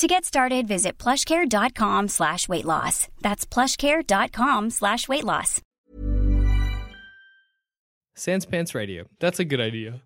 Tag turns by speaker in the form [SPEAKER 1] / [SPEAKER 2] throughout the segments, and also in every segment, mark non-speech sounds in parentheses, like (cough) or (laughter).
[SPEAKER 1] To get started, visit plushcare.com slash weight loss. That's plushcare.com slash weight loss.
[SPEAKER 2] Sans Pants Radio. That's a good idea.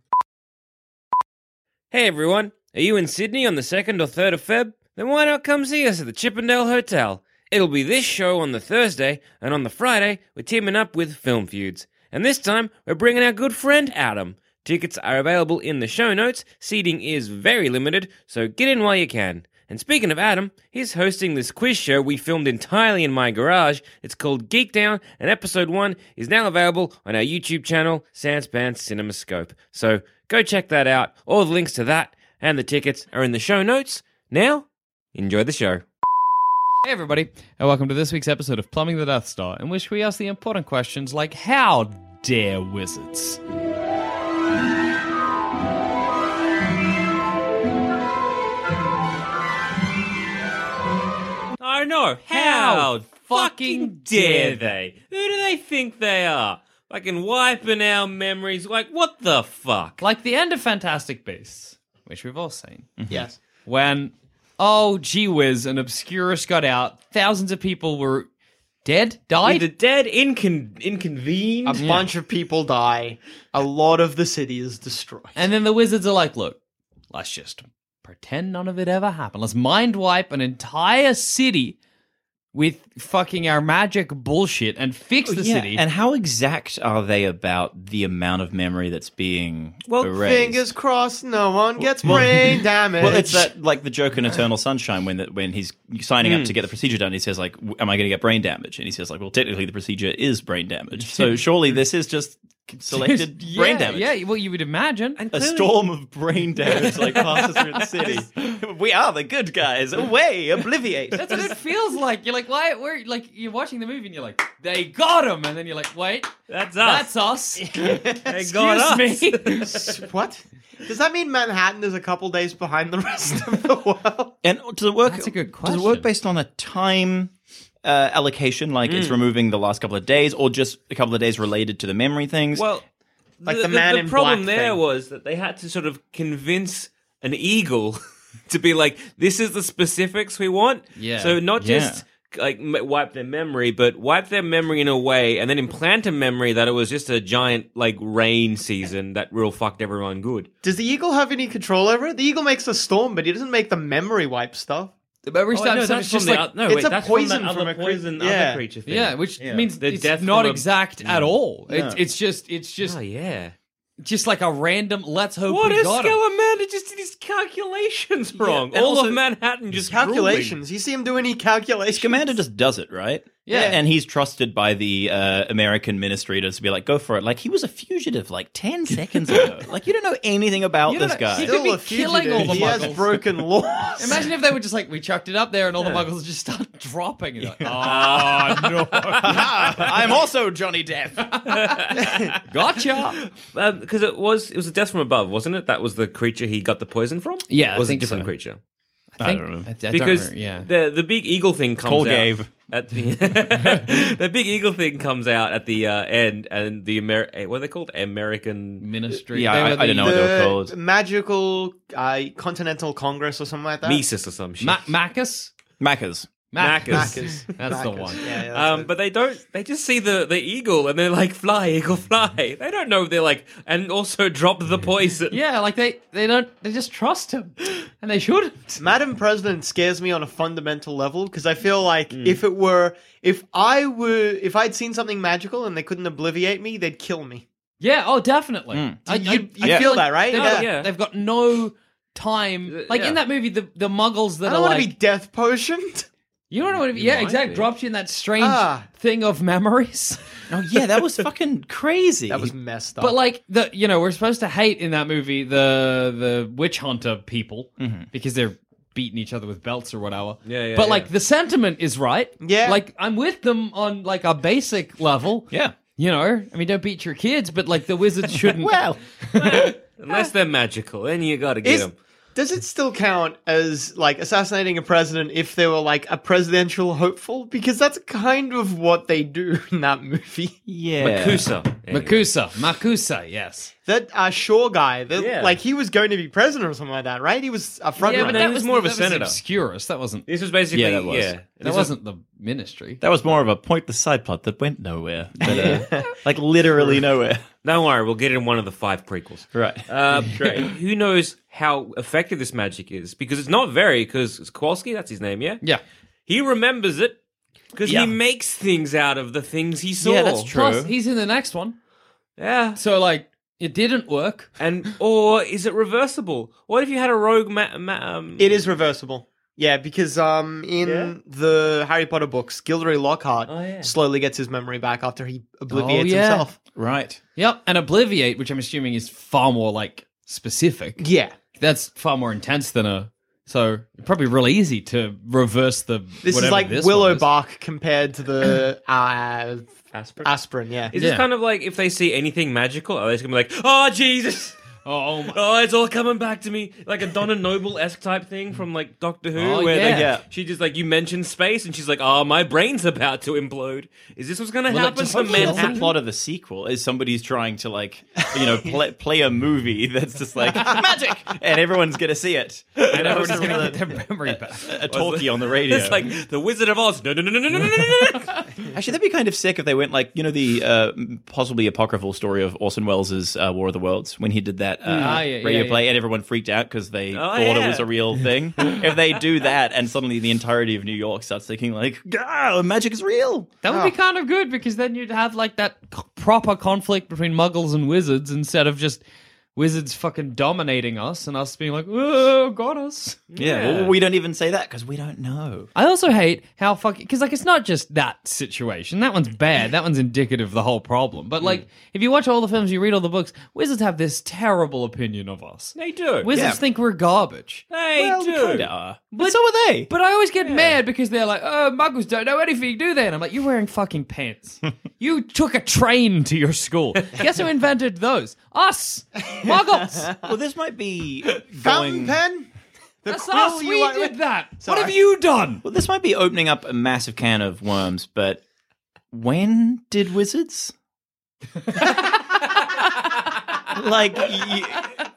[SPEAKER 3] Hey everyone, are you in Sydney on the 2nd or 3rd of Feb? Then why not come see us at the Chippendale Hotel? It'll be this show on the Thursday, and on the Friday, we're teaming up with Film Feuds. And this time, we're bringing our good friend Adam. Tickets are available in the show notes, seating is very limited, so get in while you can. And speaking of Adam, he's hosting this quiz show we filmed entirely in my garage. It's called Geek Down, and episode one is now available on our YouTube channel, Sanspants Cinemascope. So go check that out. All the links to that and the tickets are in the show notes. Now, enjoy the show.
[SPEAKER 2] Hey everybody, and welcome to this week's episode of Plumbing the Death Star, in which we ask the important questions like how dare wizards?
[SPEAKER 3] I know. How fucking dare they? Who do they think they are? Fucking wiping our memories. Like, what the fuck?
[SPEAKER 2] Like the end of Fantastic Beasts, which we've all seen.
[SPEAKER 4] Yes.
[SPEAKER 2] When, oh gee whiz, an Obscurus got out, thousands of people were dead, died?
[SPEAKER 3] Either dead, incon- inconvened.
[SPEAKER 4] A bunch of people die. A lot of the city is destroyed.
[SPEAKER 2] And then the wizards are like, look, let's just pretend none of it ever happened. Let's mind wipe an entire city with fucking our magic bullshit and fix the
[SPEAKER 5] Oh, Yeah,
[SPEAKER 2] city.
[SPEAKER 5] And how exact are they about the amount of memory that's being
[SPEAKER 3] Well,
[SPEAKER 5] erased?
[SPEAKER 4] Fingers crossed, no one gets brain damage.
[SPEAKER 5] Well, it's that like the joke in Eternal Sunshine when that when he's signing up to get the procedure done, he says like, "W- "Am I going to get brain damage?" And he says like, "Well, technically, the procedure is brain damage. So surely this is just
[SPEAKER 2] (laughs)
[SPEAKER 5] selected
[SPEAKER 2] Yeah,
[SPEAKER 5] brain damage.
[SPEAKER 2] Yeah, well, you would imagine.
[SPEAKER 3] And
[SPEAKER 5] A
[SPEAKER 3] clearly-
[SPEAKER 5] storm of
[SPEAKER 2] (laughs)
[SPEAKER 5] brain damage like passes through the city. we are the good guys. Away, obliviate.
[SPEAKER 2] That's what it feels like. You're like, why? Where? Like, you're watching the movie and you're like, they got him, and then you're like, wait,
[SPEAKER 3] That's us.
[SPEAKER 2] that's us.
[SPEAKER 3] (laughs) They
[SPEAKER 2] (laughs)
[SPEAKER 3] got us. Oh,
[SPEAKER 2] Excuse me.
[SPEAKER 4] (laughs) what? Does that mean Manhattan is a couple days behind the rest of the world?
[SPEAKER 5] And does it work?
[SPEAKER 2] That's a good
[SPEAKER 5] Does it work
[SPEAKER 2] question.
[SPEAKER 5] based on a time uh, allocation, like
[SPEAKER 2] Hmm.
[SPEAKER 5] it's removing the last couple of days, or just a couple of days related to the memory things?
[SPEAKER 3] Well,
[SPEAKER 4] Like the man in
[SPEAKER 3] problem
[SPEAKER 4] black
[SPEAKER 3] there
[SPEAKER 4] thing.
[SPEAKER 3] was that they had to sort of convince an eagle (laughs) to be like, "This is the specifics we want."
[SPEAKER 2] Yeah.
[SPEAKER 3] So not
[SPEAKER 5] Yeah.
[SPEAKER 3] just like m- wipe their memory, but wipe their memory in a way, and then implant a memory that it was just a giant like rain season that real fucked everyone good.
[SPEAKER 4] Does the eagle have any control over it? The eagle makes a storm, but he doesn't make the memory wipe stuff.
[SPEAKER 2] The memory
[SPEAKER 3] Oh,
[SPEAKER 2] stuff-
[SPEAKER 3] no,
[SPEAKER 2] stuff
[SPEAKER 3] that's
[SPEAKER 2] is
[SPEAKER 3] from
[SPEAKER 2] just
[SPEAKER 3] the
[SPEAKER 2] like,
[SPEAKER 3] o- no,
[SPEAKER 4] It's
[SPEAKER 3] wait,
[SPEAKER 4] a
[SPEAKER 3] that's from
[SPEAKER 4] poison
[SPEAKER 3] that
[SPEAKER 4] from
[SPEAKER 3] other
[SPEAKER 4] a cre-
[SPEAKER 3] poison,
[SPEAKER 4] yeah.
[SPEAKER 3] other creature thing.
[SPEAKER 2] yeah, which
[SPEAKER 4] Yeah.
[SPEAKER 2] means
[SPEAKER 3] The
[SPEAKER 2] it's
[SPEAKER 3] death
[SPEAKER 2] not
[SPEAKER 3] from a-
[SPEAKER 2] exact at all. It's, it's just, it's just,
[SPEAKER 3] Oh yeah.
[SPEAKER 2] just like a random. Let's hope
[SPEAKER 3] What
[SPEAKER 2] we
[SPEAKER 3] is
[SPEAKER 2] got him.
[SPEAKER 3] Scalamander just did his calculations wrong?
[SPEAKER 5] and
[SPEAKER 3] All
[SPEAKER 5] also-
[SPEAKER 3] of Manhattan just
[SPEAKER 4] Calculations. You see him do any calculations?
[SPEAKER 5] Commander just does it, right?
[SPEAKER 2] Yeah.
[SPEAKER 5] And he's trusted by the uh, American ministry to just be like, go for it. Like, he was a fugitive like
[SPEAKER 2] (laughs)
[SPEAKER 5] 10 seconds ago. like, you don't know anything about
[SPEAKER 2] You don't
[SPEAKER 5] this
[SPEAKER 2] know-
[SPEAKER 5] guy.
[SPEAKER 2] he could
[SPEAKER 4] Still
[SPEAKER 2] be
[SPEAKER 4] a
[SPEAKER 2] killing all
[SPEAKER 4] fugitive.
[SPEAKER 2] the
[SPEAKER 4] He has
[SPEAKER 2] muggles.
[SPEAKER 4] broken laws.
[SPEAKER 2] Imagine if they were just like, we chucked it up there, and all the muggles just start (laughs) dropping it.
[SPEAKER 5] (laughs) I'm also Johnny Depp.
[SPEAKER 2] (laughs) Oh,
[SPEAKER 3] (laughs)
[SPEAKER 2] gotcha.
[SPEAKER 3] because Um, it was it was a death from above, wasn't it? That was the creature he got the poison from.
[SPEAKER 2] Yeah, I
[SPEAKER 3] Or was it
[SPEAKER 2] think
[SPEAKER 3] a different
[SPEAKER 2] so.
[SPEAKER 3] creature?
[SPEAKER 2] I,
[SPEAKER 5] don't know.
[SPEAKER 2] because
[SPEAKER 3] Because
[SPEAKER 2] yeah,
[SPEAKER 3] the the big eagle thing comes
[SPEAKER 5] Cole
[SPEAKER 3] out.
[SPEAKER 5] gave.
[SPEAKER 3] At
[SPEAKER 2] (laughs)
[SPEAKER 3] the, (laughs) the big eagle thing comes out at the uh, end, and the Amer- eh, what are they called? American
[SPEAKER 2] ministry.
[SPEAKER 5] Yeah,
[SPEAKER 2] They
[SPEAKER 5] I-
[SPEAKER 2] were
[SPEAKER 5] I don't know what
[SPEAKER 2] the-
[SPEAKER 5] they were
[SPEAKER 4] the
[SPEAKER 5] called.
[SPEAKER 4] magical uh, continental congress or something like that.
[SPEAKER 3] Mises or some shit.
[SPEAKER 2] Ma- Macus.
[SPEAKER 5] Macca's.
[SPEAKER 2] Macca's.
[SPEAKER 4] Macca's.
[SPEAKER 2] (laughs) That's the
[SPEAKER 4] Macca's.
[SPEAKER 2] one.
[SPEAKER 4] Yeah, yeah, that's
[SPEAKER 3] Um,
[SPEAKER 4] it.
[SPEAKER 3] but they don't. They just see the, the eagle and they're like, "Fly, eagle, fly." (laughs) They don't know they're like, and also drop the poison.
[SPEAKER 2] Yeah, like they they don't they just trust him, and they shouldn't.
[SPEAKER 4] (laughs) Madam President scares me on a fundamental level because I feel like if it were, if I were, if I'd seen something magical and they couldn't obliviate me, they'd kill me.
[SPEAKER 2] Yeah, oh, definitely. I,
[SPEAKER 4] You,
[SPEAKER 2] I-
[SPEAKER 4] you
[SPEAKER 2] I
[SPEAKER 4] feel
[SPEAKER 2] like
[SPEAKER 4] that, right? Uh,
[SPEAKER 2] They've,
[SPEAKER 3] Yeah.
[SPEAKER 2] got,
[SPEAKER 3] Yeah.
[SPEAKER 2] they've got no time. Like
[SPEAKER 3] yeah.
[SPEAKER 2] in that movie, the the Muggles that
[SPEAKER 4] I don't
[SPEAKER 2] are
[SPEAKER 4] want
[SPEAKER 2] like
[SPEAKER 4] to be death potioned. (laughs)
[SPEAKER 2] you don't know what. it- Yeah, exactly. Dropped you in that strange
[SPEAKER 4] Ah.
[SPEAKER 2] thing of (laughs) memories.
[SPEAKER 5] Oh yeah, that was fucking crazy.
[SPEAKER 4] That was messed up.
[SPEAKER 2] But like the you know we're supposed to hate in that movie the the witch hunter people because they're beating each other with belts or whatever.
[SPEAKER 3] Yeah, yeah,
[SPEAKER 2] But
[SPEAKER 3] yeah.
[SPEAKER 2] like the sentiment is right.
[SPEAKER 4] Yeah.
[SPEAKER 2] Like I'm with them on like a basic level.
[SPEAKER 5] yeah.
[SPEAKER 2] You know, I mean, don't beat your kids, but like the wizards shouldn't.
[SPEAKER 5] Well,
[SPEAKER 3] Unless they're magical, then you got to get
[SPEAKER 4] Is-
[SPEAKER 3] them.
[SPEAKER 4] does it still count as like assassinating a president if they were like a presidential hopeful? Because that's kind of what they do (laughs) in that movie. (laughs)
[SPEAKER 5] yeah.
[SPEAKER 3] Kusa.
[SPEAKER 2] Makusa, Makusa, yes.
[SPEAKER 4] That uh, Shaw guy, that,
[SPEAKER 3] Yeah.
[SPEAKER 4] like he was going to be president or something like that, right? He was a front
[SPEAKER 3] Yeah,
[SPEAKER 4] runner.
[SPEAKER 3] but that was more of a
[SPEAKER 2] that
[SPEAKER 3] senator.
[SPEAKER 2] Was obscurus. That wasn't.
[SPEAKER 3] This was basically
[SPEAKER 5] Yeah, that was.
[SPEAKER 3] yeah.
[SPEAKER 5] That
[SPEAKER 2] That wasn't the ministry.
[SPEAKER 5] That was more of a pointless side plot that went nowhere. But, uh, (laughs) like literally nowhere.
[SPEAKER 3] Don't worry, we'll get it in one of the five prequels.
[SPEAKER 5] Right.
[SPEAKER 3] Uh, Who knows how effective this magic is? Because it's not very. Because Kowalski, that's his name, yeah.
[SPEAKER 2] Yeah.
[SPEAKER 3] He remembers it because
[SPEAKER 5] Yeah.
[SPEAKER 3] he makes things out of the things he saw.
[SPEAKER 5] Yeah, that's true.
[SPEAKER 2] Plus, he's in the next one,
[SPEAKER 3] Yeah.
[SPEAKER 2] so like it didn't work.
[SPEAKER 3] And or is it reversible? What if you had a rogue? Ma- ma- um,
[SPEAKER 4] It is reversible. Yeah, because um in the Harry Potter books, Gilderoy Lockhart slowly gets his memory back after he obliviates
[SPEAKER 2] Oh, yeah.
[SPEAKER 4] himself.
[SPEAKER 5] Right.
[SPEAKER 2] Yep, and Obliviate, which I'm assuming is far more like specific.
[SPEAKER 4] Yeah.
[SPEAKER 2] That's far more intense than a. So probably real easy to reverse the.
[SPEAKER 4] This is
[SPEAKER 2] whatever
[SPEAKER 4] like
[SPEAKER 2] this
[SPEAKER 4] Willow
[SPEAKER 2] one is.
[SPEAKER 4] Bark compared to (coughs) the uh,
[SPEAKER 3] Aspirin?
[SPEAKER 4] aspirin, yeah.
[SPEAKER 3] Is
[SPEAKER 2] Yeah.
[SPEAKER 3] this kind of like if they see anything magical, are they just gonna be like, "Oh Jesus,
[SPEAKER 2] Oh,
[SPEAKER 5] (laughs)
[SPEAKER 2] oh my.
[SPEAKER 3] oh it's all coming back to me," like a Donna Noble esque type thing from like Doctor Who,
[SPEAKER 2] Oh,
[SPEAKER 3] where
[SPEAKER 2] yeah.
[SPEAKER 3] They,
[SPEAKER 2] Yeah.
[SPEAKER 3] she just like you mentioned space and she's like, "Oh, my brain's about to implode." Is this what's gonna
[SPEAKER 2] Well, that
[SPEAKER 3] happen
[SPEAKER 2] just-
[SPEAKER 3] to
[SPEAKER 2] hopefully
[SPEAKER 5] That's the
[SPEAKER 3] Manhattan?
[SPEAKER 5] plot of the sequel is somebody's trying to like you know
[SPEAKER 3] (laughs)
[SPEAKER 5] play, play a movie that's just like magic and everyone's gonna see
[SPEAKER 3] (laughs)
[SPEAKER 5] it and everyone's
[SPEAKER 2] Everyone's
[SPEAKER 5] gonna
[SPEAKER 2] (laughs) gonna get
[SPEAKER 5] (laughs)
[SPEAKER 2] their memory back.
[SPEAKER 5] a talkie on the radio
[SPEAKER 3] (laughs) It's like the Wizard of Oz. No, no, no, no, no, no, no, no, no.
[SPEAKER 5] actually that'd be kind of sick if they went like you know the uh, possibly apocryphal story of Orson Welles' uh, War of the Worlds when he did that uh,
[SPEAKER 2] Ah, yeah,
[SPEAKER 5] radio
[SPEAKER 2] yeah,
[SPEAKER 5] play and everyone freaked out because they thought
[SPEAKER 3] yeah.
[SPEAKER 5] it was a real thing if they do that and suddenly the entirety of New York starts thinking like ah, magic is real
[SPEAKER 2] That
[SPEAKER 3] Oh.
[SPEAKER 2] would be kind of good because then you'd have like that c- proper conflict between muggles and wizards instead of just wizards fucking dominating us and us being like, oh, got us.
[SPEAKER 5] yeah, well, we don't even say that because we don't know
[SPEAKER 2] I also hate how fucking because like it's not just that situation. That one's bad. That one's indicative of the whole problem. But
[SPEAKER 3] Mm.
[SPEAKER 2] like, if you watch all the films, you read all the books, wizards have this terrible opinion of us.
[SPEAKER 3] (laughs) They do.
[SPEAKER 2] Wizards
[SPEAKER 5] Yeah.
[SPEAKER 2] think we're garbage.
[SPEAKER 3] They
[SPEAKER 5] well, we
[SPEAKER 3] do.
[SPEAKER 5] kinda are. but so are they
[SPEAKER 2] But I always get mad because they're like, oh, muggles don't know anything, do they? And I'm like, you're wearing fucking pants. you took a train to your school. Guess who invented those? Us! Muggles!
[SPEAKER 5] Well, this might be
[SPEAKER 4] Fountain
[SPEAKER 5] going.
[SPEAKER 4] pen? The
[SPEAKER 2] That's
[SPEAKER 4] quill
[SPEAKER 2] us!
[SPEAKER 4] you
[SPEAKER 2] We
[SPEAKER 4] like-
[SPEAKER 2] did that!
[SPEAKER 4] Sorry.
[SPEAKER 2] What have you done?
[SPEAKER 5] Well, this might be opening up a massive can of worms. But when did
[SPEAKER 3] (laughs)
[SPEAKER 5] wizards? like, you,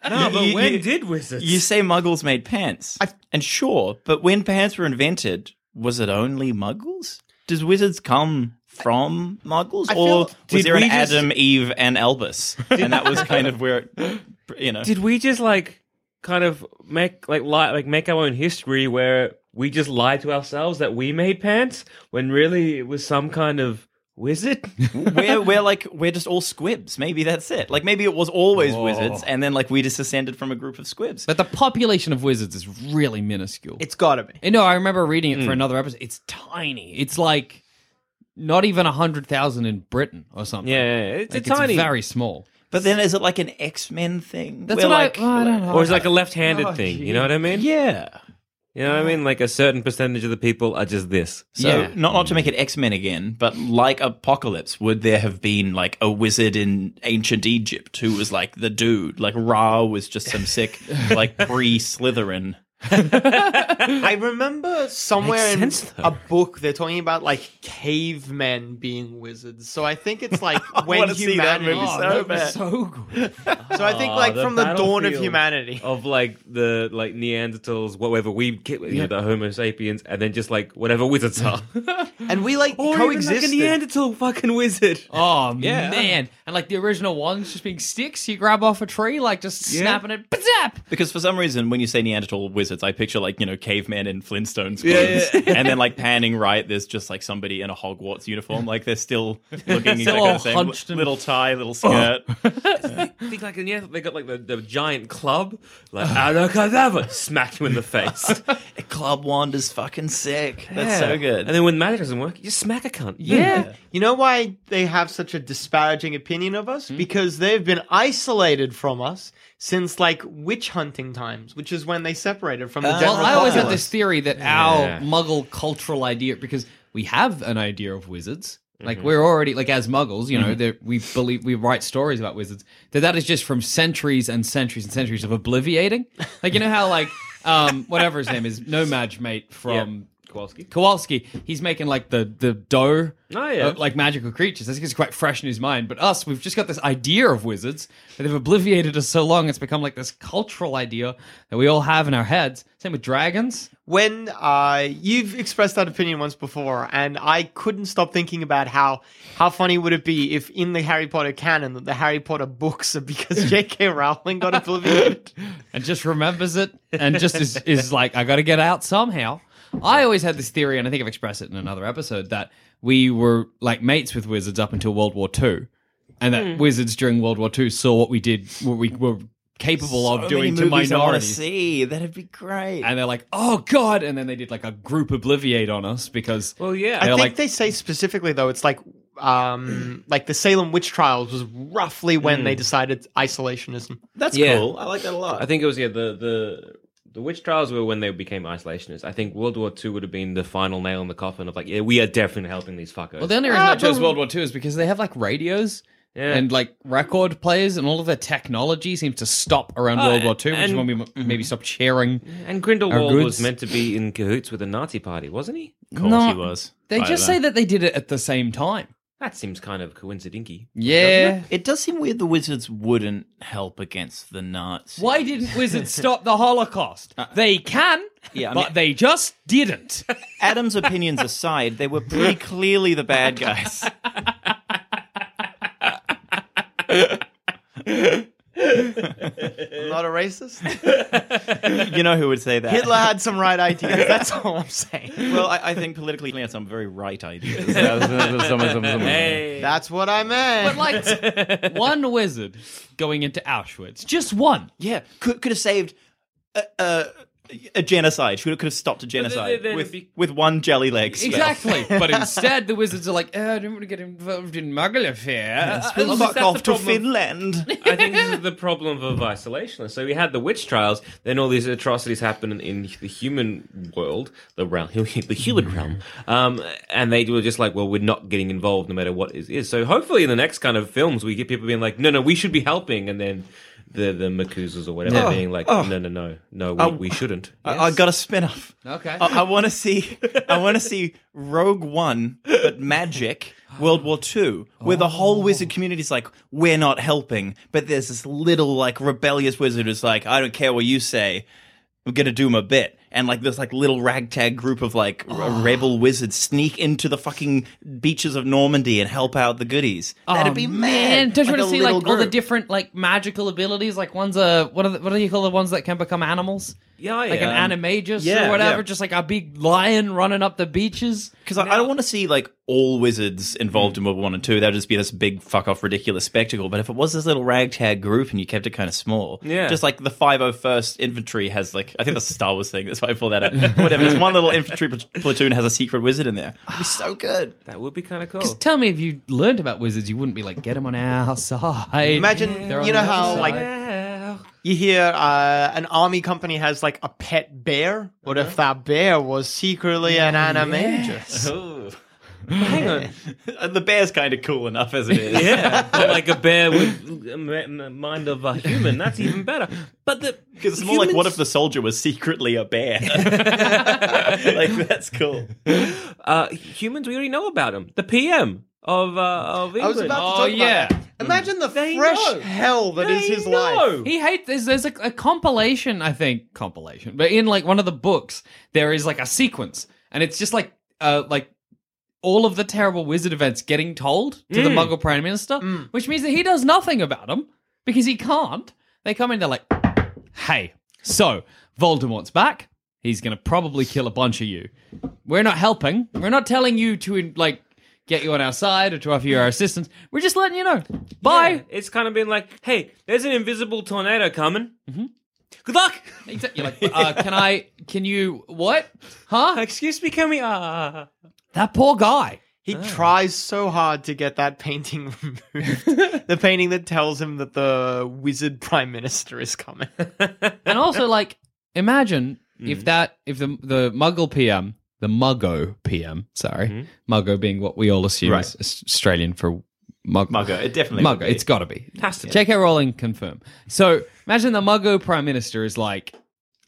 [SPEAKER 3] No, but
[SPEAKER 5] you-
[SPEAKER 3] when
[SPEAKER 5] you-
[SPEAKER 3] did wizards?
[SPEAKER 5] you say muggles made pants? and sure, but when pants were invented, was it only muggles? Does wizards come from muggles,
[SPEAKER 4] I feel-
[SPEAKER 5] or was
[SPEAKER 3] Did
[SPEAKER 5] there
[SPEAKER 3] we
[SPEAKER 5] an
[SPEAKER 3] just-
[SPEAKER 5] Adam, Eve, and Albus, and
[SPEAKER 3] (laughs)
[SPEAKER 5] that was kind of where, it, you know?
[SPEAKER 3] did we just like kind of make like lie, like make our own history where we just lied to ourselves that we made pants when really it was some kind of wizard?
[SPEAKER 5] we're we're like we're just all squibs. Maybe that's it. Like maybe it was always wizards, and then like we just descended from a group of squibs.
[SPEAKER 2] But the population of wizards is really minuscule.
[SPEAKER 4] It's gotta be.
[SPEAKER 2] And no, I remember reading it for another episode. It's tiny. It's like not even 100,000 in Britain or something.
[SPEAKER 3] yeah, yeah, yeah. it's
[SPEAKER 2] Like,
[SPEAKER 3] a tiny.
[SPEAKER 2] very small.
[SPEAKER 5] But then is it like an X Men thing?
[SPEAKER 2] That's
[SPEAKER 5] Where,
[SPEAKER 2] what I-
[SPEAKER 5] like,
[SPEAKER 2] well, I don't know.
[SPEAKER 3] or it's like a left-handed thing, you know what I mean?
[SPEAKER 5] Yeah.
[SPEAKER 3] You know what I mean? Like a certain percentage of the people are just this.
[SPEAKER 5] So
[SPEAKER 2] Yeah.
[SPEAKER 5] not not to make it X Men again, but like Apocalypse, would there have been like a wizard in ancient
[SPEAKER 2] (laughs)
[SPEAKER 5] Egypt who was like the dude? Like Ra was just some sick like pre Slytherin.
[SPEAKER 4] I remember somewhere in
[SPEAKER 3] sense, though.
[SPEAKER 4] a book they're talking about like cavemen being wizards. So (laughs) I think it's like when
[SPEAKER 5] wanna see that
[SPEAKER 4] humanity.
[SPEAKER 5] movie
[SPEAKER 4] so,
[SPEAKER 5] so
[SPEAKER 2] Oh, that
[SPEAKER 5] bad.
[SPEAKER 2] was so good.
[SPEAKER 3] (laughs)
[SPEAKER 4] I think like
[SPEAKER 3] Ah, the
[SPEAKER 4] from the dawn of
[SPEAKER 3] battlefield. Oh.
[SPEAKER 4] humanity.
[SPEAKER 3] of like the like Neanderthals, whatever we ki- you know, the Homo sapiens, and then just like whatever wizards are,
[SPEAKER 4] And we like
[SPEAKER 3] or even like a
[SPEAKER 4] coexisted.
[SPEAKER 3] Neanderthal fucking wizard.
[SPEAKER 2] Oh man! And like the original ones just being sticks, you grab off a tree, like just snapping it, zap.
[SPEAKER 5] Because for some reason, when you say Neanderthal wizards, I picture like you know cavemen in Flintstones,
[SPEAKER 3] Yeah,
[SPEAKER 5] clothes.
[SPEAKER 3] yeah.
[SPEAKER 5] and then like panning right, there's just like somebody in a Hogwarts uniform, like they're still looking exactly
[SPEAKER 2] all
[SPEAKER 5] the same,
[SPEAKER 2] hunched and-
[SPEAKER 5] little tie, little skirt. (laughs)
[SPEAKER 3] I think like in Neanderthal, they got like the, the giant club, like abracadabra, smack you in the face.
[SPEAKER 2] (laughs)
[SPEAKER 5] Club Wanda's fucking sick.
[SPEAKER 3] Yeah.
[SPEAKER 5] That's so good.
[SPEAKER 3] And then when magic doesn't work, you just smack a cunt.
[SPEAKER 2] Yeah.
[SPEAKER 4] You know why they have such a disparaging opinion of
[SPEAKER 2] Hmm?
[SPEAKER 4] us? Because they've been isolated from us since like witch hunting times, which is when they separated from the general
[SPEAKER 2] Uh, Well, I always had
[SPEAKER 4] populace.
[SPEAKER 2] this theory that our Muggle cultural idea, because we have an idea of wizards, like we're already like as Muggles, you know, that we believe we write stories about wizards. That that is just from centuries and centuries and centuries of obliviating. Like you know how like um whatever his name is, Nomad mate from
[SPEAKER 3] Kowalski.
[SPEAKER 2] Kowalski, he's making like the the dough,
[SPEAKER 3] Oh, yeah.
[SPEAKER 2] uh, like magical creatures. That's because it's quite fresh in his mind. But us, we've just got this idea of wizards that have obliviated us so long. It's become like this cultural idea that we all have in our heads. Same with dragons.
[SPEAKER 4] when uh, you've expressed that opinion once before, and I couldn't stop thinking about how how funny would it be if in the Harry Potter canon that the Harry Potter books are
[SPEAKER 2] (laughs)
[SPEAKER 4] because J.K. Rowling got obliviated.
[SPEAKER 2] and just remembers it and just is, is like, I got to get out somehow. I always had this theory, and I think I've expressed it in another episode, that we were like mates with wizards up until World War II. And that wizards during World War II saw what we did, what we were capable of doing to minorities.
[SPEAKER 5] see. That'd be great.
[SPEAKER 2] (laughs) And they're like, oh, God. And then they did like a group obliviate on us because.
[SPEAKER 3] Well, yeah.
[SPEAKER 4] I
[SPEAKER 2] They're
[SPEAKER 4] think
[SPEAKER 2] like,
[SPEAKER 4] they say specifically though it's like um like the Salem witch trials was roughly when they
[SPEAKER 2] Hmm.
[SPEAKER 4] decided isolationism.
[SPEAKER 5] That's
[SPEAKER 3] Yeah.
[SPEAKER 5] cool. I like that a lot.
[SPEAKER 3] I think it was yeah the the the witch trials were when they became isolationists. I think World War II would have been the final nail in the coffin of like yeah we are definitely helping these fuckers.
[SPEAKER 2] Well, the only reason I chose Ah, World War II is because they have like radios
[SPEAKER 3] Yeah.
[SPEAKER 2] and like record players, and all of their technology seems to stop around
[SPEAKER 5] Uh,
[SPEAKER 3] Oh,
[SPEAKER 2] World War II, which is
[SPEAKER 3] and-
[SPEAKER 2] when we m- maybe stopped sharing.
[SPEAKER 3] and Grindelwald
[SPEAKER 2] Our
[SPEAKER 3] was
[SPEAKER 2] goods.
[SPEAKER 3] meant to be in cahoots with the Nazi party, wasn't he?
[SPEAKER 5] of course
[SPEAKER 2] No,
[SPEAKER 5] he was.
[SPEAKER 2] They
[SPEAKER 5] By
[SPEAKER 2] just
[SPEAKER 5] the-
[SPEAKER 2] say that they did it at the same time.
[SPEAKER 3] That seems kind of coincidenky.
[SPEAKER 2] Yeah.
[SPEAKER 5] It does seem weird the wizards wouldn't help against the Nazis.
[SPEAKER 2] Why didn't wizards
[SPEAKER 5] (laughs)
[SPEAKER 2] stop the Holocaust? They can,
[SPEAKER 5] Uh, Yeah, I
[SPEAKER 2] but
[SPEAKER 5] mean-
[SPEAKER 2] they just didn't.
[SPEAKER 5] Adam's opinions aside, they were pretty clearly the bad guys.
[SPEAKER 4] I'm not a racist.
[SPEAKER 5] You know who would say that?
[SPEAKER 4] Hitler had some
[SPEAKER 2] (laughs)
[SPEAKER 4] right ideas. That's all I'm saying.
[SPEAKER 5] Well, I, I think politically, he had some very right
[SPEAKER 3] (laughs)
[SPEAKER 5] ideas.
[SPEAKER 4] That's what I meant.
[SPEAKER 2] But
[SPEAKER 5] (laughs)
[SPEAKER 2] like one wizard going into Auschwitz, just one.
[SPEAKER 5] yeah, could, could have saved a, a, a genocide. Could have, could have stopped a genocide
[SPEAKER 3] then
[SPEAKER 5] with,
[SPEAKER 3] it'd be-
[SPEAKER 5] with one jelly leg. (laughs) spell.
[SPEAKER 2] Exactly. but instead, the wizards are like, oh, I don't want to get involved in Muggle Uh, oh, affairs.
[SPEAKER 5] We'll fuck
[SPEAKER 3] that's the
[SPEAKER 5] off to
[SPEAKER 3] problem.
[SPEAKER 5] Finland.
[SPEAKER 3] (laughs) I think this is the problem of isolationists. So we had the witch trials, then all these atrocities happen in, in the human world, the realm, (laughs) the human
[SPEAKER 2] Mm-hmm.
[SPEAKER 3] realm, um, and they were just like, well, we're not getting involved no matter what is is. So hopefully, in the next kind of films, we get people being like, no, no, we should be helping, and then the the Macusas or whatever being like,
[SPEAKER 2] Oh.
[SPEAKER 3] no, no, no, no, we, we shouldn't.
[SPEAKER 2] Uh,
[SPEAKER 5] I, I got a spin off.
[SPEAKER 2] Okay.
[SPEAKER 5] I, I want to see. I want to see Rogue One, but magic. World War Two, where the whole
[SPEAKER 2] Oh.
[SPEAKER 5] wizard community's like, we're not helping, but there's this little like rebellious wizard who's like, I don't care what you say, I'm gonna do my bit, and like this like little ragtag group of like r-
[SPEAKER 2] Oh.
[SPEAKER 5] rebel wizards sneak into the fucking beaches of Normandy and help out the goodies. That'd be
[SPEAKER 2] Oh, Man,
[SPEAKER 5] mad.
[SPEAKER 2] don't you want
[SPEAKER 5] a
[SPEAKER 2] to see like
[SPEAKER 5] little
[SPEAKER 2] all the
[SPEAKER 5] group.
[SPEAKER 2] different like magical abilities? Like ones are what are the, what do you call the ones that can become animals?
[SPEAKER 3] Yeah,
[SPEAKER 2] like
[SPEAKER 3] Um, yeah.
[SPEAKER 2] an animagus
[SPEAKER 5] yeah,
[SPEAKER 2] or whatever.
[SPEAKER 5] yeah.
[SPEAKER 2] Just like a big lion running up the beaches.
[SPEAKER 5] Because I, I don't want to see like all wizards
[SPEAKER 3] Mm.
[SPEAKER 5] involved in World War One and Two. That'd just be this big fuck off ridiculous spectacle. But if it was this little ragtag group and you kept it kind of small,
[SPEAKER 3] Yeah.
[SPEAKER 5] just like the five hundred first infantry has like I think that's a Star Wars thing. That's why I pull
[SPEAKER 3] (laughs)
[SPEAKER 5] that out. Whatever. This one little infantry pl- platoon has a secret wizard in there. It'd be so good.
[SPEAKER 3] That would be kind of
[SPEAKER 2] Just
[SPEAKER 3] cool.
[SPEAKER 2] tell me if you learned about wizards, you wouldn't be like get them on our (laughs) side.
[SPEAKER 4] Imagine,
[SPEAKER 2] They're on
[SPEAKER 4] you know
[SPEAKER 2] the
[SPEAKER 4] how,
[SPEAKER 2] other
[SPEAKER 4] like-
[SPEAKER 2] side.
[SPEAKER 4] You hear uh, an army company has like a
[SPEAKER 2] Uh-huh. (laughs)
[SPEAKER 4] pet bear. What if that bear was secretly an animagus?
[SPEAKER 3] Hang
[SPEAKER 4] (laughs)
[SPEAKER 3] on.
[SPEAKER 5] the bear's kind of cool enough as it is.
[SPEAKER 2] (laughs)
[SPEAKER 3] Yeah, but like a bear with a ma- mind of a human. That's even better. But the
[SPEAKER 5] Because it's more like what if the soldier was secretly a
[SPEAKER 3] (laughs)
[SPEAKER 5] bear? (laughs) like that's cool.
[SPEAKER 3] uh, humans we already know about him. The PM of uh, of England.
[SPEAKER 4] I was about to
[SPEAKER 2] Oh,
[SPEAKER 4] talk about
[SPEAKER 2] yeah.
[SPEAKER 4] that. Imagine the
[SPEAKER 3] They
[SPEAKER 4] fresh
[SPEAKER 3] know.
[SPEAKER 4] hell that is
[SPEAKER 3] They
[SPEAKER 4] his
[SPEAKER 3] know.
[SPEAKER 4] life.
[SPEAKER 2] He hates. There's, there's a, a compilation, I think, compilation. But in like one of the books, there is like a sequence, and it's just like uh like all of the terrible wizard events getting told to the Muggle Prime Minister, which means that he does nothing about them because he can't. They come in, they're like, "Hey, so Voldemort's back. He's gonna probably kill a bunch of you. We're not helping. We're not telling you to like." Get you on our side or to offer you our assistance. We're just letting you know. Bye.
[SPEAKER 3] Yeah, It's kind of been like, hey, there's an invisible tornado coming. Mm-hmm. Good luck.
[SPEAKER 2] Exactly. You're like, uh, can I? Can you? What? Huh?
[SPEAKER 3] Excuse me, can we? Uh...
[SPEAKER 2] That poor guy.
[SPEAKER 4] He tries so hard to get that painting (laughs)
[SPEAKER 2] (laughs)
[SPEAKER 4] removed. the painting that tells him that the wizard prime minister is coming.
[SPEAKER 2] And
[SPEAKER 3] (laughs)
[SPEAKER 2] also, like, imagine
[SPEAKER 5] Mm-hmm.
[SPEAKER 2] if that, if the the Muggle PM, the Muggo PM, sorry,
[SPEAKER 5] Mm-hmm.
[SPEAKER 2] Muggo being what we all assume is is Australian for mug-
[SPEAKER 5] Muggo, it definitely would
[SPEAKER 2] Muggo.
[SPEAKER 5] be.
[SPEAKER 2] It's got to be.
[SPEAKER 3] Has to be.
[SPEAKER 2] J.K. Rowling confirm. So imagine the Muggo Prime Minister is like,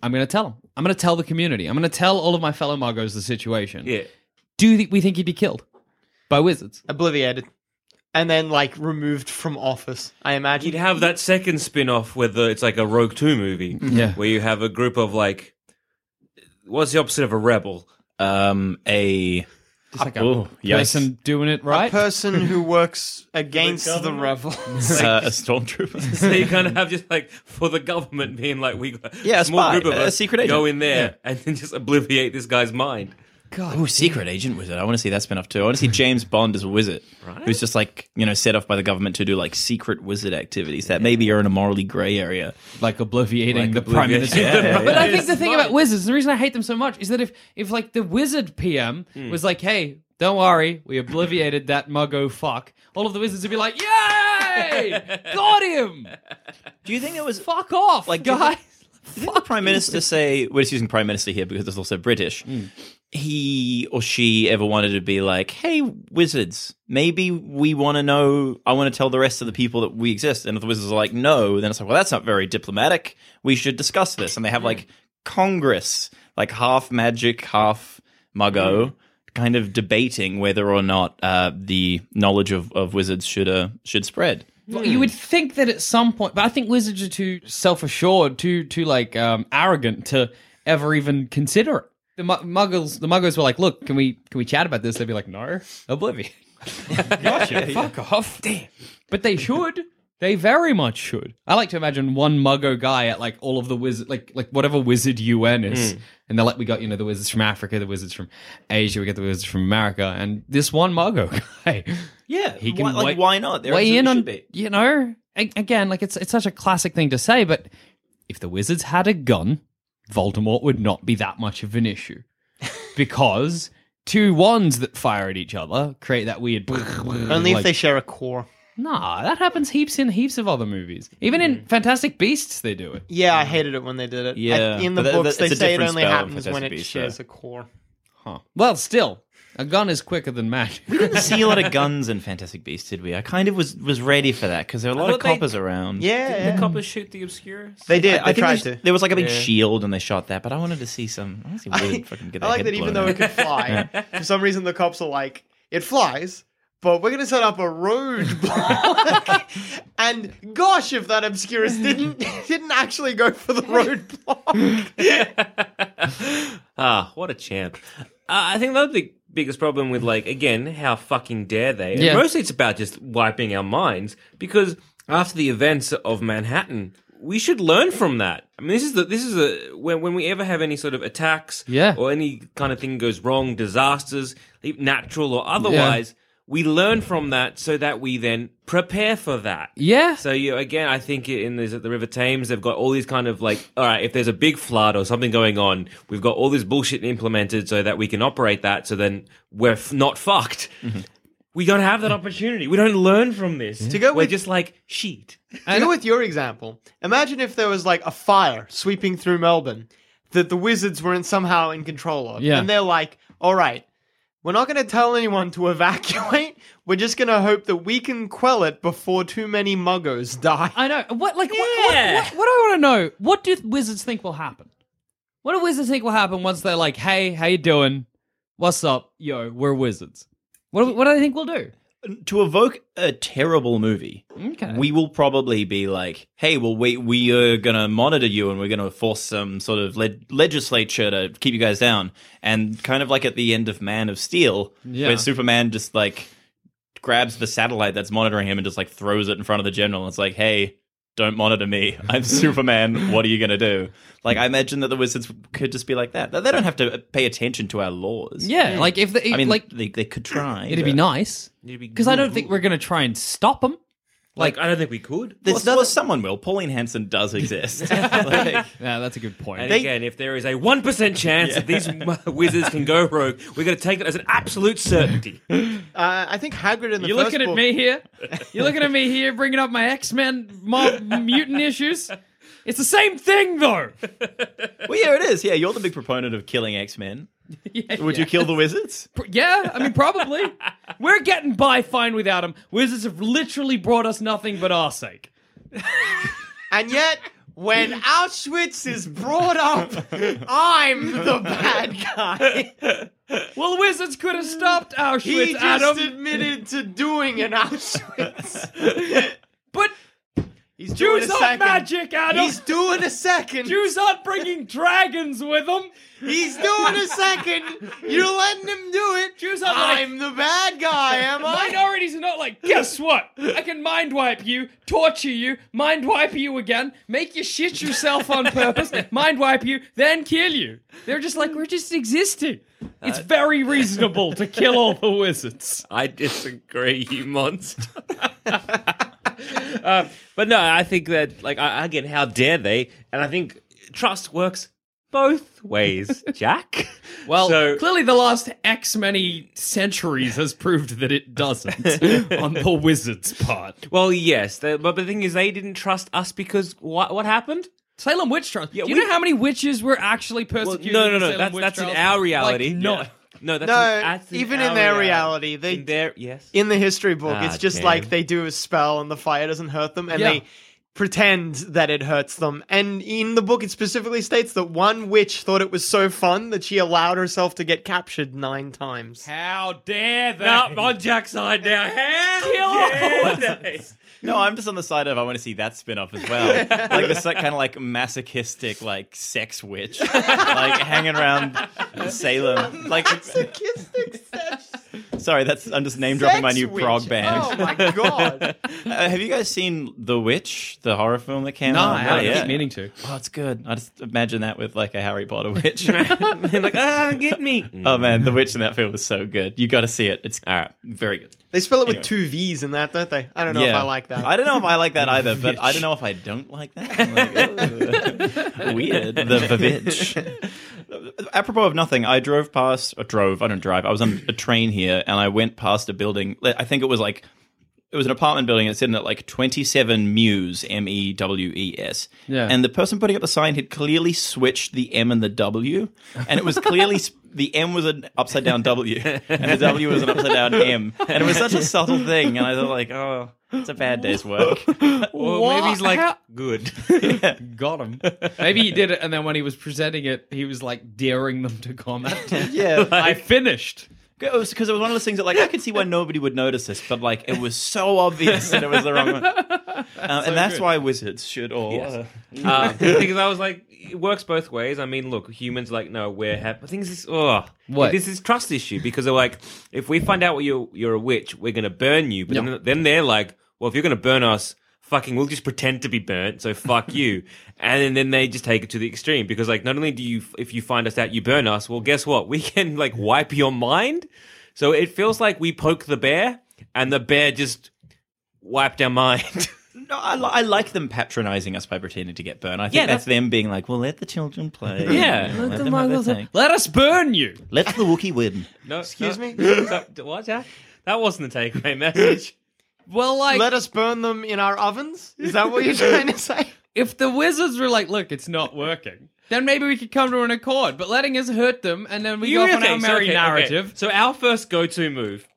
[SPEAKER 2] I'm going to tell him. I'm going to tell the community. I'm going to tell all of my fellow Muggos the situation.
[SPEAKER 3] Yeah.
[SPEAKER 2] Do you think- we think he'd be killed by wizards?
[SPEAKER 4] Obliviated. And then, like, removed from office, I imagine.
[SPEAKER 3] You'd have that second spin off where the, it's like a Rogue Two movie.
[SPEAKER 5] Mm-hmm.
[SPEAKER 2] Yeah.
[SPEAKER 3] Where you have a group of like, what's the opposite of a rebel?
[SPEAKER 5] Um, a
[SPEAKER 2] Just like a
[SPEAKER 5] Oh, yes.
[SPEAKER 2] (laughs) person doing it right.
[SPEAKER 4] A person who works against
[SPEAKER 5] (laughs)
[SPEAKER 4] the, rebels.
[SPEAKER 5] uh, a stormtrooper.
[SPEAKER 3] So
[SPEAKER 5] (laughs)
[SPEAKER 3] you kind of have just like for the government being like we got
[SPEAKER 5] Yeah, a
[SPEAKER 3] small
[SPEAKER 5] spy,
[SPEAKER 3] group of
[SPEAKER 5] a
[SPEAKER 3] us
[SPEAKER 5] secret
[SPEAKER 3] go
[SPEAKER 5] agent.
[SPEAKER 3] in there and then just obliviate this guy's mind.
[SPEAKER 5] Oh, secret agent wizard. I want to see that spin off too. I want to see James Bond as a wizard, who's just like you know set off by the government to do like secret wizard activities that maybe are in a morally grey area.
[SPEAKER 2] like obliviating the prime
[SPEAKER 3] obliviating
[SPEAKER 2] minister.
[SPEAKER 3] the (laughs) prime
[SPEAKER 2] But I think the thing about wizards, and the reason I hate them so much, is that if if like the wizard PM
[SPEAKER 5] Hmm.
[SPEAKER 2] was like, "Hey, don't worry, we obliviated that muggo fuck," all of the wizards would be like, "Yay, got him!
[SPEAKER 5] Do you think it was
[SPEAKER 2] Fuck off,
[SPEAKER 5] Like,
[SPEAKER 2] like
[SPEAKER 5] do you
[SPEAKER 2] guys."
[SPEAKER 5] Did the prime minister say we're just using prime minister here because it's also British? He or she ever wanted to be like, hey, wizards, maybe we want to know. I want to tell the rest of the people that we exist. And if the wizards are like, no, then it's like, well, that's not very diplomatic. We should discuss this. And they have like Congress, like half magic, half muggo. Kind of debating whether or not uh, the knowledge of, of wizards should uh, should spread.
[SPEAKER 2] Well, you would think that at some point, but I think wizards are too self-assured, too too like um, arrogant to ever even consider it. The mu- muggles, the muggles were like, "Look, can we can we chat about this?" They'd be like, "No, oblivion."
[SPEAKER 5] (laughs)
[SPEAKER 2] gotcha. Fuck off. Damn. But they should. They very much should. I like to imagine one muggo guy at like all of the wizard, like like whatever wizard UN is, and they're like, "We got you know the wizards from Africa, the wizards from Asia, we got the wizards from America," and this one muggo (laughs) guy.
[SPEAKER 5] Yeah,
[SPEAKER 2] He can
[SPEAKER 5] why, like
[SPEAKER 2] wait-
[SPEAKER 5] why not? There
[SPEAKER 2] weigh in
[SPEAKER 5] absolutely
[SPEAKER 2] on
[SPEAKER 5] should be.
[SPEAKER 2] you know a- again like it's it's such a classic thing to say but if the wizards had a gun voldemort would not be that much of an issue because two wands that fire at each other create that weird
[SPEAKER 4] Only if
[SPEAKER 2] (laughs) like-
[SPEAKER 4] they share a core.
[SPEAKER 2] nah that happens heaps in heaps of other movies even in fantastic beasts they do it
[SPEAKER 4] Yeah, I hated it when they did it. I-
[SPEAKER 5] Yeah.
[SPEAKER 4] in the
[SPEAKER 5] But that-
[SPEAKER 4] books,
[SPEAKER 5] that's
[SPEAKER 4] they
[SPEAKER 5] a
[SPEAKER 4] say it
[SPEAKER 5] different
[SPEAKER 4] only
[SPEAKER 5] spell in
[SPEAKER 4] happens when
[SPEAKER 5] Fantastic
[SPEAKER 4] it
[SPEAKER 5] Beasts,
[SPEAKER 4] shares
[SPEAKER 5] though.
[SPEAKER 4] a core.
[SPEAKER 2] huh well still a gun is quicker than magic (laughs)
[SPEAKER 5] didn't (laughs) see a lot of guns in Fantastic Beasts, did we? I kind of was was ready for that because there were a lot of
[SPEAKER 3] thought they-
[SPEAKER 5] coppers around.
[SPEAKER 4] Yeah,
[SPEAKER 3] The coppers shoot the obscurus.
[SPEAKER 4] they did.
[SPEAKER 5] I
[SPEAKER 4] They
[SPEAKER 5] think
[SPEAKER 4] tried
[SPEAKER 5] there's-
[SPEAKER 4] to.
[SPEAKER 5] there was like a big shield and they shot that, but I wanted to see some. I want to see
[SPEAKER 4] I, (laughs)
[SPEAKER 5] Wizard fucking get
[SPEAKER 4] I
[SPEAKER 5] their
[SPEAKER 4] like
[SPEAKER 5] head
[SPEAKER 4] that even
[SPEAKER 5] blown
[SPEAKER 4] though it
[SPEAKER 5] off.
[SPEAKER 4] could fly, for some reason the cops are like, it flies, but we're going to set up
[SPEAKER 5] (laughs)
[SPEAKER 4] a roadblock. and gosh, if that Obscurus didn't (laughs) didn't actually go for the roadblock.
[SPEAKER 3] Ah, what a champ. Uh, I think that's the biggest problem with, like, again, how fucking dare they. And
[SPEAKER 2] Yeah.
[SPEAKER 3] Mostly it's about just wiping our minds because after the events of Manhattan, we should learn from that. I mean, this is the this is a when when we ever have any sort of attacks,
[SPEAKER 2] Yeah.
[SPEAKER 3] or any kind of thing goes wrong, disasters, natural or otherwise, we learn from that so that we then prepare for that.
[SPEAKER 2] yeah
[SPEAKER 3] So you again, I think in this at the River Thames, they've got all these kind of like, all right, if there's a big flood or something going on, we've got all this bullshit implemented so that we can operate that. So then we're f- not fucked.
[SPEAKER 5] Mm-hmm.
[SPEAKER 3] We don't have that opportunity. We don't learn from this. To
[SPEAKER 4] go
[SPEAKER 3] we're
[SPEAKER 4] with-
[SPEAKER 3] just like sheet.
[SPEAKER 4] You know, with your example, imagine if there was like a fire sweeping through Melbourne that the wizards were in somehow in control of.
[SPEAKER 2] Yeah.
[SPEAKER 4] And they're like, all right, We're not going to tell anyone to (laughs) evacuate. We're just going to hope that we can quell it before too many muggos
[SPEAKER 2] (laughs)
[SPEAKER 4] die.
[SPEAKER 2] I know. What like what, what, what, what I want to know? What do wizards think will happen? What do wizards think will happen once they're like, "Hey, how you doing? What's up? Yo, we're wizards." What do, what do they think we'll do?
[SPEAKER 5] to evoke a terrible movie,
[SPEAKER 2] Okay.
[SPEAKER 5] we will probably be like, "Hey, well, we we are gonna monitor you, and we're gonna force some sort of leg- legislature to keep you guys down." And kind of like at the end of Man of Steel,
[SPEAKER 2] Yeah.
[SPEAKER 5] where Superman just like grabs the satellite that's monitoring him and just like throws it in front of the general. And it's like, "Hey, don't monitor me.
[SPEAKER 2] (laughs)
[SPEAKER 5] I'm Superman. What are you gonna do?" Like, I imagine that the wizards could just be like that. They don't have to pay attention to our laws.
[SPEAKER 2] Yeah, like if they,
[SPEAKER 5] I mean,
[SPEAKER 2] like
[SPEAKER 5] like they, they could try.
[SPEAKER 2] it'd be
[SPEAKER 5] but-
[SPEAKER 2] nice because I don't think we're gonna try and stop them.
[SPEAKER 3] Like, I don't think we could.
[SPEAKER 5] There's well, someone will. Pauline Hanson does exist. Like,
[SPEAKER 2] Yeah, that's a good point.
[SPEAKER 3] And again, if there is a one percent chance that these mu- (laughs) wizards can go rogue, we're going to take that as an absolute certainty.
[SPEAKER 4] Uh, I think Hagrid in the
[SPEAKER 2] You
[SPEAKER 4] first
[SPEAKER 2] looking at
[SPEAKER 4] book-
[SPEAKER 2] me
[SPEAKER 4] (laughs)
[SPEAKER 2] here? You looking at me here, bringing up my X Men mob mutant issues? It's the same thing, though.
[SPEAKER 5] well, yeah, it is. Yeah, you're the big proponent of killing X
[SPEAKER 2] (laughs)
[SPEAKER 5] Men. Would you kill the wizards?
[SPEAKER 2] Pr- Yeah, I mean, probably. We're getting by fine without them. Wizards have literally brought us nothing but our sake.
[SPEAKER 4] And yet, when
[SPEAKER 2] (laughs)
[SPEAKER 4] Auschwitz is brought up, I'm the bad guy.
[SPEAKER 2] Well, wizards could have stopped Auschwitz,
[SPEAKER 4] He just
[SPEAKER 2] Adam,
[SPEAKER 4] admitted to
[SPEAKER 2] (laughs)
[SPEAKER 4] doing an Auschwitz.
[SPEAKER 2] but
[SPEAKER 4] He's doing
[SPEAKER 2] Jews
[SPEAKER 4] a
[SPEAKER 2] aren't
[SPEAKER 4] second.
[SPEAKER 2] magic, Adam.
[SPEAKER 4] He's doing a second.
[SPEAKER 2] Jews aren't bringing dragons with them.
[SPEAKER 4] He's doing a second. You're letting him do it.
[SPEAKER 2] Jews aren't like-
[SPEAKER 4] I'm the bad guy, am I?
[SPEAKER 2] Minorities are not like,
[SPEAKER 3] (laughs)
[SPEAKER 2] guess what? I can mind wipe you, torture you, mind wipe you again, make you shit yourself
[SPEAKER 3] (laughs)
[SPEAKER 2] on purpose, mind wipe you, then kill you. They're just like, we're just existing.
[SPEAKER 3] Uh,
[SPEAKER 2] It's very reasonable to kill all the wizards.
[SPEAKER 3] I disagree, you monster. Uh, but no, I think that, like, I, again, how dare they? And I think trust works both
[SPEAKER 2] (laughs)
[SPEAKER 3] ways, Jack.
[SPEAKER 2] Well,
[SPEAKER 3] (laughs) So-
[SPEAKER 2] Oh, clearly the last X many centuries has proved that it
[SPEAKER 3] (laughs)
[SPEAKER 2] doesn't on the wizards part.
[SPEAKER 3] well, yes, they, but the thing is, they didn't trust us because what what happened?
[SPEAKER 2] Salem witch trials. Do you
[SPEAKER 3] we-
[SPEAKER 2] know how many witches were actually
[SPEAKER 3] Well,
[SPEAKER 2] persecuted?
[SPEAKER 3] no, no,
[SPEAKER 2] in the
[SPEAKER 3] no.
[SPEAKER 2] Salem
[SPEAKER 3] That's
[SPEAKER 2] witch
[SPEAKER 3] that's in
[SPEAKER 2] trials?
[SPEAKER 3] our
[SPEAKER 2] Like,
[SPEAKER 3] reality.
[SPEAKER 2] no.
[SPEAKER 3] no, that's
[SPEAKER 4] (laughs) No,
[SPEAKER 3] in- that's
[SPEAKER 4] even
[SPEAKER 3] our
[SPEAKER 4] in their reality, they-
[SPEAKER 3] in their yes.
[SPEAKER 4] In the history book,
[SPEAKER 3] Ah,
[SPEAKER 4] it's just
[SPEAKER 3] damn.
[SPEAKER 4] like they do a spell and the fire doesn't hurt them, and
[SPEAKER 2] Yeah.
[SPEAKER 4] they pretend that it hurts them. And in the book, it specifically states that one witch thought it was so fun that she allowed herself to get captured nine times.
[SPEAKER 2] How dare they?
[SPEAKER 3] no, I'm on Jack's
[SPEAKER 5] (laughs)
[SPEAKER 3] side now. Hell yeah.
[SPEAKER 5] No, I'm just on the side of I want to see that spin off as well.
[SPEAKER 2] (laughs)
[SPEAKER 5] Like this like, kind of like masochistic like sex witch like hanging around Salem. Like
[SPEAKER 4] Masochistic
[SPEAKER 2] (laughs)
[SPEAKER 4] sex.
[SPEAKER 5] sorry, that's I'm just name dropping my
[SPEAKER 4] sex
[SPEAKER 5] new
[SPEAKER 4] witch.
[SPEAKER 5] prog band.
[SPEAKER 4] Oh
[SPEAKER 5] (laughs)
[SPEAKER 4] my god.
[SPEAKER 5] Uh, have you guys seen The Witch, the horror film that came
[SPEAKER 2] No,
[SPEAKER 5] out?
[SPEAKER 2] I haven't.
[SPEAKER 5] yet.
[SPEAKER 2] Keep meaning to.
[SPEAKER 5] Oh, it's good. I just imagine that with like a Harry Potter
[SPEAKER 2] (laughs)
[SPEAKER 5] witch.
[SPEAKER 3] (laughs) like, ah, get me.
[SPEAKER 5] oh man, The Witch in that film was so good. You got to see it. It's all right. Very good.
[SPEAKER 4] They spell it with two V's in that, don't they? I don't know if I like that.
[SPEAKER 5] I don't know if I like that either, but I don't know if I don't like that. I'm like, "Ugh." weird. The vavitch. Apropos of nothing, I drove past, or drove, I don't drive, I was on a train here and I went past a building. I think it was like, it was an apartment building. It said in it like 27 Muse, M E W E S.
[SPEAKER 2] Yeah.
[SPEAKER 5] And the person putting up the sign had clearly switched the M and the W. And it was clearly, sp- (laughs) the M was an upside down W and the W was an upside down M. And it was such a subtle thing. And I was like, oh, it's a bad day's work.
[SPEAKER 3] Or maybe he's like, good.
[SPEAKER 5] (laughs)
[SPEAKER 2] Got him. Maybe he did it, and then when he was presenting it, he was like daring them to comment.
[SPEAKER 5] (laughs)
[SPEAKER 2] (laughs)
[SPEAKER 5] Yeah.
[SPEAKER 2] I finished.
[SPEAKER 5] It was because it was one of those things that, like, I could see why nobody would notice this, but like, it was so obvious that it was the wrong (laughs) one. Um, and that's why wizards should all. uh,
[SPEAKER 3] (laughs) Uh,
[SPEAKER 2] (laughs)
[SPEAKER 3] because I was like, it works both ways. I mean, look, humans like no, we're happy. I think this is oh,
[SPEAKER 2] What?
[SPEAKER 3] this is trust issue because they're like, if we find out what you're you're a witch, we're gonna burn you. But
[SPEAKER 2] Yeah.
[SPEAKER 3] then, then they're like, well, if you're gonna burn us, fucking, we'll just pretend to be burnt. So
[SPEAKER 2] (laughs)
[SPEAKER 3] fuck you. And then, then they just take it to the extreme because like, not only do you if you find us out, you burn us. Well, guess what? We (laughs) can like wipe your mind. So it feels like we poke the bear, and the bear just wiped our mind. (laughs)
[SPEAKER 5] No, I, li- I like them patronizing us by pretending to get burned. I think
[SPEAKER 3] Yeah,
[SPEAKER 5] that's them being like, well, let the children (laughs) play.
[SPEAKER 3] Yeah.
[SPEAKER 5] Let, them have their thing.
[SPEAKER 2] Let us burn you.
[SPEAKER 5] Let the Wookiee win.
[SPEAKER 3] No, (laughs)
[SPEAKER 4] Excuse
[SPEAKER 3] no.
[SPEAKER 4] me?
[SPEAKER 3] So- what? Jack? That wasn't the takeaway (laughs) message.
[SPEAKER 2] Well, like
[SPEAKER 4] (laughs) Let us burn them in our ovens? Is that what you're trying to say?
[SPEAKER 2] if the wizards were like, look, it's not working, then maybe we could come to an accord. But letting us hurt them and then we go off on our
[SPEAKER 3] so-
[SPEAKER 2] merry
[SPEAKER 3] okay, okay.
[SPEAKER 2] narrative.
[SPEAKER 3] So our first go-to move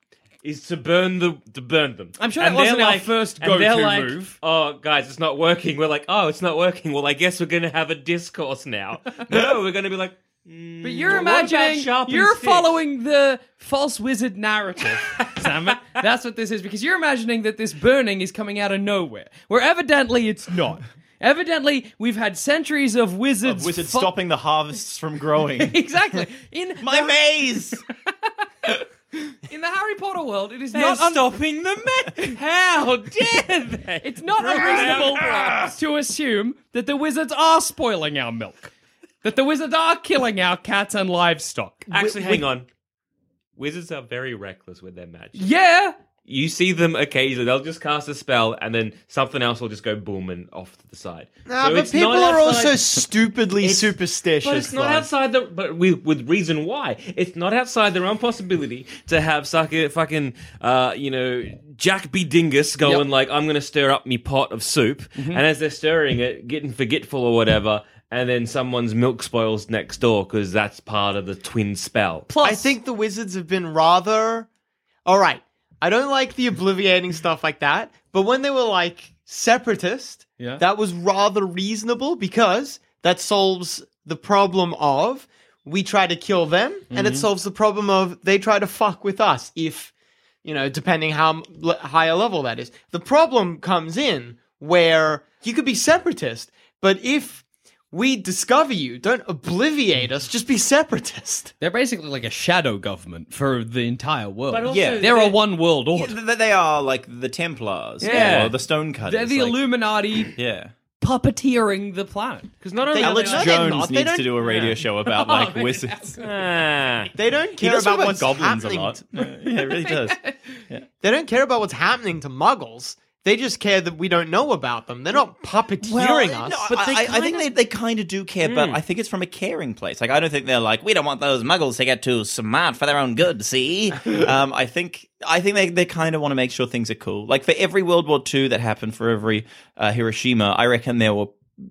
[SPEAKER 3] is to burn the to burn them.
[SPEAKER 2] I'm sure
[SPEAKER 3] And
[SPEAKER 2] that wasn't
[SPEAKER 3] they're
[SPEAKER 2] our
[SPEAKER 3] like-
[SPEAKER 2] first
[SPEAKER 3] and they're
[SPEAKER 2] go-to
[SPEAKER 3] like,
[SPEAKER 2] move.
[SPEAKER 3] Oh, guys, it's not working. We're like, oh, it's not working. Well, I guess we're gonna have a discourse
[SPEAKER 2] (laughs)
[SPEAKER 3] now. no, we're gonna be like.
[SPEAKER 2] But you're
[SPEAKER 3] Well, what about
[SPEAKER 2] imagining
[SPEAKER 3] sharpened
[SPEAKER 2] you're
[SPEAKER 3] sticks?
[SPEAKER 2] following the false wizard narrative, (laughs) Sam. That's what this is because you're imagining that this burning is coming out of nowhere, where evidently it's not. Evidently, we've had centuries of wizards.
[SPEAKER 5] Wizard
[SPEAKER 2] fu-
[SPEAKER 5] stopping (laughs) the harvests from growing.
[SPEAKER 2] (laughs) Exactly in
[SPEAKER 5] (laughs)
[SPEAKER 2] (laughs)
[SPEAKER 5] My (laughs) maze.
[SPEAKER 2] in the Harry Potter world, it is
[SPEAKER 3] They're
[SPEAKER 2] not un-
[SPEAKER 3] stopping the
[SPEAKER 2] (laughs)
[SPEAKER 3] men. How dare they?
[SPEAKER 2] it's not unreasonable to assume that the wizards are spoiling our milk, that the wizards are killing our cats and livestock.
[SPEAKER 3] Actually, hang on. Wizards are very reckless with their magic.
[SPEAKER 2] Yeah,
[SPEAKER 3] You see them occasionally; they'll just cast a spell, and then something else will just go boom and off to the side.
[SPEAKER 4] Nah,
[SPEAKER 3] So
[SPEAKER 4] but
[SPEAKER 3] it's not
[SPEAKER 4] people are also
[SPEAKER 3] outside-
[SPEAKER 4] stupidly superstitious.
[SPEAKER 3] But it's not
[SPEAKER 4] though.
[SPEAKER 3] outside the. But with, with reason why, it's not outside their own possibility to have sucker, fucking, uh, you know, Jack B Dingus going
[SPEAKER 2] Yep.
[SPEAKER 3] like, "I'm going to stir up me pot of soup,"
[SPEAKER 5] Mm-hmm.
[SPEAKER 3] and as they're stirring it, getting forgetful or whatever, and then someone's milk spoils next door because that's part of the twin spell.
[SPEAKER 2] plus
[SPEAKER 4] I think the wizards have been rather. All right. I don't like the obliviating stuff like that, but when they were like separatist,
[SPEAKER 2] Yeah.
[SPEAKER 4] that was rather reasonable because that solves the problem of we try to kill them, and it solves the problem of they try to fuck with us if, you know, depending how m- l- high a level that is. The problem comes in where you could be separatist, but if we discover you, don't obliviate us, just be separatist.
[SPEAKER 2] They're basically like a shadow government for the entire world.
[SPEAKER 3] But also
[SPEAKER 2] yeah,
[SPEAKER 3] Yeah.
[SPEAKER 2] they're, a
[SPEAKER 3] they're-
[SPEAKER 2] one world
[SPEAKER 5] Yeah,
[SPEAKER 2] order.
[SPEAKER 5] th- they are like the Templars
[SPEAKER 3] Yeah.
[SPEAKER 5] or the Stonecutters.
[SPEAKER 2] they're the
[SPEAKER 5] like-
[SPEAKER 2] Illuminati
[SPEAKER 5] Yeah.
[SPEAKER 2] (clears throat) puppeteering the planet.
[SPEAKER 3] Because not only
[SPEAKER 4] They-
[SPEAKER 3] are
[SPEAKER 5] Alex
[SPEAKER 4] No, they're
[SPEAKER 5] Jones
[SPEAKER 4] not. They
[SPEAKER 5] needs
[SPEAKER 4] don't-
[SPEAKER 5] to do a radio show about (laughs) like wizards.
[SPEAKER 3] Ah.
[SPEAKER 4] They don't care
[SPEAKER 5] does talk
[SPEAKER 4] about, what's
[SPEAKER 5] goblins
[SPEAKER 4] happening.
[SPEAKER 5] a
[SPEAKER 4] (laughs)
[SPEAKER 5] lot. yeah, he really does.
[SPEAKER 4] They don't care about what's happening to muggles. They just care that we don't know about them. They're not puppeteering us. Hmm.
[SPEAKER 5] No, I, I think they, they kind of do care, but I think it's from a caring place. Like, I don't think they're like, we don't want those muggles to get too smart for their own good,
[SPEAKER 4] (laughs)
[SPEAKER 5] see? um, I think I think they, they kind of want to make sure things are cool. Like, for every World War II that happened, for every uh, Hiroshima, I reckon there were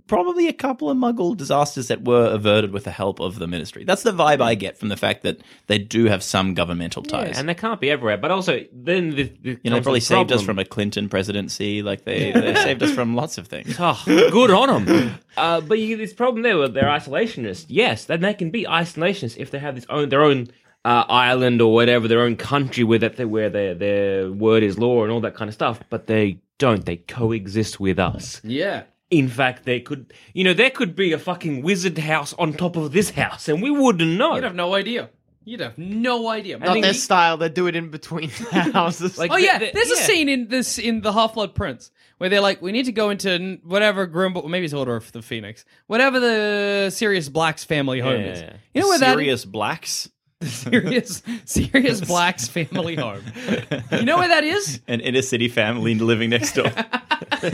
[SPEAKER 5] probably a couple of muggle disasters that were averted with the help of the ministry. That's the vibe
[SPEAKER 4] Hmm.
[SPEAKER 5] I get from the fact that they do have some governmental ties.
[SPEAKER 3] And they can't be everywhere. But also, then the, the
[SPEAKER 5] you know, they probably saved us from a Clinton presidency. Like, they, they saved us from lots of things.
[SPEAKER 3] Oh, good on them. (laughs) Uh, but you, this problem there, where they're isolationists. Yes, then they can be isolationists if they have this own their own uh, island or whatever, their own country where that they, where their their word is law and all that kind of stuff. But they don't. They coexist with us.
[SPEAKER 2] Yeah.
[SPEAKER 3] In fact, they could, you know, there could be a fucking wizard house on top of this house, and we wouldn't know.
[SPEAKER 2] You'd have no idea. You'd have no idea.
[SPEAKER 4] not
[SPEAKER 2] Like-
[SPEAKER 4] their style. They do it in between (laughs) the houses.
[SPEAKER 3] Like-
[SPEAKER 2] oh yeah,
[SPEAKER 3] th- th-
[SPEAKER 2] there's a
[SPEAKER 3] yeah.
[SPEAKER 2] scene in this in the Half Blood Prince where they're like, we need to go into n- whatever Grimble, maybe it's Order of the Phoenix, whatever the Sirius Black's family home
[SPEAKER 3] Yeah,
[SPEAKER 2] is.
[SPEAKER 3] yeah, yeah.
[SPEAKER 2] You know where that
[SPEAKER 5] Serious blacks.
[SPEAKER 2] (laughs) Sirius Sirius Black's family
[SPEAKER 3] (laughs)
[SPEAKER 2] home. You know where that is?
[SPEAKER 5] an inner city family living next
[SPEAKER 2] (laughs)
[SPEAKER 5] door.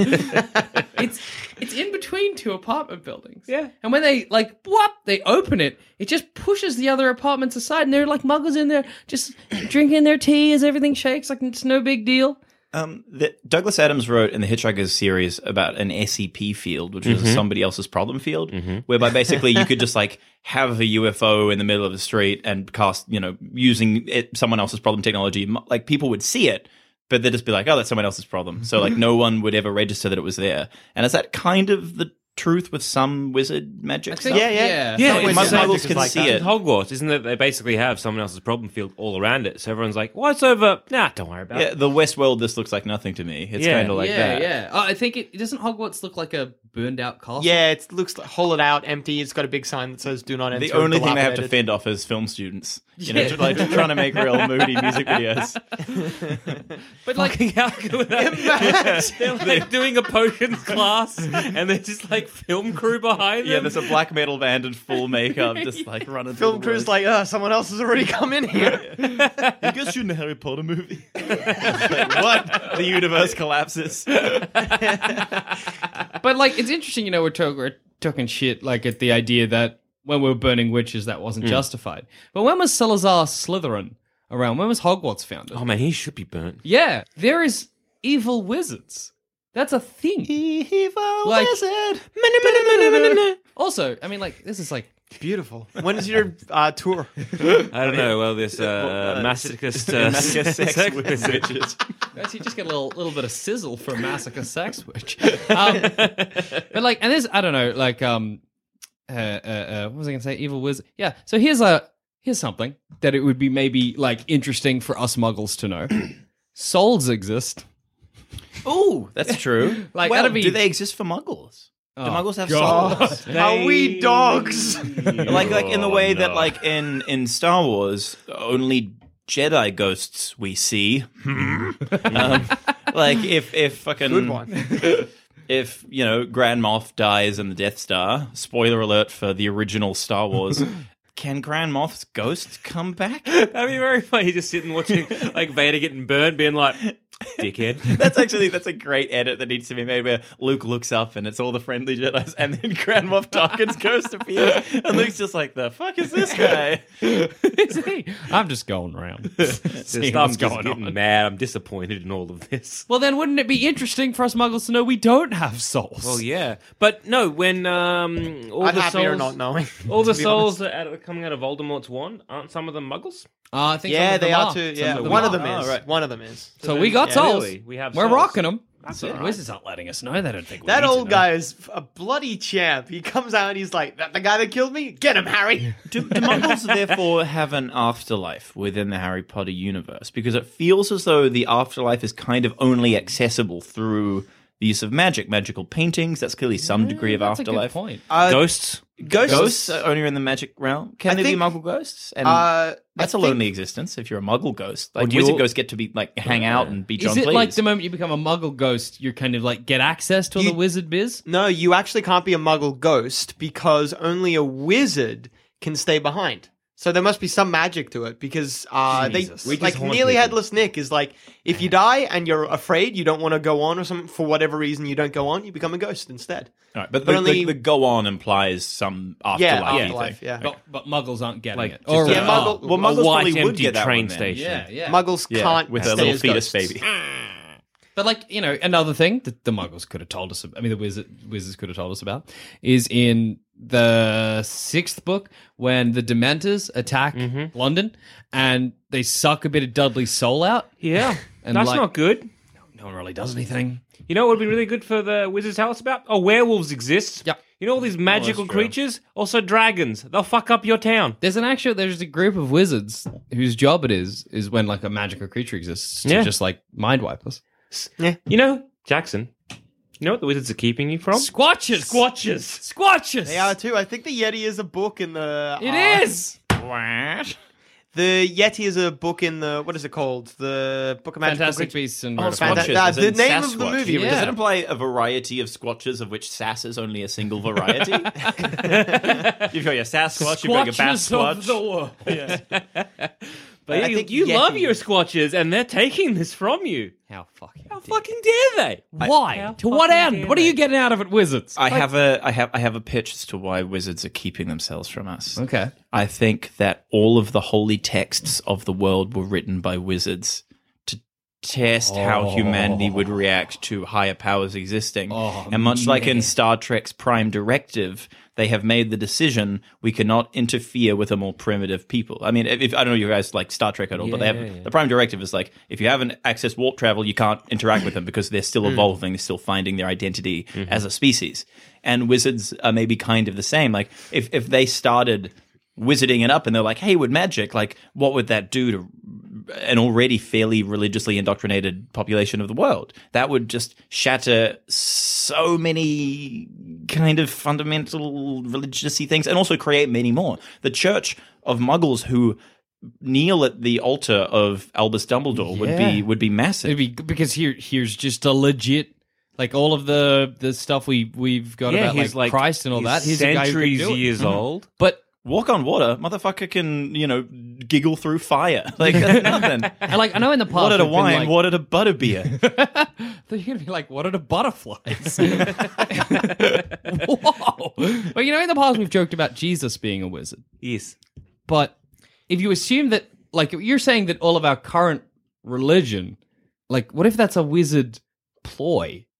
[SPEAKER 2] it's it's in between two apartment buildings.
[SPEAKER 3] Yeah.
[SPEAKER 2] And when they like whoop, they open it, it just pushes the other apartments aside and they're like muggles in there just drinking their tea as everything shakes, like it's no big deal.
[SPEAKER 5] um, the, Douglas Adams wrote in the Hitchhiker's series about an SCP field, which was somebody else's problem field, whereby basically you could just like have a UFO in the middle of the street and cast, you know, using it, someone else's problem technology. M- Like people would see it, but they'd just be like, oh, that's someone else's problem. So like no one would ever register that it was there. And is that kind of the truth with some wizard magic stuff?
[SPEAKER 4] (laughs) yeah, yeah.
[SPEAKER 3] Yeah,
[SPEAKER 5] Some
[SPEAKER 3] it's
[SPEAKER 5] muggles
[SPEAKER 3] magic
[SPEAKER 5] can
[SPEAKER 4] like
[SPEAKER 5] see
[SPEAKER 4] that.
[SPEAKER 5] it.
[SPEAKER 3] It's Hogwarts, isn't it? They basically have someone else's problem field all around it. So everyone's like, "What's over?" Nah, don't worry about
[SPEAKER 5] Yeah,
[SPEAKER 3] it.
[SPEAKER 5] the West World, this looks like nothing to me. It's
[SPEAKER 3] Yeah.
[SPEAKER 5] kind of like
[SPEAKER 2] yeah,
[SPEAKER 5] that.
[SPEAKER 2] yeah. Oh, I think it doesn't Hogwarts look like a burned out castle.
[SPEAKER 4] yeah, it looks like hollowed out, empty. It's got a big sign that says "Do not enter."
[SPEAKER 5] The only thing they have to
[SPEAKER 4] dilapidated.
[SPEAKER 5] fend off is film students. You
[SPEAKER 2] Yeah.
[SPEAKER 5] know, like just trying to make real (laughs) moody music videos.
[SPEAKER 2] but like
[SPEAKER 3] How good
[SPEAKER 2] (laughs)
[SPEAKER 3] would that be? they're, like doing a (laughs) potions class, and there's just like film crew behind
[SPEAKER 5] Yeah,
[SPEAKER 3] them.
[SPEAKER 5] there's a black metal band in full makeup, (laughs) just like running.
[SPEAKER 4] Film crew's like, uh, someone else has already come
[SPEAKER 5] (laughs)
[SPEAKER 4] in here.
[SPEAKER 5] you guys shooting a Harry Potter movie? (laughs) what? The universe collapses.
[SPEAKER 2] But like, it's interesting, you know, we're, talk- we're talking shit like at the idea that when we were burning witches, that wasn't justified. But when was Salazar Slytherin around? When was Hogwarts founded?
[SPEAKER 3] (laughs) oh man, he should be burnt.
[SPEAKER 2] yeah, there is evil wizards. That's a thing.
[SPEAKER 3] E-,
[SPEAKER 4] Evil
[SPEAKER 2] Like-
[SPEAKER 4] wizard.
[SPEAKER 2] Also, I mean, like this is like
[SPEAKER 4] Beautiful. When is your
[SPEAKER 5] (laughs)
[SPEAKER 4] uh, tour?
[SPEAKER 3] I don't know. Well, (laughs) this uh, masochist, (laughs) uh,
[SPEAKER 5] Masochist sex
[SPEAKER 3] sex
[SPEAKER 5] with
[SPEAKER 3] wizard.
[SPEAKER 2] That's you just get a little little bit of sizzle
[SPEAKER 3] (laughs)
[SPEAKER 2] from Massacre Sex Witch. Um, but like, and this I don't know, like um, uh, uh, uh, what was I gonna say? Evil Wizard. Yeah. So here's a here's something that it would be maybe like interesting for us muggles to
[SPEAKER 3] (clears throat)
[SPEAKER 2] know. Souls exist. (laughs)
[SPEAKER 5] Ooh, (laughs) that's true.
[SPEAKER 2] Like,
[SPEAKER 5] well,
[SPEAKER 2] that'd be-
[SPEAKER 5] do they exist for muggles?
[SPEAKER 2] Oh,
[SPEAKER 5] do muggles have (laughs)
[SPEAKER 2] God.
[SPEAKER 5] souls?
[SPEAKER 4] Are we dogs?
[SPEAKER 5] like like in the way that like in in Star Wars only Jedi ghosts we see. Hmm. (laughs) um, like if if fucking
[SPEAKER 4] Good one.
[SPEAKER 5] if you know Grand Moff dies in the Death Star, spoiler alert for the original Star Wars, can Grand Moff's ghost come back?
[SPEAKER 3] That'd be very funny. Just sitting watching like Vader getting burned, being (laughs) like, "Dickhead."
[SPEAKER 5] (laughs) That's actually that's a great edit that needs to be made where Luke looks up and it's all the friendly Jedi's and then Grand Moff Tarkin's ghost appears and Luke's just like the fuck is this guy?
[SPEAKER 2] I'm just going around.
[SPEAKER 3] (laughs) Just,
[SPEAKER 2] seeing
[SPEAKER 3] I'm
[SPEAKER 2] what's
[SPEAKER 3] just
[SPEAKER 2] going
[SPEAKER 3] getting
[SPEAKER 2] on.
[SPEAKER 3] mad. I'm disappointed in all of this.
[SPEAKER 2] Well, then wouldn't it be interesting for us muggles to know we don't have souls?
[SPEAKER 3] Well, yeah, but no. When um, all
[SPEAKER 4] I'm
[SPEAKER 3] the
[SPEAKER 4] happier
[SPEAKER 3] souls,
[SPEAKER 4] not knowing.
[SPEAKER 3] all the
[SPEAKER 4] to be
[SPEAKER 3] souls that are out of- coming out of Voldemort's wand aren't some of them muggles.
[SPEAKER 2] Uh, I think some
[SPEAKER 4] Yeah,
[SPEAKER 2] of them
[SPEAKER 4] they are
[SPEAKER 2] Some
[SPEAKER 4] too. Yeah,
[SPEAKER 2] of them
[SPEAKER 4] one of
[SPEAKER 2] are.
[SPEAKER 4] them is.
[SPEAKER 5] Oh, right.
[SPEAKER 4] One of them is.
[SPEAKER 2] So we got
[SPEAKER 3] Yeah,
[SPEAKER 2] souls.
[SPEAKER 3] really, we have
[SPEAKER 2] We're
[SPEAKER 3] souls.
[SPEAKER 2] rocking them.
[SPEAKER 3] it.
[SPEAKER 2] Wizards aren't letting us know. They don't think we
[SPEAKER 4] That
[SPEAKER 2] need to
[SPEAKER 4] old
[SPEAKER 2] know.
[SPEAKER 4] guy is a bloody champ. He comes out and he's like, "That the guy that killed me? Get him, (laughs) Harry!"
[SPEAKER 5] Do, do Muggles therefore have an afterlife within the Harry Potter universe? Because it feels as though the afterlife is kind of only accessible through the use of magic, magical paintings. That's clearly some degree of
[SPEAKER 2] Mm, That's a good
[SPEAKER 5] afterlife.
[SPEAKER 2] point.
[SPEAKER 3] Ghosts.
[SPEAKER 5] Ghosts, are only in the magic realm. Can
[SPEAKER 4] Uh, I
[SPEAKER 5] they
[SPEAKER 4] think-
[SPEAKER 5] be Muggle ghosts? And
[SPEAKER 4] Uh,
[SPEAKER 5] that's
[SPEAKER 4] I
[SPEAKER 5] a
[SPEAKER 4] think-
[SPEAKER 5] lonely existence if you're a Muggle ghost. Like
[SPEAKER 3] do you
[SPEAKER 5] wizard
[SPEAKER 3] all-
[SPEAKER 5] ghosts get to be like hang out and be John
[SPEAKER 2] Is it
[SPEAKER 5] Cleese.
[SPEAKER 2] like the moment you become a muggle ghost, you kind of like get access to all the wizard biz?
[SPEAKER 4] No, you actually can't be a muggle ghost because only a wizard can stay behind. So there must be some magic to it because uh, they
[SPEAKER 3] We just
[SPEAKER 4] like
[SPEAKER 3] haunt
[SPEAKER 4] nearly
[SPEAKER 3] people.
[SPEAKER 4] headless Nick is like if you die and you're afraid you don't want to go on or something for whatever reason you don't go on you become a ghost instead.
[SPEAKER 5] All right, but,
[SPEAKER 4] But
[SPEAKER 5] the,
[SPEAKER 4] only-
[SPEAKER 5] the, the go on implies some
[SPEAKER 4] Yeah,
[SPEAKER 5] afterlife. you
[SPEAKER 4] afterlife,
[SPEAKER 5] think. Oh,
[SPEAKER 4] yeah.
[SPEAKER 2] But, but muggles aren't getting
[SPEAKER 3] Like,
[SPEAKER 2] it.
[SPEAKER 3] just
[SPEAKER 2] Or,
[SPEAKER 3] a-
[SPEAKER 4] Yeah, Muggle-
[SPEAKER 5] well,
[SPEAKER 4] A
[SPEAKER 5] Muggles
[SPEAKER 3] white,
[SPEAKER 5] probably would
[SPEAKER 3] empty
[SPEAKER 5] get that
[SPEAKER 3] train
[SPEAKER 5] one then.
[SPEAKER 3] station.
[SPEAKER 2] yeah, yeah.
[SPEAKER 4] Muggles
[SPEAKER 5] Yeah,
[SPEAKER 4] can't
[SPEAKER 5] with
[SPEAKER 4] stay
[SPEAKER 5] a little
[SPEAKER 4] as
[SPEAKER 5] fetus
[SPEAKER 4] ghosts.
[SPEAKER 5] baby.
[SPEAKER 2] But like you know, another thing that the muggles could have told us. I mean, the wizard, wizards could have told us about is in the sixth book when the Dementors attack London and they suck a bit of Dudley's soul out.
[SPEAKER 3] (laughs) Yeah,
[SPEAKER 2] And
[SPEAKER 3] that's
[SPEAKER 2] like-
[SPEAKER 3] not good.
[SPEAKER 2] No one really does anything.
[SPEAKER 3] You know what would be really good for the wizards' house about? Oh, werewolves exist.
[SPEAKER 2] Yep.
[SPEAKER 3] You know all these magical
[SPEAKER 5] true.
[SPEAKER 3] creatures, also dragons. They'll fuck up your town.
[SPEAKER 2] There's an actual there's a group of wizards whose job it is is when like a magical creature exists to
[SPEAKER 3] Yeah.
[SPEAKER 2] just like mind wipe us.
[SPEAKER 3] You know, Jackson. You know what the wizards are keeping you from?
[SPEAKER 2] Squatches,
[SPEAKER 3] Squatches.
[SPEAKER 2] squatches.
[SPEAKER 4] They are too. I think the Yeti is a book in the.
[SPEAKER 2] It
[SPEAKER 4] uh,
[SPEAKER 2] is.
[SPEAKER 4] The Yeti is a book in the what is it called? The Book of Magic.
[SPEAKER 2] Fantastic Beasts and Murder
[SPEAKER 4] Fanta-
[SPEAKER 2] Fun.
[SPEAKER 5] Squatches,
[SPEAKER 4] uh,
[SPEAKER 5] as
[SPEAKER 4] the
[SPEAKER 5] in
[SPEAKER 4] name of the
[SPEAKER 5] Sasquatch.
[SPEAKER 4] movie,
[SPEAKER 2] Yeah.
[SPEAKER 5] Does it imply a variety of squatches, of which sass is only a single variety? (laughs) you've got your Sasquatch, you've got your Bass
[SPEAKER 2] Squatches of the
[SPEAKER 5] Squatch.
[SPEAKER 2] (laughs) world.
[SPEAKER 3] (laughs) But
[SPEAKER 4] I
[SPEAKER 3] you,
[SPEAKER 4] think
[SPEAKER 3] you
[SPEAKER 4] Yeti-
[SPEAKER 3] love your squatches, and they're taking this from you.
[SPEAKER 2] How fucking?
[SPEAKER 3] How fucking dare they?
[SPEAKER 2] Why?
[SPEAKER 3] How
[SPEAKER 2] to what
[SPEAKER 3] fucking
[SPEAKER 2] end?
[SPEAKER 3] dare
[SPEAKER 2] What are
[SPEAKER 3] they?
[SPEAKER 2] you getting out of it, wizards?
[SPEAKER 5] I have a I have I have a pitch as to why wizards are keeping themselves from us.
[SPEAKER 2] Okay.
[SPEAKER 5] I think that all of the holy texts of the world were written by wizards to test how humanity would react to higher powers existing. and much like in Star Trek's Prime Directive, they have made the decision we cannot interfere with a more primitive people. I mean, if, if- I don't know you guys like Star Trek at all, but they have the Prime Directive is like if you haven't accessed warp travel, you can't interact with them because they're still evolving, they're still finding their identity as a species. And wizards are maybe kind of the same. Like if if they started wizarding it up and they're like hey would magic like what would that do to an already fairly religiously indoctrinated population of the world that would just shatter so many kind of fundamental religiousy things and also create many more the church of muggles who kneel at the altar of albus dumbledore would
[SPEAKER 2] Yeah.
[SPEAKER 5] be would be massive
[SPEAKER 2] It'd be because here here's just a legit like all of the the stuff we we've got
[SPEAKER 3] Yeah,
[SPEAKER 2] about
[SPEAKER 3] he's
[SPEAKER 2] like,
[SPEAKER 3] like
[SPEAKER 2] Christ and all
[SPEAKER 3] he's
[SPEAKER 2] that. He's a guy who
[SPEAKER 3] centuries
[SPEAKER 2] could do it. (laughs)
[SPEAKER 3] years old.
[SPEAKER 2] But
[SPEAKER 5] walk on water motherfucker can you know giggle through fire (laughs) like that's nothing
[SPEAKER 2] and like I know in the
[SPEAKER 3] (laughs)
[SPEAKER 2] past
[SPEAKER 5] What at a
[SPEAKER 2] we've been
[SPEAKER 5] wine?
[SPEAKER 2] (laughs) like-
[SPEAKER 5] what at a butter beer?
[SPEAKER 2] They're gonna be like, what are the
[SPEAKER 3] (laughs)
[SPEAKER 2] butterflies? (laughs) Whoa! But you know, in the past we've joked about Jesus being a wizard,
[SPEAKER 3] Yes.
[SPEAKER 2] but if you assume that, like, you're saying that all of our current religion, like, what if that's a wizard ploy?
[SPEAKER 5] (laughs)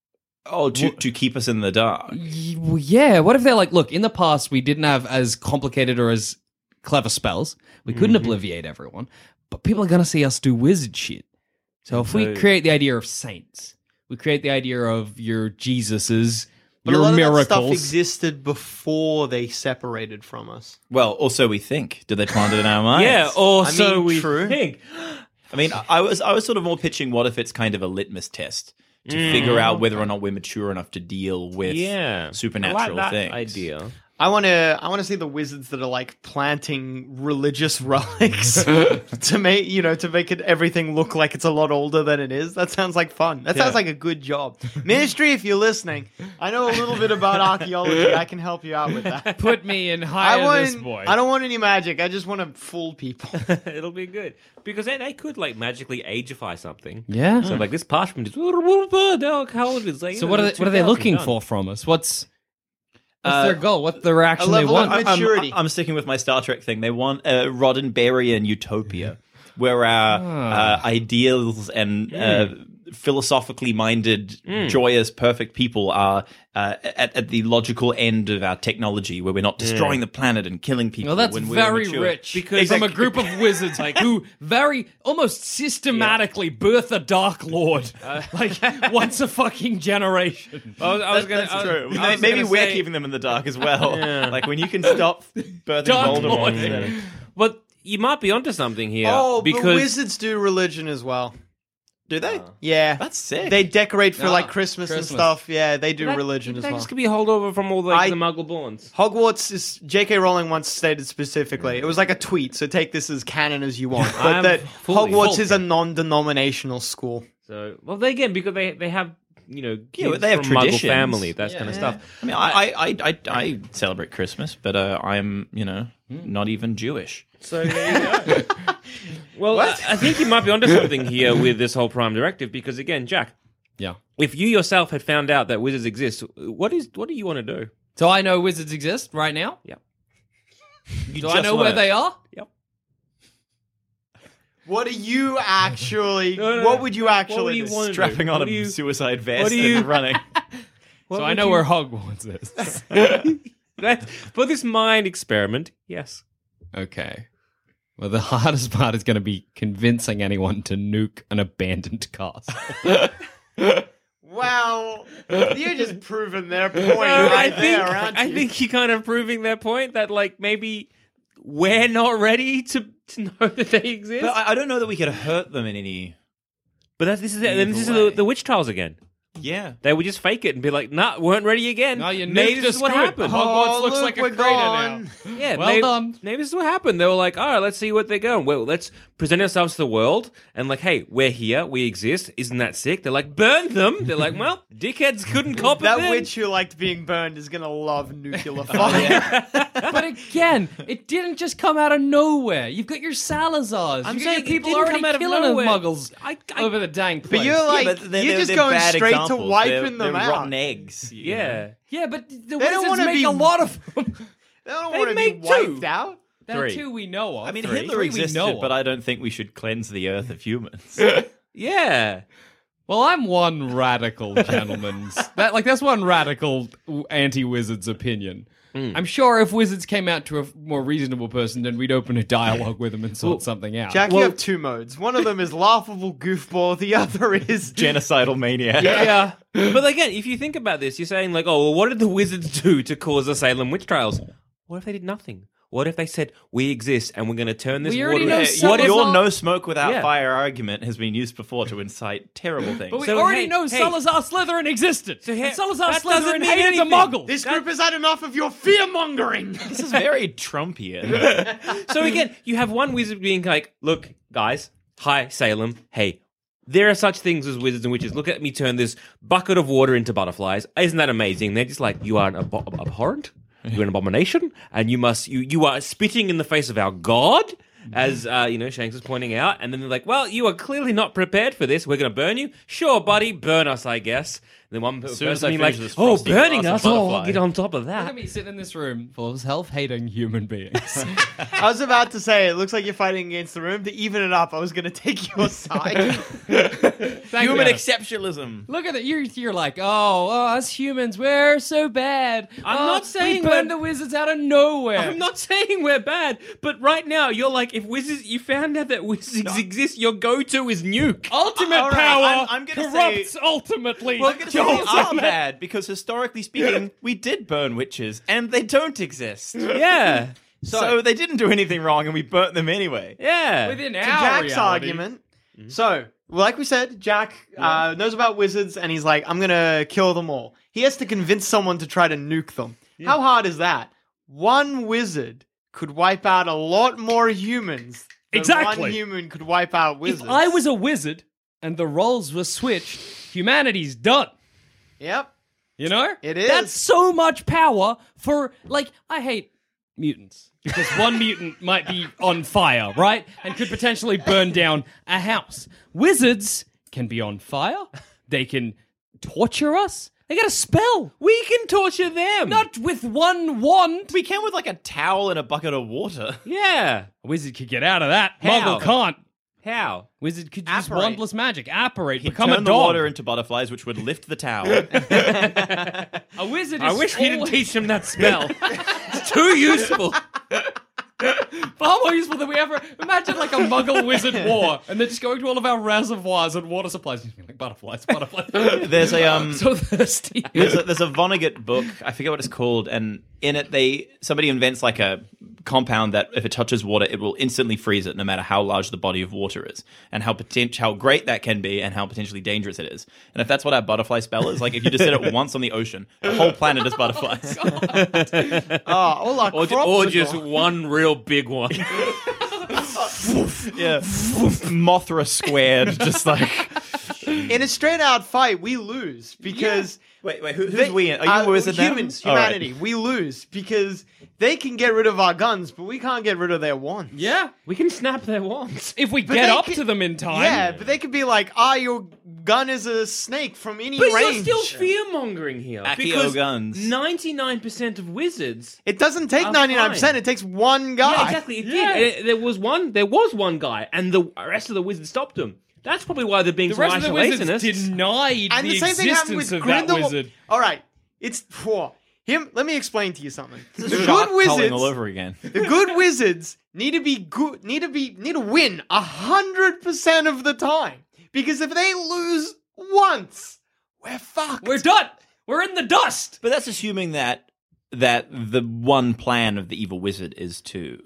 [SPEAKER 5] Oh, to, to keep us in the dark.
[SPEAKER 2] Y- well, Yeah, what if they're like, look, in the past we didn't have as complicated or as clever spells. We couldn't
[SPEAKER 4] Mm-hmm.
[SPEAKER 2] obliviate everyone, but people are going to see us do wizard shit. So if we create the idea of saints, we create the idea of your Jesuses,
[SPEAKER 4] But
[SPEAKER 2] your
[SPEAKER 4] a lot
[SPEAKER 2] miracles.
[SPEAKER 4] of that stuff existed before they separated from us.
[SPEAKER 5] Well, also we think. Did they plant it in our (laughs) minds?
[SPEAKER 3] Yeah, or so
[SPEAKER 4] mean,
[SPEAKER 3] we
[SPEAKER 4] true.
[SPEAKER 3] think.
[SPEAKER 5] I mean, I- I was I was sort of more pitching what if it's kind of a litmus test to figure out whether or not we're mature enough to deal with
[SPEAKER 3] Mm. Yeah, I
[SPEAKER 5] supernatural
[SPEAKER 3] like that
[SPEAKER 5] things.
[SPEAKER 3] Idea.
[SPEAKER 4] I want to. I want to see the wizards that are like planting
[SPEAKER 2] (laughs)
[SPEAKER 4] religious (laughs) relics to make you know to make it everything look like it's a lot older than it is. That sounds like fun. That sounds like a good job, ministry. If you're listening, I know a little bit
[SPEAKER 2] (laughs)
[SPEAKER 4] about archaeology. I can help you out with that.
[SPEAKER 2] (laughs) Put me in higher
[SPEAKER 4] I want.
[SPEAKER 2] this boy.
[SPEAKER 4] I don't want any magic. I just want to fool people.
[SPEAKER 3] (laughs) It'll be good because they, they could like magically ageify something.
[SPEAKER 2] Yeah.
[SPEAKER 4] Mm-hmm.
[SPEAKER 3] So like this parchment is now how old is like,
[SPEAKER 2] So what are they, what are they
[SPEAKER 3] 2000
[SPEAKER 2] looking
[SPEAKER 3] done. (laughs)
[SPEAKER 2] for from us? What's what's
[SPEAKER 5] Uh,
[SPEAKER 2] their goal? What's the reaction they
[SPEAKER 4] level of
[SPEAKER 2] want?
[SPEAKER 5] I'm- I'm-
[SPEAKER 4] Maturity.
[SPEAKER 5] I'm, sticking with my Star Trek thing. They want a Roddenberryan utopia where our
[SPEAKER 3] Ah.
[SPEAKER 5] uh, ideals and uh,
[SPEAKER 3] Mm.
[SPEAKER 5] philosophically minded, joyous, perfect people are uh, at, at the logical end of our technology, where we're not destroying the planet and killing people.
[SPEAKER 2] Well, that's
[SPEAKER 5] when we're
[SPEAKER 2] very
[SPEAKER 5] mature.
[SPEAKER 2] rich
[SPEAKER 3] Because-
[SPEAKER 2] from a group of wizards like who very almost systematically birth a dark lord
[SPEAKER 3] (laughs)
[SPEAKER 2] like once a fucking generation.
[SPEAKER 3] I was, I was gonna,
[SPEAKER 5] That's
[SPEAKER 3] I was-
[SPEAKER 5] true.
[SPEAKER 3] I was
[SPEAKER 5] Maybe
[SPEAKER 3] gonna
[SPEAKER 5] we're
[SPEAKER 3] say-
[SPEAKER 5] keeping them in the dark as well. Like when you can stop birthing
[SPEAKER 2] Dark
[SPEAKER 5] Voldemort.
[SPEAKER 2] lord.
[SPEAKER 5] instead of-
[SPEAKER 3] But you might be onto something here.
[SPEAKER 4] oh, but
[SPEAKER 3] because
[SPEAKER 4] wizards do religion as well.
[SPEAKER 5] Do they?
[SPEAKER 4] Yeah,
[SPEAKER 5] That's sick.
[SPEAKER 4] They decorate for
[SPEAKER 2] Yeah,
[SPEAKER 4] like Christmas,
[SPEAKER 2] Christmas.
[SPEAKER 4] and stuff. Yeah, they do
[SPEAKER 3] that-
[SPEAKER 4] religion as
[SPEAKER 3] that
[SPEAKER 4] well.
[SPEAKER 3] just could be a holdover from all the,
[SPEAKER 4] I-
[SPEAKER 3] the Muggle borns.
[SPEAKER 4] Hogwarts is J.K. Rowling once stated specifically. It was like a tweet, so take this as canon as you want. But
[SPEAKER 3] I'm
[SPEAKER 4] that
[SPEAKER 3] fully-
[SPEAKER 4] Hogwarts is a non-denominational school.
[SPEAKER 3] So well, they again because they they have you know
[SPEAKER 5] Yeah,
[SPEAKER 3] kids
[SPEAKER 5] they have
[SPEAKER 3] from Muggle
[SPEAKER 5] traditions.
[SPEAKER 3] family that kind of stuff.
[SPEAKER 5] I mean, I, I, I, I, I celebrate Christmas, but uh, I'm, you know, not even Jewish.
[SPEAKER 3] So there you go. well, I, I think you might be onto something here with this whole Prime Directive because again, Jack,
[SPEAKER 2] Yeah.
[SPEAKER 3] if you yourself had found out that wizards exist, what is what do you want to do?
[SPEAKER 2] So I know wizards exist right now. Do I
[SPEAKER 5] just
[SPEAKER 2] know where
[SPEAKER 5] wanna-
[SPEAKER 2] they are?
[SPEAKER 4] What are you actually?
[SPEAKER 3] No, no,
[SPEAKER 4] what
[SPEAKER 3] no.
[SPEAKER 4] would you actually?
[SPEAKER 3] do you
[SPEAKER 4] do?
[SPEAKER 3] wanna do?
[SPEAKER 5] Strapping on
[SPEAKER 3] What
[SPEAKER 5] a
[SPEAKER 3] do you-
[SPEAKER 5] suicide vest
[SPEAKER 3] do you-
[SPEAKER 5] and running.
[SPEAKER 2] so I know where Hogwarts is.
[SPEAKER 3] That, for this mind experiment, yes.
[SPEAKER 2] (laughs) okay. Well, the (laughs) hardest part is going to be convincing anyone to nuke an abandoned castle.
[SPEAKER 4] Wow, you just proven their point
[SPEAKER 3] I
[SPEAKER 4] right
[SPEAKER 3] think
[SPEAKER 4] there, aren't
[SPEAKER 3] I
[SPEAKER 4] you?
[SPEAKER 3] think you're kind of proving their point that like maybe we're not ready to, to know that they exist.
[SPEAKER 5] but I, I don't know that we could hurt them in any.
[SPEAKER 3] But that's, this is
[SPEAKER 5] Either
[SPEAKER 3] then this
[SPEAKER 5] way.
[SPEAKER 3] is the, the witch trials again.
[SPEAKER 5] Yeah.
[SPEAKER 3] They would just fake it and be like, "Nah, weren't ready again."
[SPEAKER 2] No, Oh, you
[SPEAKER 3] maybe
[SPEAKER 2] nuked
[SPEAKER 3] this
[SPEAKER 2] us
[SPEAKER 3] is what
[SPEAKER 2] good.
[SPEAKER 3] happened.
[SPEAKER 2] Hogwarts
[SPEAKER 4] Oh,
[SPEAKER 2] looks
[SPEAKER 4] look,
[SPEAKER 2] like a
[SPEAKER 4] we're
[SPEAKER 2] crater
[SPEAKER 4] gone.
[SPEAKER 2] now.
[SPEAKER 3] Yeah,
[SPEAKER 2] Well
[SPEAKER 3] maybe,
[SPEAKER 2] done.
[SPEAKER 3] Maybe this is what happened. They were like, "All right, let's see what they're going." Well, let's present ourselves to the world and like, "Hey, we're here. We exist. Isn't that sick?" They're like, "Burn them." They're
[SPEAKER 2] (laughs)
[SPEAKER 3] like, "Well, dickheads couldn't cop it."
[SPEAKER 4] That
[SPEAKER 3] then."
[SPEAKER 4] witch who liked being burned is gonna love
[SPEAKER 2] (laughs)
[SPEAKER 4] nuclear
[SPEAKER 2] Oh,
[SPEAKER 4] fire.
[SPEAKER 2] but again, it didn't just come out of nowhere. You've got your Salazars.
[SPEAKER 3] I'm
[SPEAKER 2] You've
[SPEAKER 3] saying
[SPEAKER 2] got your people
[SPEAKER 3] it didn't
[SPEAKER 2] already
[SPEAKER 3] come out of
[SPEAKER 2] killing the
[SPEAKER 3] nowhere.
[SPEAKER 2] muggles
[SPEAKER 3] I- I-
[SPEAKER 2] over the dang place.
[SPEAKER 4] But you're like,
[SPEAKER 5] but they're-
[SPEAKER 4] you're
[SPEAKER 5] they're-
[SPEAKER 4] just
[SPEAKER 5] they're
[SPEAKER 4] going
[SPEAKER 5] bad
[SPEAKER 4] straight to
[SPEAKER 5] examples. They're-
[SPEAKER 4] wiping them
[SPEAKER 5] they're
[SPEAKER 4] out.
[SPEAKER 5] Rotten eggs. you know?
[SPEAKER 3] Yeah,
[SPEAKER 2] yeah, but the
[SPEAKER 4] don't
[SPEAKER 2] wizards
[SPEAKER 4] wanna
[SPEAKER 2] make
[SPEAKER 4] be-
[SPEAKER 2] a lot
[SPEAKER 4] (laughs)
[SPEAKER 2] of them.
[SPEAKER 4] (laughs) They don't
[SPEAKER 2] They
[SPEAKER 4] want to be
[SPEAKER 2] make
[SPEAKER 4] wiped
[SPEAKER 2] two.
[SPEAKER 4] out.
[SPEAKER 2] There are
[SPEAKER 3] Three.
[SPEAKER 2] two we know of.
[SPEAKER 5] I mean,
[SPEAKER 2] Three.
[SPEAKER 5] Hitler
[SPEAKER 2] Three
[SPEAKER 5] existed,
[SPEAKER 2] we know
[SPEAKER 5] but
[SPEAKER 2] of.
[SPEAKER 5] I don't think we should cleanse the earth of humans. (laughs)
[SPEAKER 3] yeah.
[SPEAKER 2] Well, I'm one
[SPEAKER 4] (laughs)
[SPEAKER 2] radical gentleman's. that like that's one radical anti-wizards opinion.
[SPEAKER 3] Hmm.
[SPEAKER 2] I'm sure if wizards came out to a more reasonable person, then we'd open a dialogue with them and sort something out.
[SPEAKER 4] Jack, you have two modes. One of them is laughable goofball. The
[SPEAKER 2] (laughs)
[SPEAKER 4] other is
[SPEAKER 5] Genocidal mania.
[SPEAKER 3] Yeah. but again, if you think about this, you're saying like, oh, well, what did the wizards do to cause the Salem witch trials? What if they did nothing? What if they said we exist and we're going to turn this
[SPEAKER 2] We
[SPEAKER 3] water?
[SPEAKER 2] already know
[SPEAKER 5] Yeah,
[SPEAKER 2] Salazar-
[SPEAKER 5] eh, what if your no smoke without
[SPEAKER 3] Yeah.
[SPEAKER 5] fire argument has been used before to incite terrible things?
[SPEAKER 2] but we
[SPEAKER 3] So,
[SPEAKER 2] already
[SPEAKER 3] hey,
[SPEAKER 2] know
[SPEAKER 3] hey.
[SPEAKER 2] Salazar Slytherin existed.
[SPEAKER 3] So here-
[SPEAKER 2] and Salazar
[SPEAKER 3] that doesn't
[SPEAKER 2] Slytherin
[SPEAKER 3] mean
[SPEAKER 2] hated the
[SPEAKER 3] anything.
[SPEAKER 2] Muggles.
[SPEAKER 4] This group has had enough of your fear mongering.
[SPEAKER 5] this
[SPEAKER 3] (laughs)
[SPEAKER 5] is very
[SPEAKER 2] (laughs)
[SPEAKER 5] Trumpian.
[SPEAKER 3] so again, you have one wizard being like, look, guys, hi Salem, hey. There are such things as wizards and witches. Look at me turn this bucket of water into butterflies. Isn't that amazing? They're just like, you are an ab- abhorrent, you're an abomination, and you must you you are spitting in the face of our god, as uh, you know Shanks is pointing out. And then they're like, well, you are clearly not prepared for this. We're going to burn you. Sure, buddy, burn us, I guess. The one per-
[SPEAKER 2] soon as
[SPEAKER 3] person
[SPEAKER 2] I
[SPEAKER 3] being like,
[SPEAKER 2] finish this
[SPEAKER 3] oh,
[SPEAKER 2] frosty
[SPEAKER 3] burning
[SPEAKER 2] glass
[SPEAKER 3] us!
[SPEAKER 2] of
[SPEAKER 3] Oh, I'll
[SPEAKER 2] butterfly."
[SPEAKER 3] get on top of
[SPEAKER 6] Look
[SPEAKER 3] that.
[SPEAKER 6] at me sitting in this room full of self-hating human beings.
[SPEAKER 4] I was about to say, it looks like you're fighting against the room. To even it up, I was going to (laughs)
[SPEAKER 2] (laughs)
[SPEAKER 4] take your side.
[SPEAKER 6] Thank
[SPEAKER 5] Human
[SPEAKER 6] you.
[SPEAKER 3] (laughs)
[SPEAKER 5] exceptionalism.
[SPEAKER 6] Look at it. You're, you're like, oh, oh, us humans, we're so bad.
[SPEAKER 2] I'm
[SPEAKER 6] Oh,
[SPEAKER 2] not saying
[SPEAKER 6] we burned the
[SPEAKER 2] we're-
[SPEAKER 6] wizards out of nowhere.
[SPEAKER 2] I'm not saying we're bad, but right now you're like, if wizards, you found out that wizards exist, your go-to is (laughs) nuke.
[SPEAKER 6] Ultimate
[SPEAKER 5] All right,
[SPEAKER 6] power
[SPEAKER 5] I'm- I'm gonna say-
[SPEAKER 6] corrupts ultimately.
[SPEAKER 5] Well, I'm going to say they are bad because historically speaking, we did burn witches and they don't exist.
[SPEAKER 2] Yeah,
[SPEAKER 5] So, they didn't do anything wrong and we burnt them anyway.
[SPEAKER 2] yeah.
[SPEAKER 6] within
[SPEAKER 4] to
[SPEAKER 6] our
[SPEAKER 4] Jack's
[SPEAKER 6] reality.
[SPEAKER 4] argument.
[SPEAKER 2] Mm-hmm.
[SPEAKER 4] So, like we said, Jack uh, knows about wizards and he's like, I'm going to kill them all. He has to convince someone to try to nuke them. How hard is that? One wizard could wipe out a lot more humans. than One
[SPEAKER 2] Exactly.
[SPEAKER 4] human could wipe out wizards.
[SPEAKER 2] if I was a wizard and the roles were switched, humanity's done.
[SPEAKER 4] Yep.
[SPEAKER 2] You know?
[SPEAKER 4] It is.
[SPEAKER 2] That's so much power for, like, I hate mutants. Because one mutant might be on fire, right? And could potentially burn down a house. Wizards can be on fire. They can torture us. They got a spell.
[SPEAKER 6] We can torture them.
[SPEAKER 2] Not with one wand.
[SPEAKER 5] We can with like a towel and a bucket of water.
[SPEAKER 2] Yeah. A wizard could get out of that.
[SPEAKER 5] How?
[SPEAKER 2] Muggle can't.
[SPEAKER 5] How?
[SPEAKER 2] Wizard could use
[SPEAKER 4] Apparate.
[SPEAKER 2] wandless magic. Apparate.
[SPEAKER 5] He'd (laughs)
[SPEAKER 2] become
[SPEAKER 5] turn
[SPEAKER 2] a
[SPEAKER 5] the
[SPEAKER 2] dog.
[SPEAKER 5] water into butterflies, which would lift the
[SPEAKER 2] (laughs)
[SPEAKER 5] towel.
[SPEAKER 2] a wizard is
[SPEAKER 3] I wish he didn't
[SPEAKER 2] always-
[SPEAKER 3] teach him
[SPEAKER 2] (laughs)
[SPEAKER 3] that spell.
[SPEAKER 2] too useful. Far more useful than we ever imagine, like a Muggle wizard war, and they're just going to all of our reservoirs and water supplies, and being like butterflies, butterflies.
[SPEAKER 5] There's a um,
[SPEAKER 2] (laughs) so thirsty.
[SPEAKER 5] there's a, there's a Vonnegut book. I forget what it's called, and in it they somebody invents like a compound that if it touches water, it will instantly freeze it, no matter how large the body of water is, and how potent- how great that can be, and how potentially dangerous it is. And if that's what our butterfly spell is, like if you just hit
[SPEAKER 4] (laughs)
[SPEAKER 5] it once on the ocean, the whole planet is butterflies.
[SPEAKER 4] Oh, all our
[SPEAKER 2] Or ju-
[SPEAKER 4] crops
[SPEAKER 2] or
[SPEAKER 4] are
[SPEAKER 2] just
[SPEAKER 4] gone.
[SPEAKER 3] one real big one.
[SPEAKER 5] yeah, Mothra squared,
[SPEAKER 4] (laughs)
[SPEAKER 5] just like
[SPEAKER 4] In a straight out fight, we lose because.
[SPEAKER 5] wait, wait, who, who's
[SPEAKER 4] They-
[SPEAKER 5] we? Are you
[SPEAKER 4] uh,
[SPEAKER 5] a wizard now?
[SPEAKER 4] humans,
[SPEAKER 5] All right.
[SPEAKER 4] humanity, we lose because they can get rid of our guns, but we can't get rid of their wands.
[SPEAKER 2] yeah,
[SPEAKER 3] we can snap their wands.
[SPEAKER 2] if we get
[SPEAKER 4] they
[SPEAKER 2] up
[SPEAKER 4] could-
[SPEAKER 2] to them in time.
[SPEAKER 4] Yeah, but they could be like, ah, your gun is a snake from any
[SPEAKER 3] But
[SPEAKER 4] range.
[SPEAKER 3] you're still fear mongering here.
[SPEAKER 5] Accio
[SPEAKER 3] because
[SPEAKER 5] guns.
[SPEAKER 3] 99% of wizards.
[SPEAKER 4] it doesn't take
[SPEAKER 3] I'm
[SPEAKER 4] 99%,
[SPEAKER 3] fine.
[SPEAKER 4] it takes one guy.
[SPEAKER 3] Yeah, exactly. It
[SPEAKER 2] Yeah.
[SPEAKER 3] did. Uh, There was one. There was one guy, and the rest of the wizards stopped him. That's probably why they're being
[SPEAKER 2] the
[SPEAKER 3] so
[SPEAKER 2] rest of the
[SPEAKER 3] isolationists.
[SPEAKER 2] wizards denied
[SPEAKER 4] And the,
[SPEAKER 2] the,
[SPEAKER 4] same thing happened
[SPEAKER 2] existence
[SPEAKER 4] with
[SPEAKER 2] of that
[SPEAKER 4] Grindelwald.
[SPEAKER 2] wizard.
[SPEAKER 4] All right, it's poor. Him, let me explain to you something. The
[SPEAKER 5] Shark
[SPEAKER 4] good
[SPEAKER 5] culling all
[SPEAKER 4] wizards,
[SPEAKER 5] over again.
[SPEAKER 4] the good wizards need to be good, need to be need to win a hundred percent of the time. Because if they lose once, we're fucked.
[SPEAKER 2] We're done. We're in the dust.
[SPEAKER 5] But that's assuming that that the one plan of the evil wizard is to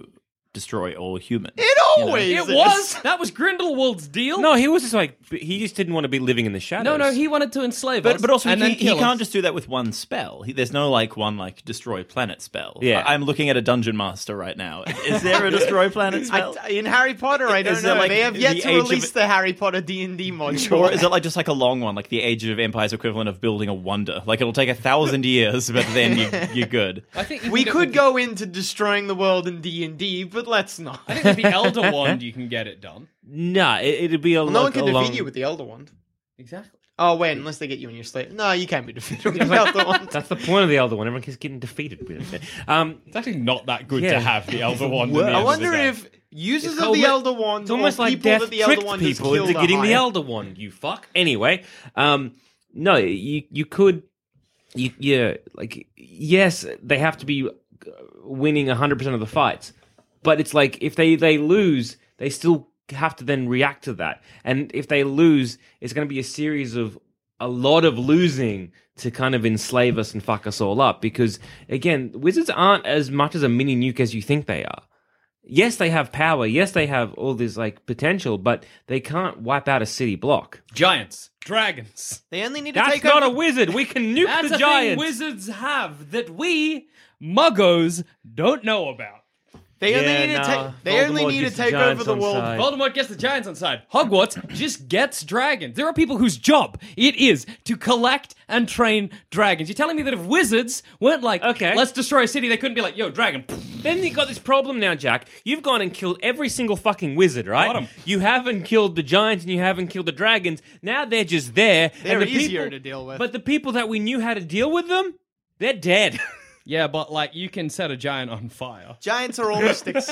[SPEAKER 5] destroy all humans.
[SPEAKER 4] it always
[SPEAKER 2] It
[SPEAKER 4] is.
[SPEAKER 2] was that was Grindelwald's deal.
[SPEAKER 3] No, he was just like he just didn't want to be living in the shadows.
[SPEAKER 2] no, no, he wanted to enslave
[SPEAKER 5] But,
[SPEAKER 2] us.
[SPEAKER 5] but also
[SPEAKER 2] and
[SPEAKER 5] he,
[SPEAKER 2] then
[SPEAKER 5] he
[SPEAKER 2] kill
[SPEAKER 5] can't
[SPEAKER 2] us.
[SPEAKER 5] just do that with one spell. He, there's no like one like destroy planet spell.
[SPEAKER 3] Yeah.
[SPEAKER 5] I, am looking at a dungeon master right (laughs) now. Is there a destroy planet
[SPEAKER 4] I-
[SPEAKER 5] spell?
[SPEAKER 4] in Harry Potter, I don't
[SPEAKER 5] Is there,
[SPEAKER 4] know.
[SPEAKER 5] like,
[SPEAKER 4] they have
[SPEAKER 5] the
[SPEAKER 4] yet
[SPEAKER 5] Age
[SPEAKER 4] to
[SPEAKER 5] of-
[SPEAKER 4] release the Harry Potter D and D module.
[SPEAKER 5] or
[SPEAKER 4] (laughs)
[SPEAKER 5] is it like just like a long one, like the Age of Empires equivalent of building a wonder? Like it'll take a thousand years, but then (laughs) you, you're good.
[SPEAKER 6] I think you
[SPEAKER 4] we
[SPEAKER 6] can get
[SPEAKER 4] could
[SPEAKER 6] with
[SPEAKER 4] go into destroying the world in D and D, but let's not.
[SPEAKER 6] the- I think with the Elder Wand, you can get it done.
[SPEAKER 3] Nah, it, it'd be a
[SPEAKER 4] Well,
[SPEAKER 3] long.
[SPEAKER 4] no one can
[SPEAKER 3] a
[SPEAKER 4] defeat
[SPEAKER 3] long...
[SPEAKER 4] you with the Elder Wand.
[SPEAKER 6] Exactly.
[SPEAKER 4] Oh wait, unless they get you in your slate. No, you can't be defeated with (laughs) the Elder Wand.
[SPEAKER 3] That's the point of the Elder One. Everyone keeps getting defeated with it. Um,
[SPEAKER 6] It's actually not that good
[SPEAKER 3] Yeah.
[SPEAKER 6] to have the Elder Wand. in the
[SPEAKER 4] I
[SPEAKER 6] end
[SPEAKER 4] wonder
[SPEAKER 6] of the day.
[SPEAKER 4] if users
[SPEAKER 3] It's
[SPEAKER 4] of
[SPEAKER 3] called
[SPEAKER 4] the
[SPEAKER 3] le-
[SPEAKER 4] Elder Wand
[SPEAKER 3] It's almost
[SPEAKER 4] or
[SPEAKER 3] like
[SPEAKER 4] people
[SPEAKER 3] death
[SPEAKER 4] that the Elder
[SPEAKER 3] tricked
[SPEAKER 4] Wand has
[SPEAKER 3] people into
[SPEAKER 4] killed are
[SPEAKER 3] getting the
[SPEAKER 4] higher.
[SPEAKER 3] Elder One. You fuck. Anyway, um, no, you you could, you, yeah, like yes, they have to be uh, winning hundred percent of the fights, but it's like if they they lose, they still have to then react to that, and if they lose, it's going to be a series of a lot of losing to kind of enslave us and fuck us all up because again wizards aren't as much as a mini nuke as you think they are yes, they have power. Yes, they have all this like potential, but they can't wipe out a city block.
[SPEAKER 2] Giants, dragons.
[SPEAKER 4] They only need to
[SPEAKER 3] That's
[SPEAKER 4] take
[SPEAKER 3] not
[SPEAKER 4] over.
[SPEAKER 3] a wizard. We can nuke
[SPEAKER 2] That's
[SPEAKER 3] the
[SPEAKER 2] a
[SPEAKER 3] giants.
[SPEAKER 2] thing wizards have that we muggos don't know about.
[SPEAKER 4] they only
[SPEAKER 3] Yeah,
[SPEAKER 4] need to
[SPEAKER 3] nah.
[SPEAKER 4] take. They
[SPEAKER 3] Voldemort
[SPEAKER 4] only need to
[SPEAKER 3] gets the
[SPEAKER 4] take over
[SPEAKER 3] giants
[SPEAKER 4] the
[SPEAKER 3] on
[SPEAKER 4] world.
[SPEAKER 3] side.
[SPEAKER 2] Voldemort gets the giants on side. Hogwarts just gets dragons. There are people whose job it is to collect and train dragons. You're telling me that if wizards weren't like,
[SPEAKER 3] Okay.
[SPEAKER 2] let's destroy a city, they couldn't be like, yo, dragon.
[SPEAKER 3] Then you got this problem now, Jack. You've gone and killed every single fucking wizard, right?
[SPEAKER 2] Got 'em.
[SPEAKER 3] You haven't killed the giants and you haven't killed the dragons. Now they're just there.
[SPEAKER 4] They're
[SPEAKER 3] and the
[SPEAKER 4] easier
[SPEAKER 3] people-
[SPEAKER 4] to deal with.
[SPEAKER 3] But the people that we knew how to deal with them, they're dead. (laughs)
[SPEAKER 2] Yeah, but like you can set a giant on fire.
[SPEAKER 4] Giants are
[SPEAKER 3] (laughs)
[SPEAKER 4] all sticks.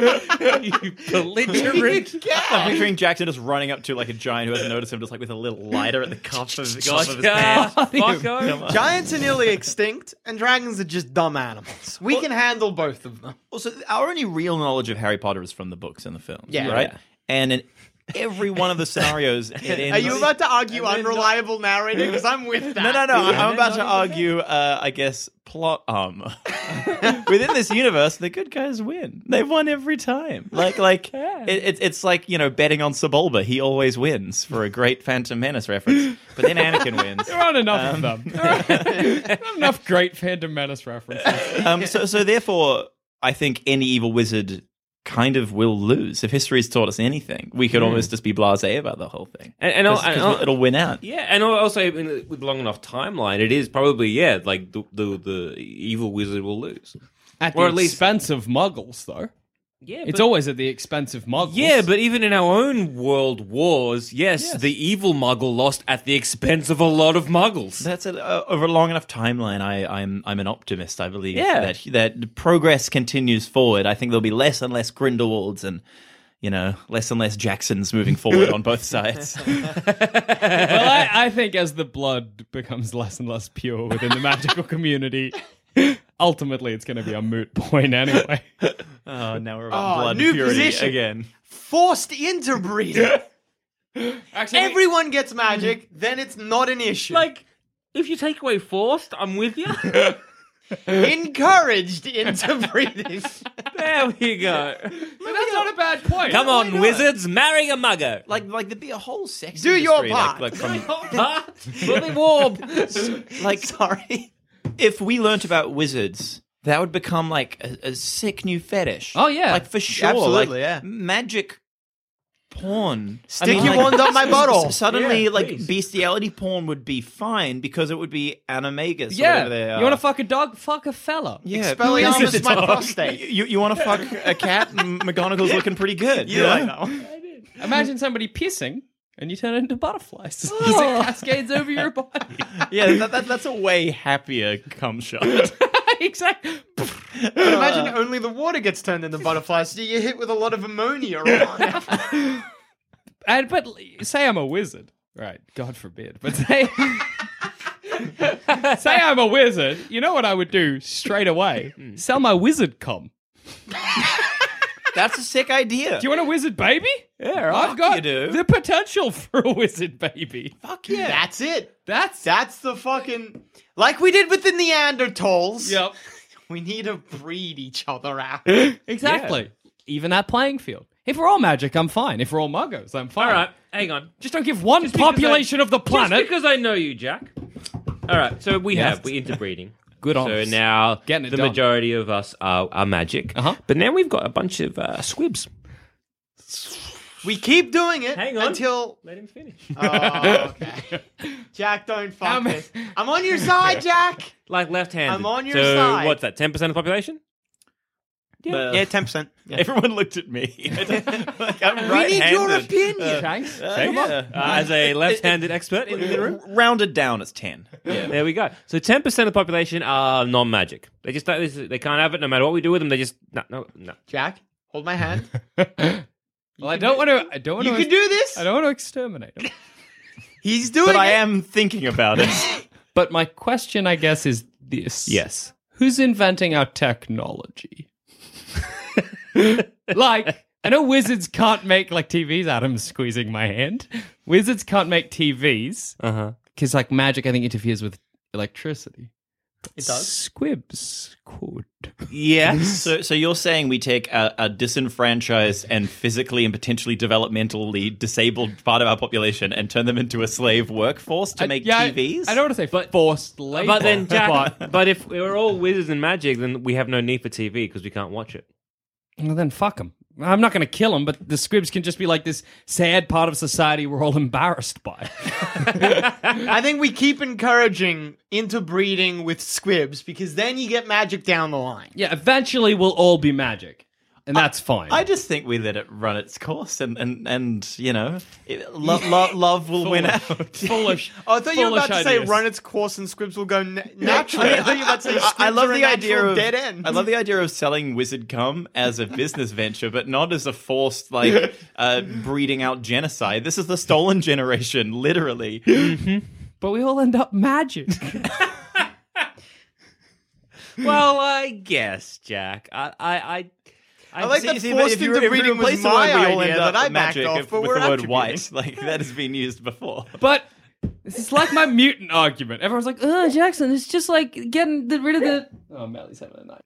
[SPEAKER 3] you belligerent.
[SPEAKER 5] I'm picturing Jackson just running up to like a giant who hasn't noticed him, just like with a little lighter at the cuff of, cuff of his
[SPEAKER 3] Yeah,
[SPEAKER 5] hand.
[SPEAKER 3] fucko.
[SPEAKER 4] Giants are nearly extinct, and dragons are just dumb animals. We can handle both of them.
[SPEAKER 5] Also, our only real knowledge of Harry Potter is from the books and the films,
[SPEAKER 4] Yeah.
[SPEAKER 5] right? And in every one of the (laughs) scenarios, it ends.
[SPEAKER 4] Are you about to argue unreliable
[SPEAKER 3] (laughs)
[SPEAKER 4] narrating? Because I'm with that.
[SPEAKER 5] No, no, no. I'm about to argue. Uh, I guess plot armor. (laughs) Within this universe, the good guys win. They've won every time. Like, (laughs) like it, it, it's like you know betting on Sebulba. He always wins for a great Phantom Menace reference. But then (laughs) Anakin wins.
[SPEAKER 2] There aren't enough (laughs) of them. There aren't there aren't enough great Phantom Menace references.
[SPEAKER 5] Um, so, so therefore, I think any evil wizard kind of will lose. If history's taught us anything, we could almost just be blasé about the whole thing,
[SPEAKER 3] And- and I'll-
[SPEAKER 5] 'Cause- 'cause
[SPEAKER 3] and I'll-
[SPEAKER 5] it'll win out.
[SPEAKER 3] Yeah, and also in a- with long enough timeline, it is probably yeah, like the the, the evil wizard will lose.
[SPEAKER 2] At
[SPEAKER 3] Or
[SPEAKER 2] the
[SPEAKER 3] at least-
[SPEAKER 2] expense of muggles, though.
[SPEAKER 3] Yeah,
[SPEAKER 2] It's always at the expense of muggles.
[SPEAKER 3] yeah, but even in our own world wars, yes,
[SPEAKER 5] Yes.
[SPEAKER 3] the evil muggle lost at the expense of a lot of muggles.
[SPEAKER 5] That's it. Uh, over a long enough timeline, I, I'm I'm an optimist. I believe
[SPEAKER 3] Yeah.
[SPEAKER 5] that that progress continues forward. I think there'll be less and less Grindelwalds and you know less and less Jacksons moving forward on both sides.
[SPEAKER 2] well, I, I think as the blood becomes less and less pure within the (laughs) magical community, ultimately it's going to be a moot point anyway.
[SPEAKER 5] (laughs) Oh, now we're about
[SPEAKER 4] Oh,
[SPEAKER 5] blood
[SPEAKER 4] new
[SPEAKER 5] purity
[SPEAKER 4] position.
[SPEAKER 5] again.
[SPEAKER 4] Forced interbreeding.
[SPEAKER 3] (laughs)
[SPEAKER 2] Actually,
[SPEAKER 4] Everyone gets magic, then it's not an issue.
[SPEAKER 3] Like, if you take away forced, I'm with you.
[SPEAKER 4] (laughs) encouraged interbreeding.
[SPEAKER 3] (laughs) there we (laughs) go.
[SPEAKER 2] that's not a bad point.
[SPEAKER 3] Come
[SPEAKER 5] Oh
[SPEAKER 3] on, wizards, marry a mugger. (laughs)
[SPEAKER 5] Like like there'd be a whole sex.
[SPEAKER 4] Do your
[SPEAKER 5] industry, like-
[SPEAKER 4] part.
[SPEAKER 5] like from-
[SPEAKER 4] (laughs)
[SPEAKER 3] Huh? Bully warp.
[SPEAKER 5] like sorry if we learnt about wizards that would become like a, a sick new fetish
[SPEAKER 2] Oh, yeah.
[SPEAKER 5] like for sure
[SPEAKER 4] Absolutely,
[SPEAKER 5] like,
[SPEAKER 4] yeah.
[SPEAKER 5] magic porn
[SPEAKER 4] Stick your wand up my butthole.
[SPEAKER 5] s- suddenly
[SPEAKER 3] Yeah,
[SPEAKER 5] like
[SPEAKER 3] please.
[SPEAKER 5] bestiality porn would be fine because it would be animagus or
[SPEAKER 2] Yeah,
[SPEAKER 5] whatever they are.
[SPEAKER 2] you want to fuck a dog? Fuck a fella.
[SPEAKER 5] yeah.
[SPEAKER 4] Expelliarmus
[SPEAKER 5] Listen,
[SPEAKER 4] my
[SPEAKER 5] Tom,
[SPEAKER 4] prostate.
[SPEAKER 5] You, you want to fuck a cat? M- McGonagall's looking pretty good. You know?
[SPEAKER 2] Imagine somebody pissing and you turn
[SPEAKER 5] (laughs)
[SPEAKER 2] into butterflies (laughs) as
[SPEAKER 5] Oh.
[SPEAKER 2] it cascades over your body. (laughs)
[SPEAKER 5] Yeah, that, that, that's a way happier cum shot.
[SPEAKER 2] exactly.
[SPEAKER 4] Imagine only the water gets turned into butterflies. So you hit with a lot of ammonia. Around.
[SPEAKER 2] And but l- say I'm a wizard, right? God forbid. But say (laughs) say I'm a wizard. You know what I would do straight away?
[SPEAKER 5] Hmm.
[SPEAKER 2] Sell my wizard cum.
[SPEAKER 5] that's a sick idea.
[SPEAKER 2] Do you want a wizard baby? Yeah, I've
[SPEAKER 5] fuck
[SPEAKER 2] got
[SPEAKER 5] you do.
[SPEAKER 2] the potential for a wizard baby.
[SPEAKER 5] fuck yeah.
[SPEAKER 4] That's it.
[SPEAKER 2] That's
[SPEAKER 4] That's the fucking like we did with the Neanderthals.
[SPEAKER 2] yep,
[SPEAKER 4] We need to breed each other out.
[SPEAKER 2] exactly. Even that playing field. If we're all magic, I'm fine. If we're all muggos, I'm fine.
[SPEAKER 3] (laughs) All right, hang on.
[SPEAKER 2] Just don't give one
[SPEAKER 3] because I-
[SPEAKER 2] population of the
[SPEAKER 3] Just
[SPEAKER 2] planet.
[SPEAKER 3] because I know you, Jack. All right, so we
[SPEAKER 2] Yes.
[SPEAKER 3] have we interbreeding.
[SPEAKER 2] (laughs) Good on
[SPEAKER 3] So
[SPEAKER 2] us.
[SPEAKER 3] now
[SPEAKER 2] Getting it
[SPEAKER 3] the
[SPEAKER 2] done.
[SPEAKER 3] majority of us are, are magic,
[SPEAKER 2] Uh-huh.
[SPEAKER 3] but now we've got a bunch of uh, squibs.
[SPEAKER 4] We keep doing it
[SPEAKER 3] Hang on.
[SPEAKER 4] until.
[SPEAKER 3] Let him finish.
[SPEAKER 4] Oh, okay. Jack, don't fuck
[SPEAKER 2] How ma-
[SPEAKER 4] this. I'm on your side, Jack.
[SPEAKER 3] (laughs) Like left-handed.
[SPEAKER 4] I'm on your
[SPEAKER 3] so
[SPEAKER 4] side.
[SPEAKER 3] what's that? Ten percent of the population?
[SPEAKER 4] (laughs) yeah, ten percent.
[SPEAKER 5] Everyone looked at (laughs) me. like, I'm
[SPEAKER 4] We need your
[SPEAKER 5] right-handed.
[SPEAKER 4] opinion.
[SPEAKER 2] Thanks.
[SPEAKER 5] Uh, yeah.
[SPEAKER 3] Uh, as a left-handed expert in the room.
[SPEAKER 5] Rounded down, it's 10. Yeah.
[SPEAKER 3] There we go. So ten percent of the population are non-magic. They just don't, they can't have it no matter what we do with them. They just no no no.
[SPEAKER 4] Jack, hold my hand.
[SPEAKER 2] (gasps) Well, I don't want to. I don't want
[SPEAKER 4] You
[SPEAKER 2] to.
[SPEAKER 4] can do this.
[SPEAKER 2] I don't want to exterminate
[SPEAKER 4] (laughs)
[SPEAKER 2] them.
[SPEAKER 4] He's doing
[SPEAKER 5] But I
[SPEAKER 4] it.
[SPEAKER 5] am thinking about it.
[SPEAKER 2] But my question, I guess, is this.
[SPEAKER 3] Yes.
[SPEAKER 2] Who's inventing our technology? like, I know wizards can't make like TVs. Adam's squeezing my hand. Wizards can't make TVs
[SPEAKER 3] Uh huh.
[SPEAKER 2] because, like, magic, I think, interferes with electricity. It
[SPEAKER 4] does.
[SPEAKER 2] Squibs could.
[SPEAKER 3] Yes.
[SPEAKER 5] (laughs) so, so you're saying we take a, a disenfranchised and physically and potentially developmentally disabled part of our population and turn them into a slave workforce to
[SPEAKER 2] I-
[SPEAKER 5] make
[SPEAKER 2] yeah, I-
[SPEAKER 5] TVs?
[SPEAKER 2] I, don't want to say forced labor.
[SPEAKER 3] But then, Jack.
[SPEAKER 2] but-
[SPEAKER 3] but if we're all wizards and magic, then we have no need for TV because we can't watch it.
[SPEAKER 2] well, then fuck them. I'm not going to kill them, but the squibs can just be like this sad part of society we're all (laughs) embarrassed
[SPEAKER 3] (laughs)
[SPEAKER 2] by.
[SPEAKER 4] I think we keep encouraging interbreeding with squibs because then you get magic down the line.
[SPEAKER 2] yeah, eventually we'll all be magic, and that's fine.
[SPEAKER 5] I just think we let it run its course, and and and you know, it, lo- lo- love will win out.
[SPEAKER 2] (laughs) foolish.
[SPEAKER 4] Oh, I thought you were about to
[SPEAKER 2] foolish
[SPEAKER 4] say
[SPEAKER 2] ideas.
[SPEAKER 4] run its course and squibs will go (laughs) na- naturally. I thought you were about to say squibs
[SPEAKER 5] I love
[SPEAKER 4] are a
[SPEAKER 5] the idea
[SPEAKER 4] natural
[SPEAKER 5] of
[SPEAKER 4] dead end.
[SPEAKER 5] I love the idea of selling wizard cum as a business venture, but not as a forced
[SPEAKER 4] (laughs)
[SPEAKER 5] like uh, breeding out genocide. This is the stolen generation, literally.
[SPEAKER 2] But we all end up magic.
[SPEAKER 3] well, I guess, Jack. I, I, I,
[SPEAKER 4] I like
[SPEAKER 5] See-
[SPEAKER 4] that
[SPEAKER 5] see,
[SPEAKER 4] forced
[SPEAKER 5] if you- if you
[SPEAKER 4] interbreeding was
[SPEAKER 5] replace the
[SPEAKER 4] my
[SPEAKER 5] word, we all
[SPEAKER 4] idea
[SPEAKER 5] end up
[SPEAKER 4] that I
[SPEAKER 5] with
[SPEAKER 4] backed
[SPEAKER 5] magic
[SPEAKER 4] off,
[SPEAKER 5] if-
[SPEAKER 4] but
[SPEAKER 5] with
[SPEAKER 4] we're
[SPEAKER 5] the word
[SPEAKER 4] attributing.
[SPEAKER 5] white, like that has been used before.
[SPEAKER 2] (laughs) But this is (laughs) like my mutant argument. Everyone's like, "Oh, Jackson, it's just like getting the, rid of the." Oh, Melly's having a night.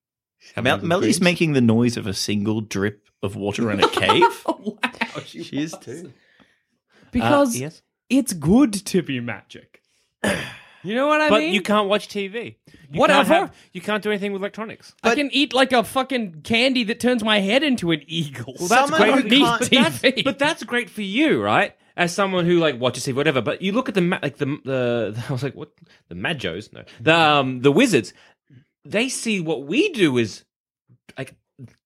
[SPEAKER 5] Mel- Melly's making the noise of a single drip of water
[SPEAKER 4] (laughs)
[SPEAKER 5] in a cave.
[SPEAKER 4] Oh,
[SPEAKER 2] Wow, she
[SPEAKER 5] Cheers
[SPEAKER 2] was.
[SPEAKER 5] too.
[SPEAKER 2] Uh, Because
[SPEAKER 3] Uh, yes.
[SPEAKER 2] it's good to be magic. You know what I
[SPEAKER 3] but
[SPEAKER 2] mean?
[SPEAKER 3] you can't watch TV. You can't
[SPEAKER 2] Whatever.
[SPEAKER 3] have- you can't do anything with electronics.
[SPEAKER 2] I can eat like a fucking candy that turns my head into an eagle. (laughs)
[SPEAKER 4] that's Someone great. who
[SPEAKER 2] I need
[SPEAKER 4] can't-
[SPEAKER 3] but,
[SPEAKER 2] TV.
[SPEAKER 3] that's, but that's great for you, right? As someone who like watches TV, whatever. But you look at the ma- like the, the the- (laughs) I was like, what the Magos? No, the um, the Wizards. They see what we do is like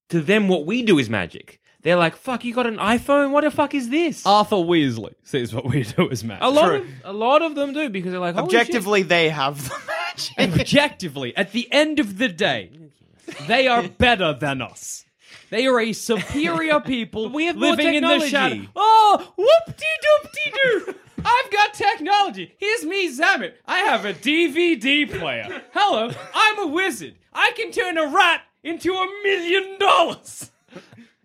[SPEAKER 3] to them what we do is magic. They're like, fuck, you got an iPhone? What the fuck is this?
[SPEAKER 2] Arthur Weasley says what we do is magic.
[SPEAKER 3] a lot, of, a lot of them do because they're like, Holy shit.
[SPEAKER 4] (laughs) Objectively, they have the
[SPEAKER 5] (laughs)
[SPEAKER 4] magic.
[SPEAKER 2] objectively, at the end of the day, they are better than us. They are a superior people we
[SPEAKER 3] have more
[SPEAKER 2] living in the
[SPEAKER 3] technology.
[SPEAKER 2] shadow. Oh, whoop de doop de doo! I've got technology. Here's me, Zamet. I have a DVD player. Hello, I'm a wizard. I can turn a rat into a million dollars.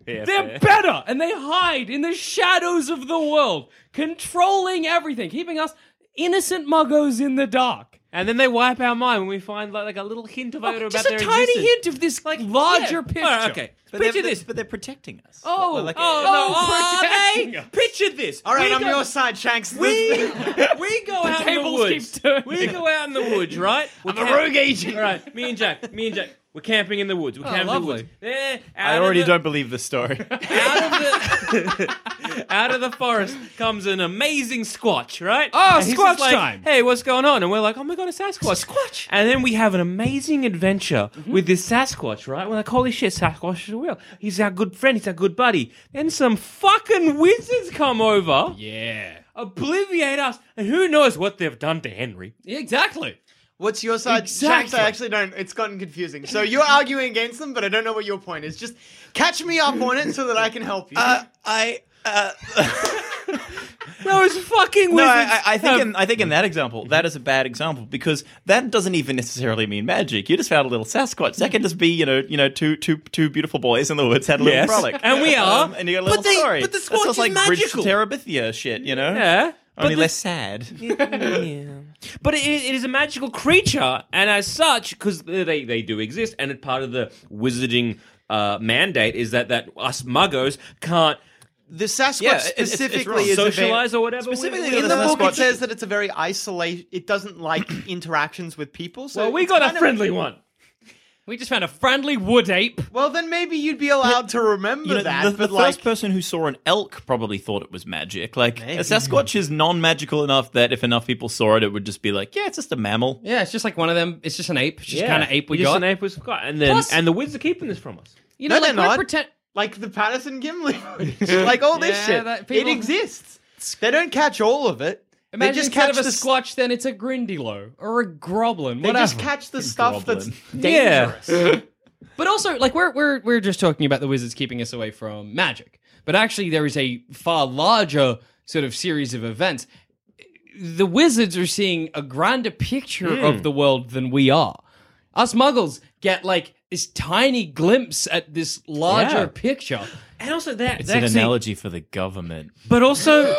[SPEAKER 2] They're better, and they hide in the shadows of the world, controlling everything, keeping us innocent muggos in the dark.
[SPEAKER 3] and then they wipe our mind when we find like, like a little hint of
[SPEAKER 2] Oh,
[SPEAKER 3] it about
[SPEAKER 2] just a
[SPEAKER 3] their
[SPEAKER 2] tiny
[SPEAKER 3] existence.
[SPEAKER 2] hint of this like larger
[SPEAKER 3] Yeah.
[SPEAKER 2] picture.
[SPEAKER 3] Alright, okay.
[SPEAKER 5] But
[SPEAKER 3] Picture
[SPEAKER 5] they're,
[SPEAKER 3] this.
[SPEAKER 5] but they're protecting us.
[SPEAKER 2] Oh,
[SPEAKER 5] Like-
[SPEAKER 2] oh,
[SPEAKER 3] Oh,
[SPEAKER 2] are
[SPEAKER 3] no,
[SPEAKER 2] they?
[SPEAKER 3] are they? Picture this.
[SPEAKER 4] All right,
[SPEAKER 3] We
[SPEAKER 4] on
[SPEAKER 3] go-
[SPEAKER 4] your
[SPEAKER 2] (laughs)
[SPEAKER 4] side, Shanks.
[SPEAKER 3] We we go out in the
[SPEAKER 2] tables
[SPEAKER 3] woods.
[SPEAKER 2] keep turning.
[SPEAKER 3] We go out in the
[SPEAKER 2] (laughs)
[SPEAKER 3] woods, right? We're
[SPEAKER 4] I'm a rogue agent.
[SPEAKER 3] All right, me and Jack, me and Jack, we're camping in the woods.
[SPEAKER 5] Oh,
[SPEAKER 3] We're camping
[SPEAKER 2] lovely.
[SPEAKER 3] in the woods. Yeah,
[SPEAKER 5] I
[SPEAKER 3] out of
[SPEAKER 5] already
[SPEAKER 3] the-
[SPEAKER 5] don't believe the
[SPEAKER 4] (laughs)
[SPEAKER 5] story.
[SPEAKER 3] Out of the (laughs) out of the forest comes an amazing squatch, right?
[SPEAKER 2] Oh,
[SPEAKER 3] And he's just
[SPEAKER 2] Squatch
[SPEAKER 3] like,
[SPEAKER 2] time.
[SPEAKER 3] Hey, what's going on? And we're like, oh my god, a Sasquatch! Squatch! And then we have an amazing adventure
[SPEAKER 5] Mm-hmm.
[SPEAKER 3] with this Sasquatch, right? We're like, holy shit, Sasquatch is real. He's our good friend. He's our good buddy. Then some fucking wizards come over
[SPEAKER 2] Yeah.
[SPEAKER 3] obliviate us, and who knows what they've done to Henry.
[SPEAKER 2] Exactly.
[SPEAKER 4] What's your side, Shanks? I
[SPEAKER 2] Exactly.
[SPEAKER 4] actually don't. It's gotten confusing. So you're arguing against them, but I don't know what your point is. Just catch me up on it so that I can help you.
[SPEAKER 5] I
[SPEAKER 3] Those fucking
[SPEAKER 5] no,
[SPEAKER 3] wizards.
[SPEAKER 5] I, I- I think in, I think in that example, that is a bad example because that doesn't even necessarily mean magic. You just found a little Sasquatch. That can just be you know you know two two two beautiful boys in the woods had a little
[SPEAKER 3] Yes.
[SPEAKER 5] frolic, Um, (laughs)
[SPEAKER 3] And we are.
[SPEAKER 5] and you got a
[SPEAKER 3] But
[SPEAKER 5] little
[SPEAKER 3] they-
[SPEAKER 5] story.
[SPEAKER 3] but the
[SPEAKER 5] That's
[SPEAKER 3] Squatch
[SPEAKER 5] just
[SPEAKER 3] is
[SPEAKER 5] like Bridge to
[SPEAKER 3] magical.
[SPEAKER 5] Terabithia shit, you know.
[SPEAKER 3] Yeah, but
[SPEAKER 5] Only
[SPEAKER 3] the-
[SPEAKER 5] less
[SPEAKER 3] (laughs)
[SPEAKER 5] sad.
[SPEAKER 3] but it, it is a magical creature, and as such, because they, they do exist, and part of the wizarding uh, mandate is that that us muggos can't
[SPEAKER 4] the Sasquatch
[SPEAKER 5] yeah, it's- it's- it's
[SPEAKER 4] specifically
[SPEAKER 5] wrong.
[SPEAKER 4] is a very-
[SPEAKER 3] socialize or whatever. we-
[SPEAKER 5] Specifically,
[SPEAKER 3] we-
[SPEAKER 4] in the book, it
[SPEAKER 5] Sasquatch-
[SPEAKER 4] says that it's a very isolate. It doesn't like (clears throat) interactions with people. So
[SPEAKER 3] well, we
[SPEAKER 4] it's
[SPEAKER 3] got
[SPEAKER 4] kind
[SPEAKER 3] a
[SPEAKER 4] of-
[SPEAKER 3] friendly one.
[SPEAKER 2] We just found a friendly wood ape.
[SPEAKER 4] well, then maybe you'd be allowed to remember
[SPEAKER 5] You know,
[SPEAKER 4] that.
[SPEAKER 5] the the
[SPEAKER 4] but like,
[SPEAKER 5] first person who saw an elk probably thought it was magic. Like a Sasquatch is non-magical enough that if enough people saw it, it would just be like, yeah, it's just a mammal.
[SPEAKER 2] Yeah, it's just like one of them. It's just an ape. It's just kind of ape we
[SPEAKER 3] just
[SPEAKER 2] got.
[SPEAKER 3] an ape we got, and then
[SPEAKER 2] Plus-
[SPEAKER 3] and the wizards are keeping this from us.
[SPEAKER 2] You
[SPEAKER 4] No,
[SPEAKER 2] know,
[SPEAKER 4] they're
[SPEAKER 2] like
[SPEAKER 4] not.
[SPEAKER 2] we're pretend.
[SPEAKER 4] like the Patterson Gimli, (laughs) like all this
[SPEAKER 2] Yeah,
[SPEAKER 4] shit.
[SPEAKER 2] that people-
[SPEAKER 4] It exists. They don't catch all of it.
[SPEAKER 2] Imagine
[SPEAKER 4] they just
[SPEAKER 2] instead
[SPEAKER 4] catch
[SPEAKER 2] of a
[SPEAKER 4] the s-
[SPEAKER 2] squatch, then it's a grindilo or a groblin.
[SPEAKER 4] They
[SPEAKER 2] whatever.
[SPEAKER 4] just catch the stuff that's
[SPEAKER 5] Groblin.
[SPEAKER 4] dangerous.
[SPEAKER 2] But also, like we're we're we're just talking about the wizards keeping us away from magic. But actually, there is a far larger sort of series of events. The wizards are seeing a grander picture of the world than we are. Us muggles get like this tiny glimpse at this larger
[SPEAKER 3] Yeah.
[SPEAKER 2] picture.
[SPEAKER 3] And also that
[SPEAKER 5] It's
[SPEAKER 3] that
[SPEAKER 5] an
[SPEAKER 3] scene-
[SPEAKER 5] analogy for the government.
[SPEAKER 3] But also,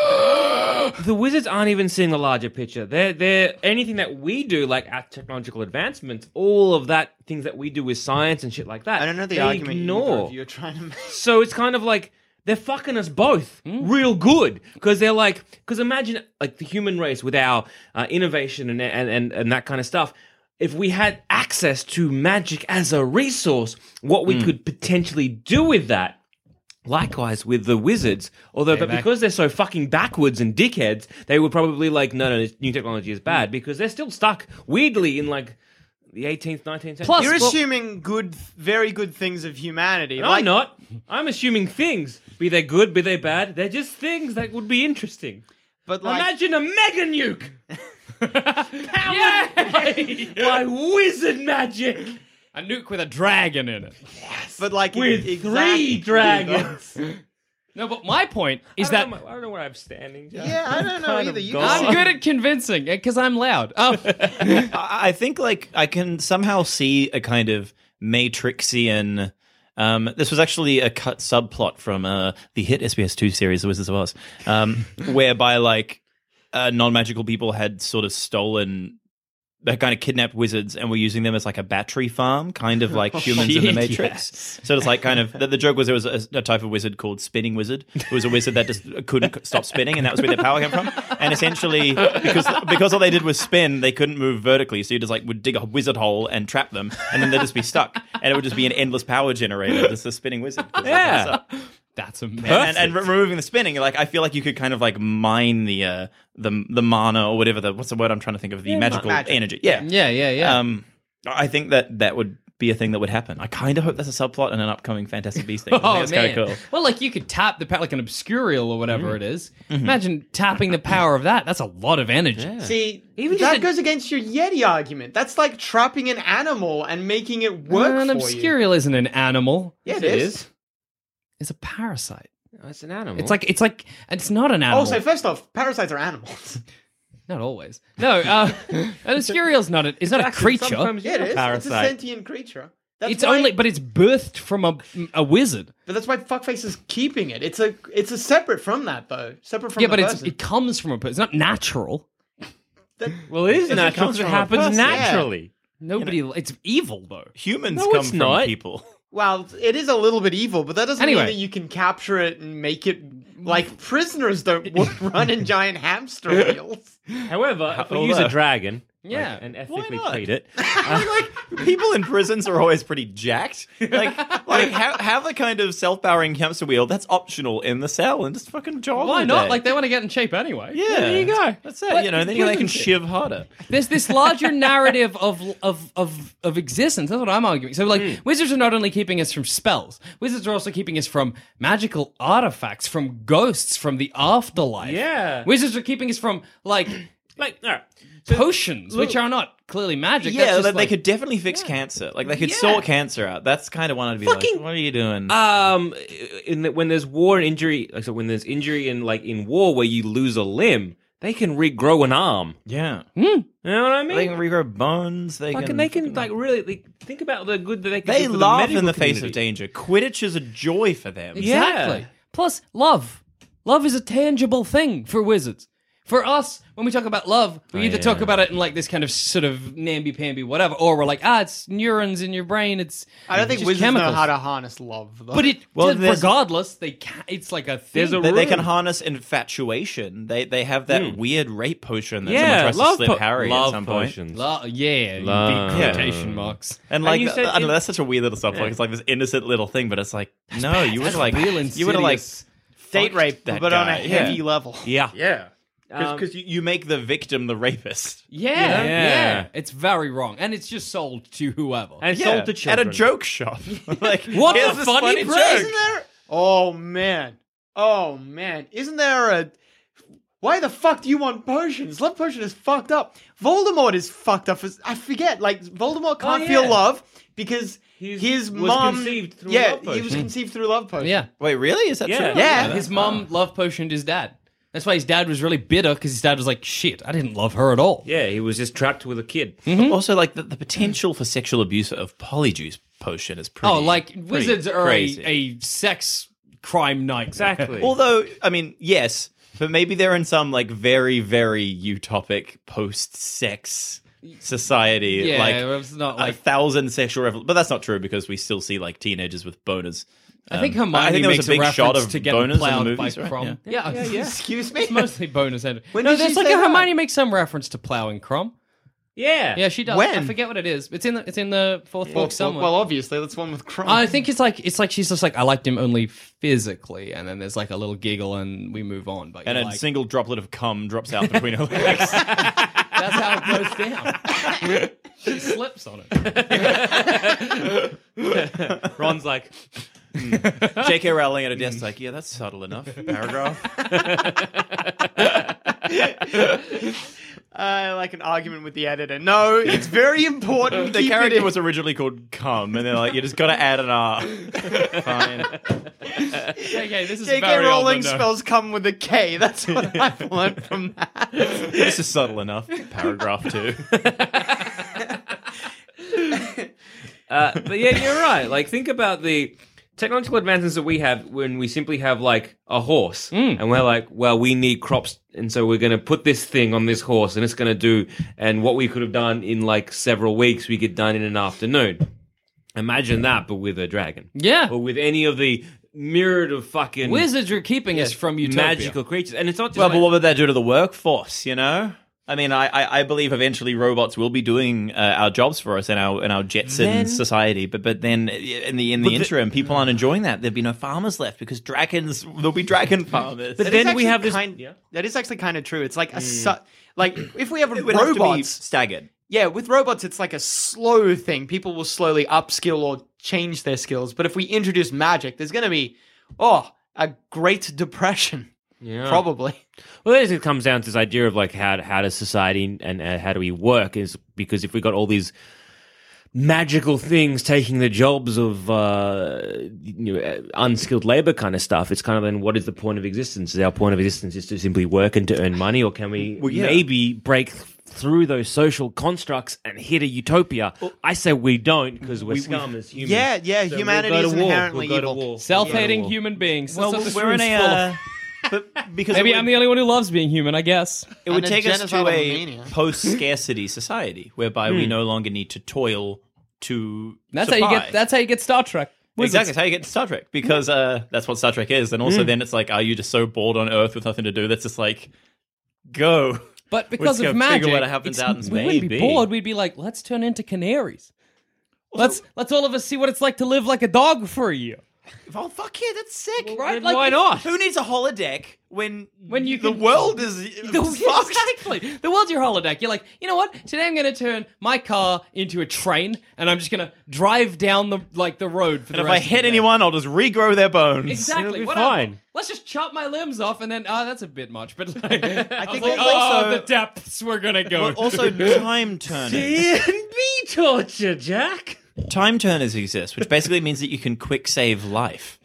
[SPEAKER 3] the wizards aren't even seeing the larger picture. They're they're anything that we do, like our technological advancements, all of that things that we do with science and shit like that.
[SPEAKER 4] I don't know the
[SPEAKER 3] they
[SPEAKER 4] argument either
[SPEAKER 3] Ignore.
[SPEAKER 4] of you're trying to make.
[SPEAKER 3] So it's kind of like they're fucking us both real good because they're like because imagine like the human race with our uh, innovation and, and and and that kind of stuff. If we had access to magic as a resource, what we could potentially do with that Likewise with the wizards, although but because they're so fucking backwards and dickheads, they were probably like, no, no, this new technology is bad because they're still stuck weirdly in like the 18th, 19th century.
[SPEAKER 2] Plus-
[SPEAKER 4] You're
[SPEAKER 2] Well-
[SPEAKER 4] assuming good, very good things of humanity.
[SPEAKER 3] No,
[SPEAKER 4] like,
[SPEAKER 3] I'm not. I'm assuming things, be they good, be they bad, they're just things that would be interesting.
[SPEAKER 4] But like,
[SPEAKER 3] Imagine a mega
[SPEAKER 4] (laughs)
[SPEAKER 3] nuke. Powered by, by wizard magic
[SPEAKER 2] A nuke with a dragon in it.
[SPEAKER 4] but like
[SPEAKER 3] with
[SPEAKER 4] exactly-
[SPEAKER 3] three dragons.
[SPEAKER 2] No, but my point is
[SPEAKER 3] I
[SPEAKER 2] that
[SPEAKER 3] don't know- I don't know where I'm standing. Jack.
[SPEAKER 4] (laughs) Yeah, I don't know
[SPEAKER 3] Kind of
[SPEAKER 4] either. You
[SPEAKER 3] gone.
[SPEAKER 4] guys-
[SPEAKER 2] I'm good at convincing because I'm loud. Oh, (laughs)
[SPEAKER 5] I I think like I can somehow see a kind of Matrixian. Um, this was actually a cut subplot from uh, the hit SBS Two series, The Wizards of Oz, um, (laughs) whereby like uh, non-magical people had sort of stolen. They kind of kidnapped wizards and were using them as like a battery farm, kind of like humans in the
[SPEAKER 2] shit,
[SPEAKER 5] Matrix. So it's like kind of the, the joke was there was a, a type of wizard called spinning wizard. It was a wizard that just couldn't stop spinning, and that was where their power came from. And essentially, because because all they did was spin, they couldn't move vertically. So you just like would dig a wizard hole and trap them, and then they'd just be stuck, and it would just be an endless power generator. Just a spinning wizard.
[SPEAKER 3] Yeah.
[SPEAKER 2] that's amazing.
[SPEAKER 5] And, and re- removing the spinning, like I feel like you could kind of like mine the uh, the the mana or whatever the what's the word I'm trying to think of the magical
[SPEAKER 4] magic.
[SPEAKER 5] energy. Yeah,
[SPEAKER 2] Yeah, yeah, yeah.
[SPEAKER 5] um, I think that that would be a thing that would happen. I kind of hope that's a subplot in an upcoming Fantastic Beasts thing.
[SPEAKER 2] (laughs)
[SPEAKER 5] I think that's kind of cool.
[SPEAKER 2] Oh,
[SPEAKER 5] Mm-hmm.
[SPEAKER 2] Well, like you could tap the power, like an obscurial or whatever it is. Imagine tapping the power of that. That's a lot of energy.
[SPEAKER 4] (laughs) See,
[SPEAKER 3] Even
[SPEAKER 4] that
[SPEAKER 3] just a-
[SPEAKER 4] goes against your Yeti argument. That's like trapping an animal and making it work
[SPEAKER 2] an
[SPEAKER 4] for you.
[SPEAKER 2] obscurial isn't an animal.
[SPEAKER 4] Yeah, it
[SPEAKER 3] It
[SPEAKER 4] is.
[SPEAKER 3] is.
[SPEAKER 2] It's a parasite.
[SPEAKER 3] It's an
[SPEAKER 5] Mm-hmm.
[SPEAKER 3] animal.
[SPEAKER 2] It's like it's like it's not an animal.
[SPEAKER 4] Also, first off, parasites are animals. (laughs)
[SPEAKER 2] not always. No, uh, an obscurial's not a, it's not a creature.
[SPEAKER 3] Sometimes
[SPEAKER 4] Yeah, it is. It's a
[SPEAKER 5] Parasite.
[SPEAKER 4] sentient creature. That's
[SPEAKER 2] It's
[SPEAKER 4] why-
[SPEAKER 2] only, but it's birthed from a a wizard.
[SPEAKER 4] but that's why fuckface is keeping it. It's a it's a separate from that though. Separate from
[SPEAKER 2] yeah,
[SPEAKER 4] the
[SPEAKER 2] but it's,
[SPEAKER 4] person.
[SPEAKER 2] it comes from a person. It's not natural.
[SPEAKER 4] That-
[SPEAKER 3] Well, it is
[SPEAKER 5] It
[SPEAKER 3] natural.
[SPEAKER 5] comes
[SPEAKER 3] It
[SPEAKER 5] from a
[SPEAKER 3] happens
[SPEAKER 5] person.
[SPEAKER 3] naturally.
[SPEAKER 2] Nobody. It's evil though.
[SPEAKER 5] Humans
[SPEAKER 3] No,
[SPEAKER 5] come
[SPEAKER 3] it's
[SPEAKER 5] from (laughs)
[SPEAKER 3] not.
[SPEAKER 5] people.
[SPEAKER 4] well, it is a little bit evil, but that doesn't
[SPEAKER 2] Anyway.
[SPEAKER 4] mean that you can capture it and make it like
[SPEAKER 2] (laughs)
[SPEAKER 4] prisoners don't wa- run in giant hamster wheels.
[SPEAKER 3] However, if we
[SPEAKER 5] Although-
[SPEAKER 3] use a dragon,
[SPEAKER 2] Yeah.
[SPEAKER 3] like, and
[SPEAKER 5] Why
[SPEAKER 3] ethically
[SPEAKER 5] not?
[SPEAKER 3] treat it,
[SPEAKER 5] like people in prisons are always pretty jacked.
[SPEAKER 2] (laughs)
[SPEAKER 5] Like, like ha- have a kind of self-powering hamster wheel that's optional in the cell and just fucking jog.
[SPEAKER 2] Why
[SPEAKER 5] all
[SPEAKER 2] not?
[SPEAKER 5] day.
[SPEAKER 2] Like they want to get in shape anyway.
[SPEAKER 5] yeah,
[SPEAKER 2] there you go.
[SPEAKER 5] That's it.
[SPEAKER 2] What?
[SPEAKER 5] you know, then you, they can shiv
[SPEAKER 2] (laughs)
[SPEAKER 5] harder.
[SPEAKER 2] There's this larger narrative of of of of existence. That's what I'm arguing. So like
[SPEAKER 4] Hmm.
[SPEAKER 2] wizards are not only keeping us from spells, wizards are also keeping us from magical artifacts, from ghosts, from the afterlife.
[SPEAKER 3] Yeah.
[SPEAKER 2] Wizards are keeping us from
[SPEAKER 4] (clears throat)
[SPEAKER 2] like
[SPEAKER 3] like, all right.
[SPEAKER 2] potions, which are not clearly magic. That's
[SPEAKER 5] Yeah,
[SPEAKER 2] just,
[SPEAKER 5] like,
[SPEAKER 2] like-
[SPEAKER 5] they could definitely fix cancer. Like they could sort cancer out. That's kind of one I'd be
[SPEAKER 3] Fucking-
[SPEAKER 5] like, what are you doing?
[SPEAKER 2] uh,
[SPEAKER 3] Um, in the, when there's war and injury, like so, when there's injury and like in war where you lose a limb, they can regrow an arm.
[SPEAKER 5] yeah,
[SPEAKER 2] Hmm?
[SPEAKER 3] You know what I
[SPEAKER 5] they
[SPEAKER 3] mean?
[SPEAKER 5] can regrow bones. They
[SPEAKER 3] Like,
[SPEAKER 5] can.
[SPEAKER 3] and they can like really like, think about the good that they can.
[SPEAKER 5] They
[SPEAKER 3] do for
[SPEAKER 5] laugh
[SPEAKER 3] the
[SPEAKER 5] in the
[SPEAKER 3] medical
[SPEAKER 5] face of danger.
[SPEAKER 3] community.
[SPEAKER 5] Quidditch is a joy for them.
[SPEAKER 2] Exactly.
[SPEAKER 3] Yeah.
[SPEAKER 2] Plus, love. Love is a tangible thing for wizards. For us, when we talk about love,
[SPEAKER 4] Oh,
[SPEAKER 2] we either talk about it in like this kind of sort of namby-pamby whatever, or we're like, ah, it's neurons in your brain. It's
[SPEAKER 4] I don't think
[SPEAKER 2] just
[SPEAKER 4] wizards
[SPEAKER 2] chemicals.
[SPEAKER 4] know how to harness love. Though.
[SPEAKER 2] But it,
[SPEAKER 5] Well,
[SPEAKER 2] well,
[SPEAKER 5] there's-
[SPEAKER 2] regardless, they ca it's like a thing.
[SPEAKER 3] There's a
[SPEAKER 5] They, they
[SPEAKER 3] Really?
[SPEAKER 5] can harness infatuation. They they have that weird rape potion that someone
[SPEAKER 3] Yeah,
[SPEAKER 5] tries to
[SPEAKER 3] love
[SPEAKER 5] slip
[SPEAKER 3] po-
[SPEAKER 5] Harry at
[SPEAKER 3] love
[SPEAKER 5] some point.
[SPEAKER 3] potions.
[SPEAKER 2] La- yeah,
[SPEAKER 3] La-
[SPEAKER 2] big quotation marks.
[SPEAKER 5] And like,
[SPEAKER 3] you
[SPEAKER 5] I
[SPEAKER 3] said
[SPEAKER 5] don't know,
[SPEAKER 3] in-
[SPEAKER 5] that's such a weird little stuff. Like, it's like this innocent little thing, but it's like, no, you would
[SPEAKER 2] That's
[SPEAKER 5] like,
[SPEAKER 2] real
[SPEAKER 5] you would have like
[SPEAKER 2] insidious.
[SPEAKER 4] date
[SPEAKER 5] fucked
[SPEAKER 4] rape,
[SPEAKER 5] that
[SPEAKER 4] but on a
[SPEAKER 5] guy. Yeah.
[SPEAKER 4] heavy level.
[SPEAKER 3] Yeah, yeah.
[SPEAKER 5] because you, you make the victim the rapist.
[SPEAKER 2] Yeah,
[SPEAKER 3] Yeah.
[SPEAKER 2] yeah, It's very wrong, and it's just sold to whoever.
[SPEAKER 5] (laughs)
[SPEAKER 3] And
[SPEAKER 5] Yeah,
[SPEAKER 3] sold to children
[SPEAKER 5] at a joke shop. (laughs) like,
[SPEAKER 2] What
[SPEAKER 5] here's
[SPEAKER 2] a
[SPEAKER 5] this funny
[SPEAKER 2] funny phrase.
[SPEAKER 5] joke.
[SPEAKER 4] Isn't there? Oh man. Oh man. Isn't there a? Why the fuck do you want potions? Love potion is fucked up. Voldemort is fucked up. As, I forget. Like Voldemort can't feel
[SPEAKER 3] yeah.
[SPEAKER 4] love because
[SPEAKER 3] He's-
[SPEAKER 4] his
[SPEAKER 3] was
[SPEAKER 4] mom.
[SPEAKER 3] conceived through
[SPEAKER 4] yeah,
[SPEAKER 3] love
[SPEAKER 4] he was
[SPEAKER 3] potion.
[SPEAKER 4] conceived through love potion.
[SPEAKER 2] yeah,
[SPEAKER 5] Wait, really? Is that
[SPEAKER 3] Yeah.
[SPEAKER 5] true?
[SPEAKER 4] Yeah.
[SPEAKER 2] his
[SPEAKER 5] Uh-huh.
[SPEAKER 2] mom love potioned his dad. That's why his dad was really bitter because his dad was like, "Shit, I didn't love her at all."
[SPEAKER 3] Yeah, he was just trapped with
[SPEAKER 5] (laughs)
[SPEAKER 3] a kid.
[SPEAKER 5] But also, like the, the potential for sexual abuse of polyjuice potion is pretty.
[SPEAKER 2] oh, like
[SPEAKER 5] pretty
[SPEAKER 2] wizards are a,
[SPEAKER 5] crazy.
[SPEAKER 2] a sex crime night.
[SPEAKER 3] Exactly.
[SPEAKER 5] Although, I mean, yes, but maybe they're in some like very, very utopic post-sex society.
[SPEAKER 2] Yeah,
[SPEAKER 5] like,
[SPEAKER 2] it's not
[SPEAKER 5] a
[SPEAKER 2] like.
[SPEAKER 5] thousand sexual revel- but that's not true because we still see like teenagers with boners.
[SPEAKER 2] I think
[SPEAKER 5] Um,
[SPEAKER 2] Hermione
[SPEAKER 5] I think there was
[SPEAKER 2] makes
[SPEAKER 5] a big
[SPEAKER 2] reference
[SPEAKER 5] shot of
[SPEAKER 2] to get
[SPEAKER 5] boners in the
[SPEAKER 2] plowed
[SPEAKER 5] movies,
[SPEAKER 2] by
[SPEAKER 5] right?
[SPEAKER 2] Crom. Yeah, (laughs)
[SPEAKER 4] (laughs) Excuse me.
[SPEAKER 2] it's mostly bonus. Henry.
[SPEAKER 4] When
[SPEAKER 2] no,
[SPEAKER 4] did
[SPEAKER 2] there's
[SPEAKER 4] she
[SPEAKER 2] like
[SPEAKER 4] say
[SPEAKER 2] a
[SPEAKER 4] that?
[SPEAKER 2] Hermione makes some reference to plowing Crom.
[SPEAKER 3] Yeah.
[SPEAKER 2] Yeah, she does.
[SPEAKER 4] When?
[SPEAKER 2] I forget what it is. It's in the it's in the fourth
[SPEAKER 4] Well,
[SPEAKER 2] book somewhere.
[SPEAKER 4] well, obviously, that's one with crime.
[SPEAKER 2] I think it's like it's like she's just like I liked him only physically, and then there's like a little giggle, and we move on. But
[SPEAKER 5] And
[SPEAKER 2] you're
[SPEAKER 5] a
[SPEAKER 2] like,
[SPEAKER 5] single droplet of cum drops out between her legs.
[SPEAKER 2] (laughs) that's how it goes down. she slips on it.
[SPEAKER 3] Ron's like,
[SPEAKER 5] J.K. "Hmm, Rowling at a desk, like, yeah, that's subtle enough. Paragraph.
[SPEAKER 4] uh, like an argument with the editor. No,
[SPEAKER 2] (laughs)
[SPEAKER 4] it's very important.
[SPEAKER 5] The
[SPEAKER 4] Keep it
[SPEAKER 5] character
[SPEAKER 4] in.
[SPEAKER 5] was originally called cum, and they're like, you just got to add an
[SPEAKER 2] (laughs)
[SPEAKER 5] R. Fine.
[SPEAKER 2] Okay, this is
[SPEAKER 4] J.K.
[SPEAKER 2] very
[SPEAKER 4] Rowling
[SPEAKER 2] old, I know.
[SPEAKER 4] spells come with
[SPEAKER 5] (laughs)
[SPEAKER 4] a K. That's what I've learned from that.
[SPEAKER 5] This is subtle enough. Paragraph two.
[SPEAKER 3] uh, but yeah, you're right. Like, think about the technological advances that we have when we simply have like a horse, and we're like, well, we need crops, and so we're going to put this thing on this horse, and it's going to do. And what we could have done in like several weeks, we get done in an afternoon. Imagine that, but with a dragon.
[SPEAKER 2] Yeah.
[SPEAKER 3] or with any of the myriad of fucking
[SPEAKER 2] Wizards are keeping us from utopia.
[SPEAKER 3] magical creatures, and it's not just
[SPEAKER 5] Well,
[SPEAKER 3] like-
[SPEAKER 5] but what would that do to the workforce? You know, I mean, I, I, I believe eventually robots will be doing uh, our jobs for us in our in our Jetson
[SPEAKER 3] Then-
[SPEAKER 5] society. But but then in the in the
[SPEAKER 3] But the-
[SPEAKER 5] interim, people aren't enjoying that. There'll be no farmers left because dragons. There'll be dragon farmers.
[SPEAKER 3] But
[SPEAKER 4] That is
[SPEAKER 3] then we
[SPEAKER 4] actually
[SPEAKER 3] have this-
[SPEAKER 4] Kind,
[SPEAKER 3] Yeah.
[SPEAKER 4] That is actually kind of true. It's like a su- like if we have
[SPEAKER 5] It would have to be
[SPEAKER 4] robots.
[SPEAKER 5] staggered.
[SPEAKER 4] Yeah, with robots, it's like a slow thing. People will slowly upskill or change their skills. But if we introduce magic, there's going to be oh a Great Depression,
[SPEAKER 3] Yeah.
[SPEAKER 4] probably.
[SPEAKER 3] Well, it comes down to this idea of like how how does society and uh, how do we work is because if we got all these magical things taking the jobs of uh, you know, uh, unskilled labor kind of stuff, it's kind of then what is the point of existence? Is our point of existence is to simply work and to earn money, or can we maybe break? Through those social constructs and hit a utopia. I say we don't because we're scum as humans.
[SPEAKER 4] yeah, yeah,
[SPEAKER 3] we'll
[SPEAKER 4] humanity
[SPEAKER 3] go to
[SPEAKER 4] is
[SPEAKER 3] war.
[SPEAKER 4] inherently
[SPEAKER 3] we'll go to
[SPEAKER 4] evil.
[SPEAKER 3] war. We'll
[SPEAKER 2] Self-hating
[SPEAKER 3] go to war.
[SPEAKER 2] human beings. That's
[SPEAKER 5] Well,
[SPEAKER 2] what this
[SPEAKER 5] we're in
[SPEAKER 2] room's
[SPEAKER 5] a.
[SPEAKER 2] full of.
[SPEAKER 5] Uh, but because
[SPEAKER 2] Maybe
[SPEAKER 5] it would,
[SPEAKER 2] I'm the only one who loves being human. I guess.
[SPEAKER 5] it would
[SPEAKER 4] And a
[SPEAKER 5] take us to
[SPEAKER 4] genocidal
[SPEAKER 5] a
[SPEAKER 4] mania.
[SPEAKER 5] post-scarcity (laughs) society whereby we no longer need to toil to.
[SPEAKER 2] Hmm. That's how you
[SPEAKER 5] survive.
[SPEAKER 2] get. That's how you get Star Trek. Wizards.
[SPEAKER 5] Exactly. That's how you get to Star Trek because uh, that's what Star Trek is. And
[SPEAKER 2] Hmm.
[SPEAKER 5] also, then it's like, are you just so bored on Earth with nothing to do? That's just like, go.
[SPEAKER 2] But
[SPEAKER 5] Let's
[SPEAKER 2] because of
[SPEAKER 5] go
[SPEAKER 2] magic,
[SPEAKER 5] figure what happens
[SPEAKER 2] it's-
[SPEAKER 5] out in
[SPEAKER 2] we wouldn't be
[SPEAKER 5] Maybe.
[SPEAKER 2] bored. We'd be like, let's turn into canaries. Let's let's all of us see what it's like to live like a dog for
[SPEAKER 5] (laughs)
[SPEAKER 2] a year.
[SPEAKER 5] Oh fuck yeah, that's sick.
[SPEAKER 2] Right?
[SPEAKER 3] Then why not?
[SPEAKER 5] Who needs a holodeck when
[SPEAKER 2] When you
[SPEAKER 5] the
[SPEAKER 2] can-
[SPEAKER 5] world
[SPEAKER 4] (laughs)
[SPEAKER 5] is
[SPEAKER 2] (laughs) The,
[SPEAKER 5] fucked?
[SPEAKER 2] exactly. The world's your holodeck. You're like, you know what? Today I'm going to turn my car into a train, and I'm just going to drive down the like the road for the
[SPEAKER 5] And if
[SPEAKER 2] rest
[SPEAKER 5] I
[SPEAKER 2] of the
[SPEAKER 5] hit
[SPEAKER 2] day.
[SPEAKER 5] anyone, I'll just regrow their bones.
[SPEAKER 2] exactly.
[SPEAKER 3] it'll be
[SPEAKER 2] whatever.
[SPEAKER 3] fine.
[SPEAKER 2] Let's just chop my limbs off, and then oh, that's a bit much. But
[SPEAKER 5] (laughs)
[SPEAKER 2] like, I
[SPEAKER 4] think
[SPEAKER 2] was like,
[SPEAKER 4] that's
[SPEAKER 2] oh,
[SPEAKER 5] also-
[SPEAKER 2] the depths we're gonna go.
[SPEAKER 5] Well, (laughs)
[SPEAKER 2] (laughs)
[SPEAKER 5] also, time turners.
[SPEAKER 3] be torture, Jack.
[SPEAKER 5] Time turners exist, which basically means that you can quick save life.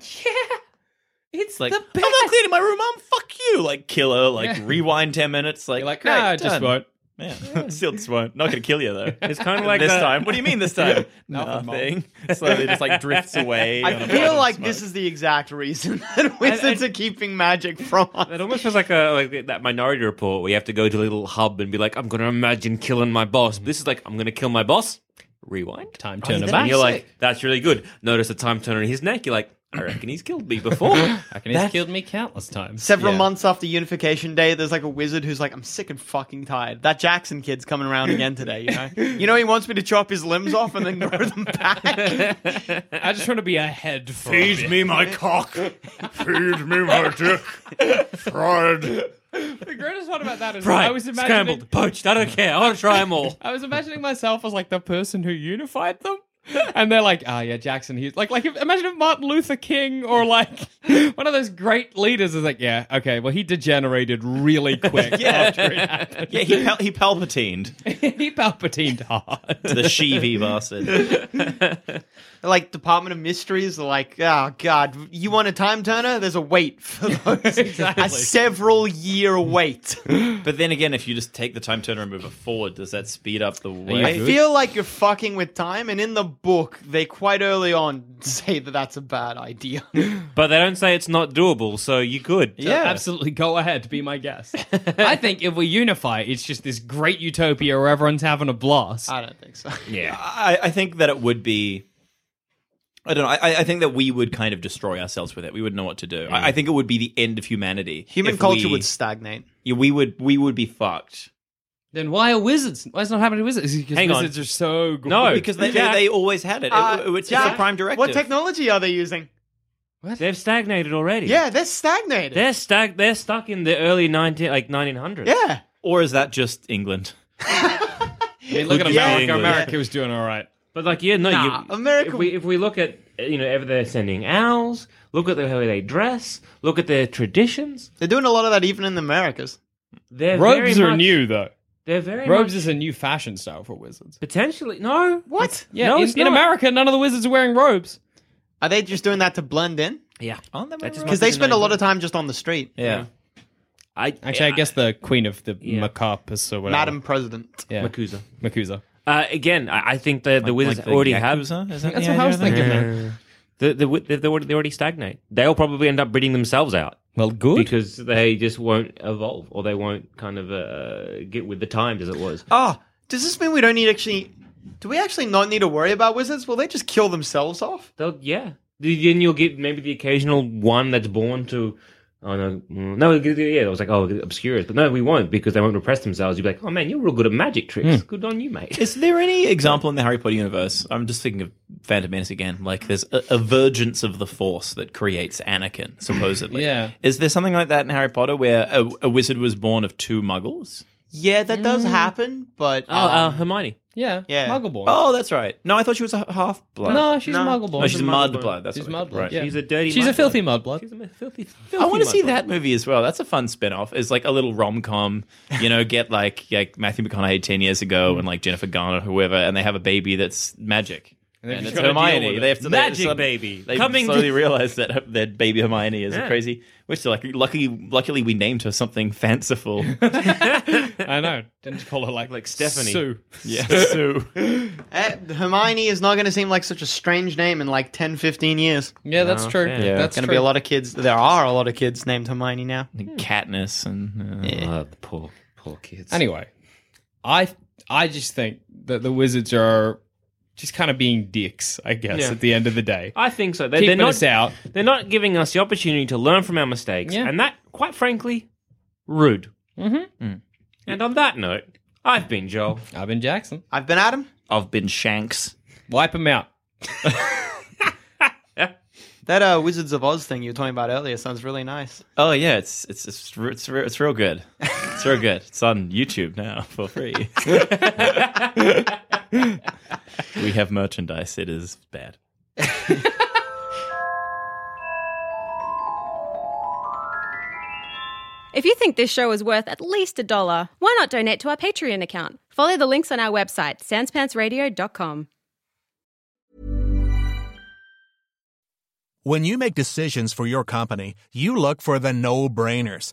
[SPEAKER 2] it's
[SPEAKER 5] Like,
[SPEAKER 2] the
[SPEAKER 5] I'm
[SPEAKER 2] best.
[SPEAKER 5] not cleaning my room, mum. Fuck you, like killer. Like rewind ten minutes. Like,
[SPEAKER 2] like,
[SPEAKER 5] great,
[SPEAKER 2] nah, I just
[SPEAKER 5] done.
[SPEAKER 2] won't.
[SPEAKER 5] (laughs) Yeah. Still just won't. Not gonna kill you though. It's
[SPEAKER 3] kind of like
[SPEAKER 5] this
[SPEAKER 3] that-
[SPEAKER 5] time. What do you mean this
[SPEAKER 3] (laughs)
[SPEAKER 5] time?
[SPEAKER 2] Nothing, Mom.
[SPEAKER 5] Nothing. Slowly just like drifts away.
[SPEAKER 4] I feel like this is the exact reason (laughs) that wizards
[SPEAKER 3] I-
[SPEAKER 4] are keeping magic from us.
[SPEAKER 3] It almost feels like a like that Minority Report where you have to go to a little hub and be like, "I'm going to imagine killing my boss."
[SPEAKER 5] Mm-hmm.
[SPEAKER 3] This is like, "I'm going to kill my boss." Rewind.
[SPEAKER 2] Time turner
[SPEAKER 3] And
[SPEAKER 2] back.
[SPEAKER 3] you're like, "That's really good." Notice a time turner in his neck. You're like, "I reckon he's killed me
[SPEAKER 5] (laughs)
[SPEAKER 3] before."
[SPEAKER 2] I can he's killed me countless times.
[SPEAKER 4] Several
[SPEAKER 5] Yeah.
[SPEAKER 4] months after Unification Day, there's like a wizard who's like, I'm sick and fucking tired. That Jackson kid's coming around again today, you know? you know, he wants me to chop his limbs off and then grow them back.
[SPEAKER 2] (laughs) I just want to be ahead for a bit.
[SPEAKER 5] me my cock. Feed me my dick. Fried.
[SPEAKER 2] The greatest part about that is
[SPEAKER 3] right.
[SPEAKER 2] I was imagining
[SPEAKER 3] scrambled, poached. I don't care. I want to try them all.
[SPEAKER 2] I was imagining myself as like the person who unified them. And they're like, oh yeah, Jackson Hughes. Like, like if, imagine if Martin Luther King or like (laughs) one of those great leaders is like, yeah, okay, well he degenerated
[SPEAKER 3] (laughs)
[SPEAKER 2] really quick. after it happened.
[SPEAKER 5] Yeah, he pal- he palpatined
[SPEAKER 2] (laughs) he palpatined hard.
[SPEAKER 5] the Sheevy bastard.
[SPEAKER 4] like, Department of Mysteries are like, oh, God, you want a time turner? There's a wait for those.
[SPEAKER 2] Exactly.
[SPEAKER 4] A several year wait.
[SPEAKER 5] But then again, if you just take the time turner and move it forward, does that speed up the
[SPEAKER 4] I
[SPEAKER 5] way?
[SPEAKER 4] feel like you're fucking with time, and in the book, they quite early on (laughs) say that that's a bad idea.
[SPEAKER 3] (laughs) But they don't say it's not doable, so you could.
[SPEAKER 2] Yeah, absolutely. Go ahead, be my
[SPEAKER 3] (laughs)
[SPEAKER 2] guest. I think if we unify, it's just this great utopia where everyone's having a blast.
[SPEAKER 4] I don't think so.
[SPEAKER 3] Yeah.
[SPEAKER 5] I, I think that it would be. I don't know. I, I think that we would kind of destroy ourselves with it. We wouldn't know what to do. I, I think it would be the end of humanity.
[SPEAKER 4] Human
[SPEAKER 5] if
[SPEAKER 4] culture
[SPEAKER 5] we-
[SPEAKER 4] would stagnate.
[SPEAKER 5] Yeah, we would we would be fucked.
[SPEAKER 7] Then why are wizards? Why is it not happening to wizards? Is it because
[SPEAKER 3] Hang on.
[SPEAKER 7] wizards are so good?
[SPEAKER 3] No.
[SPEAKER 5] because they,
[SPEAKER 3] Jack.
[SPEAKER 5] they, they always had it. It-
[SPEAKER 4] Uh,
[SPEAKER 5] it's, it's
[SPEAKER 4] Jack,
[SPEAKER 5] a prime directive.
[SPEAKER 4] What technology are they using?
[SPEAKER 3] (laughs) They've stagnated already.
[SPEAKER 4] Yeah, they're stagnated.
[SPEAKER 3] They're stuck. They're stuck in the early nineteen, like nineteen hundreds.
[SPEAKER 4] yeah.
[SPEAKER 5] Or is that just England?
[SPEAKER 7] I mean, look at
[SPEAKER 5] Would you
[SPEAKER 7] America.
[SPEAKER 5] England?
[SPEAKER 7] America was doing all right.
[SPEAKER 3] But like, yeah, no,
[SPEAKER 4] Nah,
[SPEAKER 3] you,
[SPEAKER 4] America-
[SPEAKER 3] If we if we look at you know, ever they're sending owls. Look at the way they dress. Look at their traditions.
[SPEAKER 4] They're doing a lot of that even in the Americas.
[SPEAKER 3] They're
[SPEAKER 7] Robes
[SPEAKER 3] very
[SPEAKER 7] are
[SPEAKER 3] much-
[SPEAKER 7] new though.
[SPEAKER 3] They're very
[SPEAKER 7] Robes
[SPEAKER 3] much-
[SPEAKER 7] is a new fashion style for wizards.
[SPEAKER 3] potentially no.
[SPEAKER 4] What?
[SPEAKER 7] Yeah,
[SPEAKER 3] No,
[SPEAKER 7] in,
[SPEAKER 3] it's
[SPEAKER 7] in
[SPEAKER 3] not.
[SPEAKER 7] America, none of the wizards are wearing robes.
[SPEAKER 4] Are they just doing that to blend in?
[SPEAKER 3] Yeah,
[SPEAKER 5] Aren't they
[SPEAKER 3] That just
[SPEAKER 5] wearing
[SPEAKER 4] Because they
[SPEAKER 3] Fucking
[SPEAKER 4] spend a lot
[SPEAKER 3] idea.
[SPEAKER 4] of time just on the street.
[SPEAKER 5] Yeah.
[SPEAKER 3] I
[SPEAKER 7] Actually, I guess the queen of the
[SPEAKER 3] Yeah.
[SPEAKER 7] Macapus or whatever.
[SPEAKER 4] Madam President.
[SPEAKER 7] yeah.
[SPEAKER 3] Makuza.
[SPEAKER 7] Makusa.
[SPEAKER 3] Uh, again, I, I think the, the wizards
[SPEAKER 5] Like the
[SPEAKER 3] already have
[SPEAKER 5] Yakuza? Is that
[SPEAKER 7] That's
[SPEAKER 5] the
[SPEAKER 7] what I was
[SPEAKER 5] idea of that?
[SPEAKER 7] thinking.
[SPEAKER 3] Yeah. The, the, wi- they, they already- they already stagnate. They'll probably end up breeding themselves out
[SPEAKER 7] Well, good.
[SPEAKER 3] because they just won't evolve or they won't kind of uh, get with the times as it was.
[SPEAKER 4] Oh, does this mean we don't need actually. Do we actually not need to worry about wizards? Will they just kill themselves off?
[SPEAKER 3] They'll, yeah. Then you'll get maybe the occasional one that's born to. Oh no, mm, no, yeah. I was like, oh, obscurus, but no, we won't because they won't repress themselves. You'll be like, oh man, you're real good at magic tricks. Good on
[SPEAKER 5] (laughs)
[SPEAKER 3] you, mate.
[SPEAKER 5] Is there any example in the Harry Potter universe? I'm just thinking of Phantom Menace again. Like, there's a, a vergence of the Force that creates Anakin, supposedly.
[SPEAKER 7] Yeah.
[SPEAKER 5] Is there something like that in Harry Potter where a, a wizard was born of two muggles?
[SPEAKER 4] Yeah, that does happen, but.
[SPEAKER 3] Oh, uh, Hermione.
[SPEAKER 7] yeah,
[SPEAKER 4] Yeah.
[SPEAKER 7] Muggleborn.
[SPEAKER 5] Oh, that's right. No, I thought she was a half blood.
[SPEAKER 7] no, she's
[SPEAKER 4] No.
[SPEAKER 7] Muggleborn.
[SPEAKER 5] no, she's a
[SPEAKER 3] mudblood.
[SPEAKER 5] mudblood. That's
[SPEAKER 7] She's
[SPEAKER 5] what it-
[SPEAKER 7] mudblood,
[SPEAKER 5] Right.
[SPEAKER 7] yeah.
[SPEAKER 3] She's a dirty.
[SPEAKER 7] She's a
[SPEAKER 3] mudblood.
[SPEAKER 7] filthy mudblood.
[SPEAKER 3] She's a filthy.
[SPEAKER 5] I want to see
[SPEAKER 3] mudblood.
[SPEAKER 5] that movie as well. That's a fun spin-off. It's like a little rom-com, you know, get like like Matthew McConaughey 10 years ago and like Jennifer Garner whoever and they have a baby that's magic. And,
[SPEAKER 7] just
[SPEAKER 5] it's
[SPEAKER 7] gotta deal
[SPEAKER 5] Hermione.
[SPEAKER 7] with it.
[SPEAKER 5] They have to
[SPEAKER 3] Magic
[SPEAKER 5] they, sudden-
[SPEAKER 3] baby.
[SPEAKER 5] They
[SPEAKER 3] Coming
[SPEAKER 5] slowly
[SPEAKER 3] to-
[SPEAKER 5] realize that that baby Hermione is
[SPEAKER 3] Yeah.
[SPEAKER 5] crazy. Which like luckily luckily we named her something fanciful.
[SPEAKER 7] I know. (laughs) Didn't you call her like
[SPEAKER 3] (laughs) Like Stephanie.
[SPEAKER 7] Sue.
[SPEAKER 5] yeah. So
[SPEAKER 4] Uh, Hermione is not going to seem like such a strange name in like 10, 15 years.
[SPEAKER 7] (laughs) Yeah, that's true.
[SPEAKER 3] yeah.
[SPEAKER 5] Yeah.
[SPEAKER 7] that's
[SPEAKER 4] Going
[SPEAKER 7] true.
[SPEAKER 4] to Oh, be a lot of kids. There are a lot of kids named Hermione now.
[SPEAKER 5] (laughs) Katniss and uh,
[SPEAKER 3] Oh, the poor, poor kids.
[SPEAKER 7] Anyway, I I just think that the wizards are just kind of being dicks. I guess
[SPEAKER 3] Yeah.
[SPEAKER 7] at the end of the day,
[SPEAKER 3] I think so. They,
[SPEAKER 7] keeping
[SPEAKER 3] they're not
[SPEAKER 7] us out.
[SPEAKER 3] They're not giving us the opportunity to learn from our mistakes,
[SPEAKER 7] Yeah.
[SPEAKER 3] and that, quite frankly, rude. Mm-hmm. And on that note, I've been Joel.
[SPEAKER 7] I've been Jackson.
[SPEAKER 4] I've been Adam.
[SPEAKER 5] I've been Shanks.
[SPEAKER 7] Wipe them out.
[SPEAKER 4] That uh, Wizards of Oz thing you were talking about earlier sounds really nice.
[SPEAKER 5] Oh yeah, it's it's it's re- it's, re- it's real good. It's real good. It's on YouTube now (laughs) for free. we have merchandise. It is bad.
[SPEAKER 8] If you think this show is worth at least a dollar, why not donate to our Patreon account? Follow the links on our website, sanspantsradio.com.
[SPEAKER 9] When you make decisions for your company, you look for the no brainers.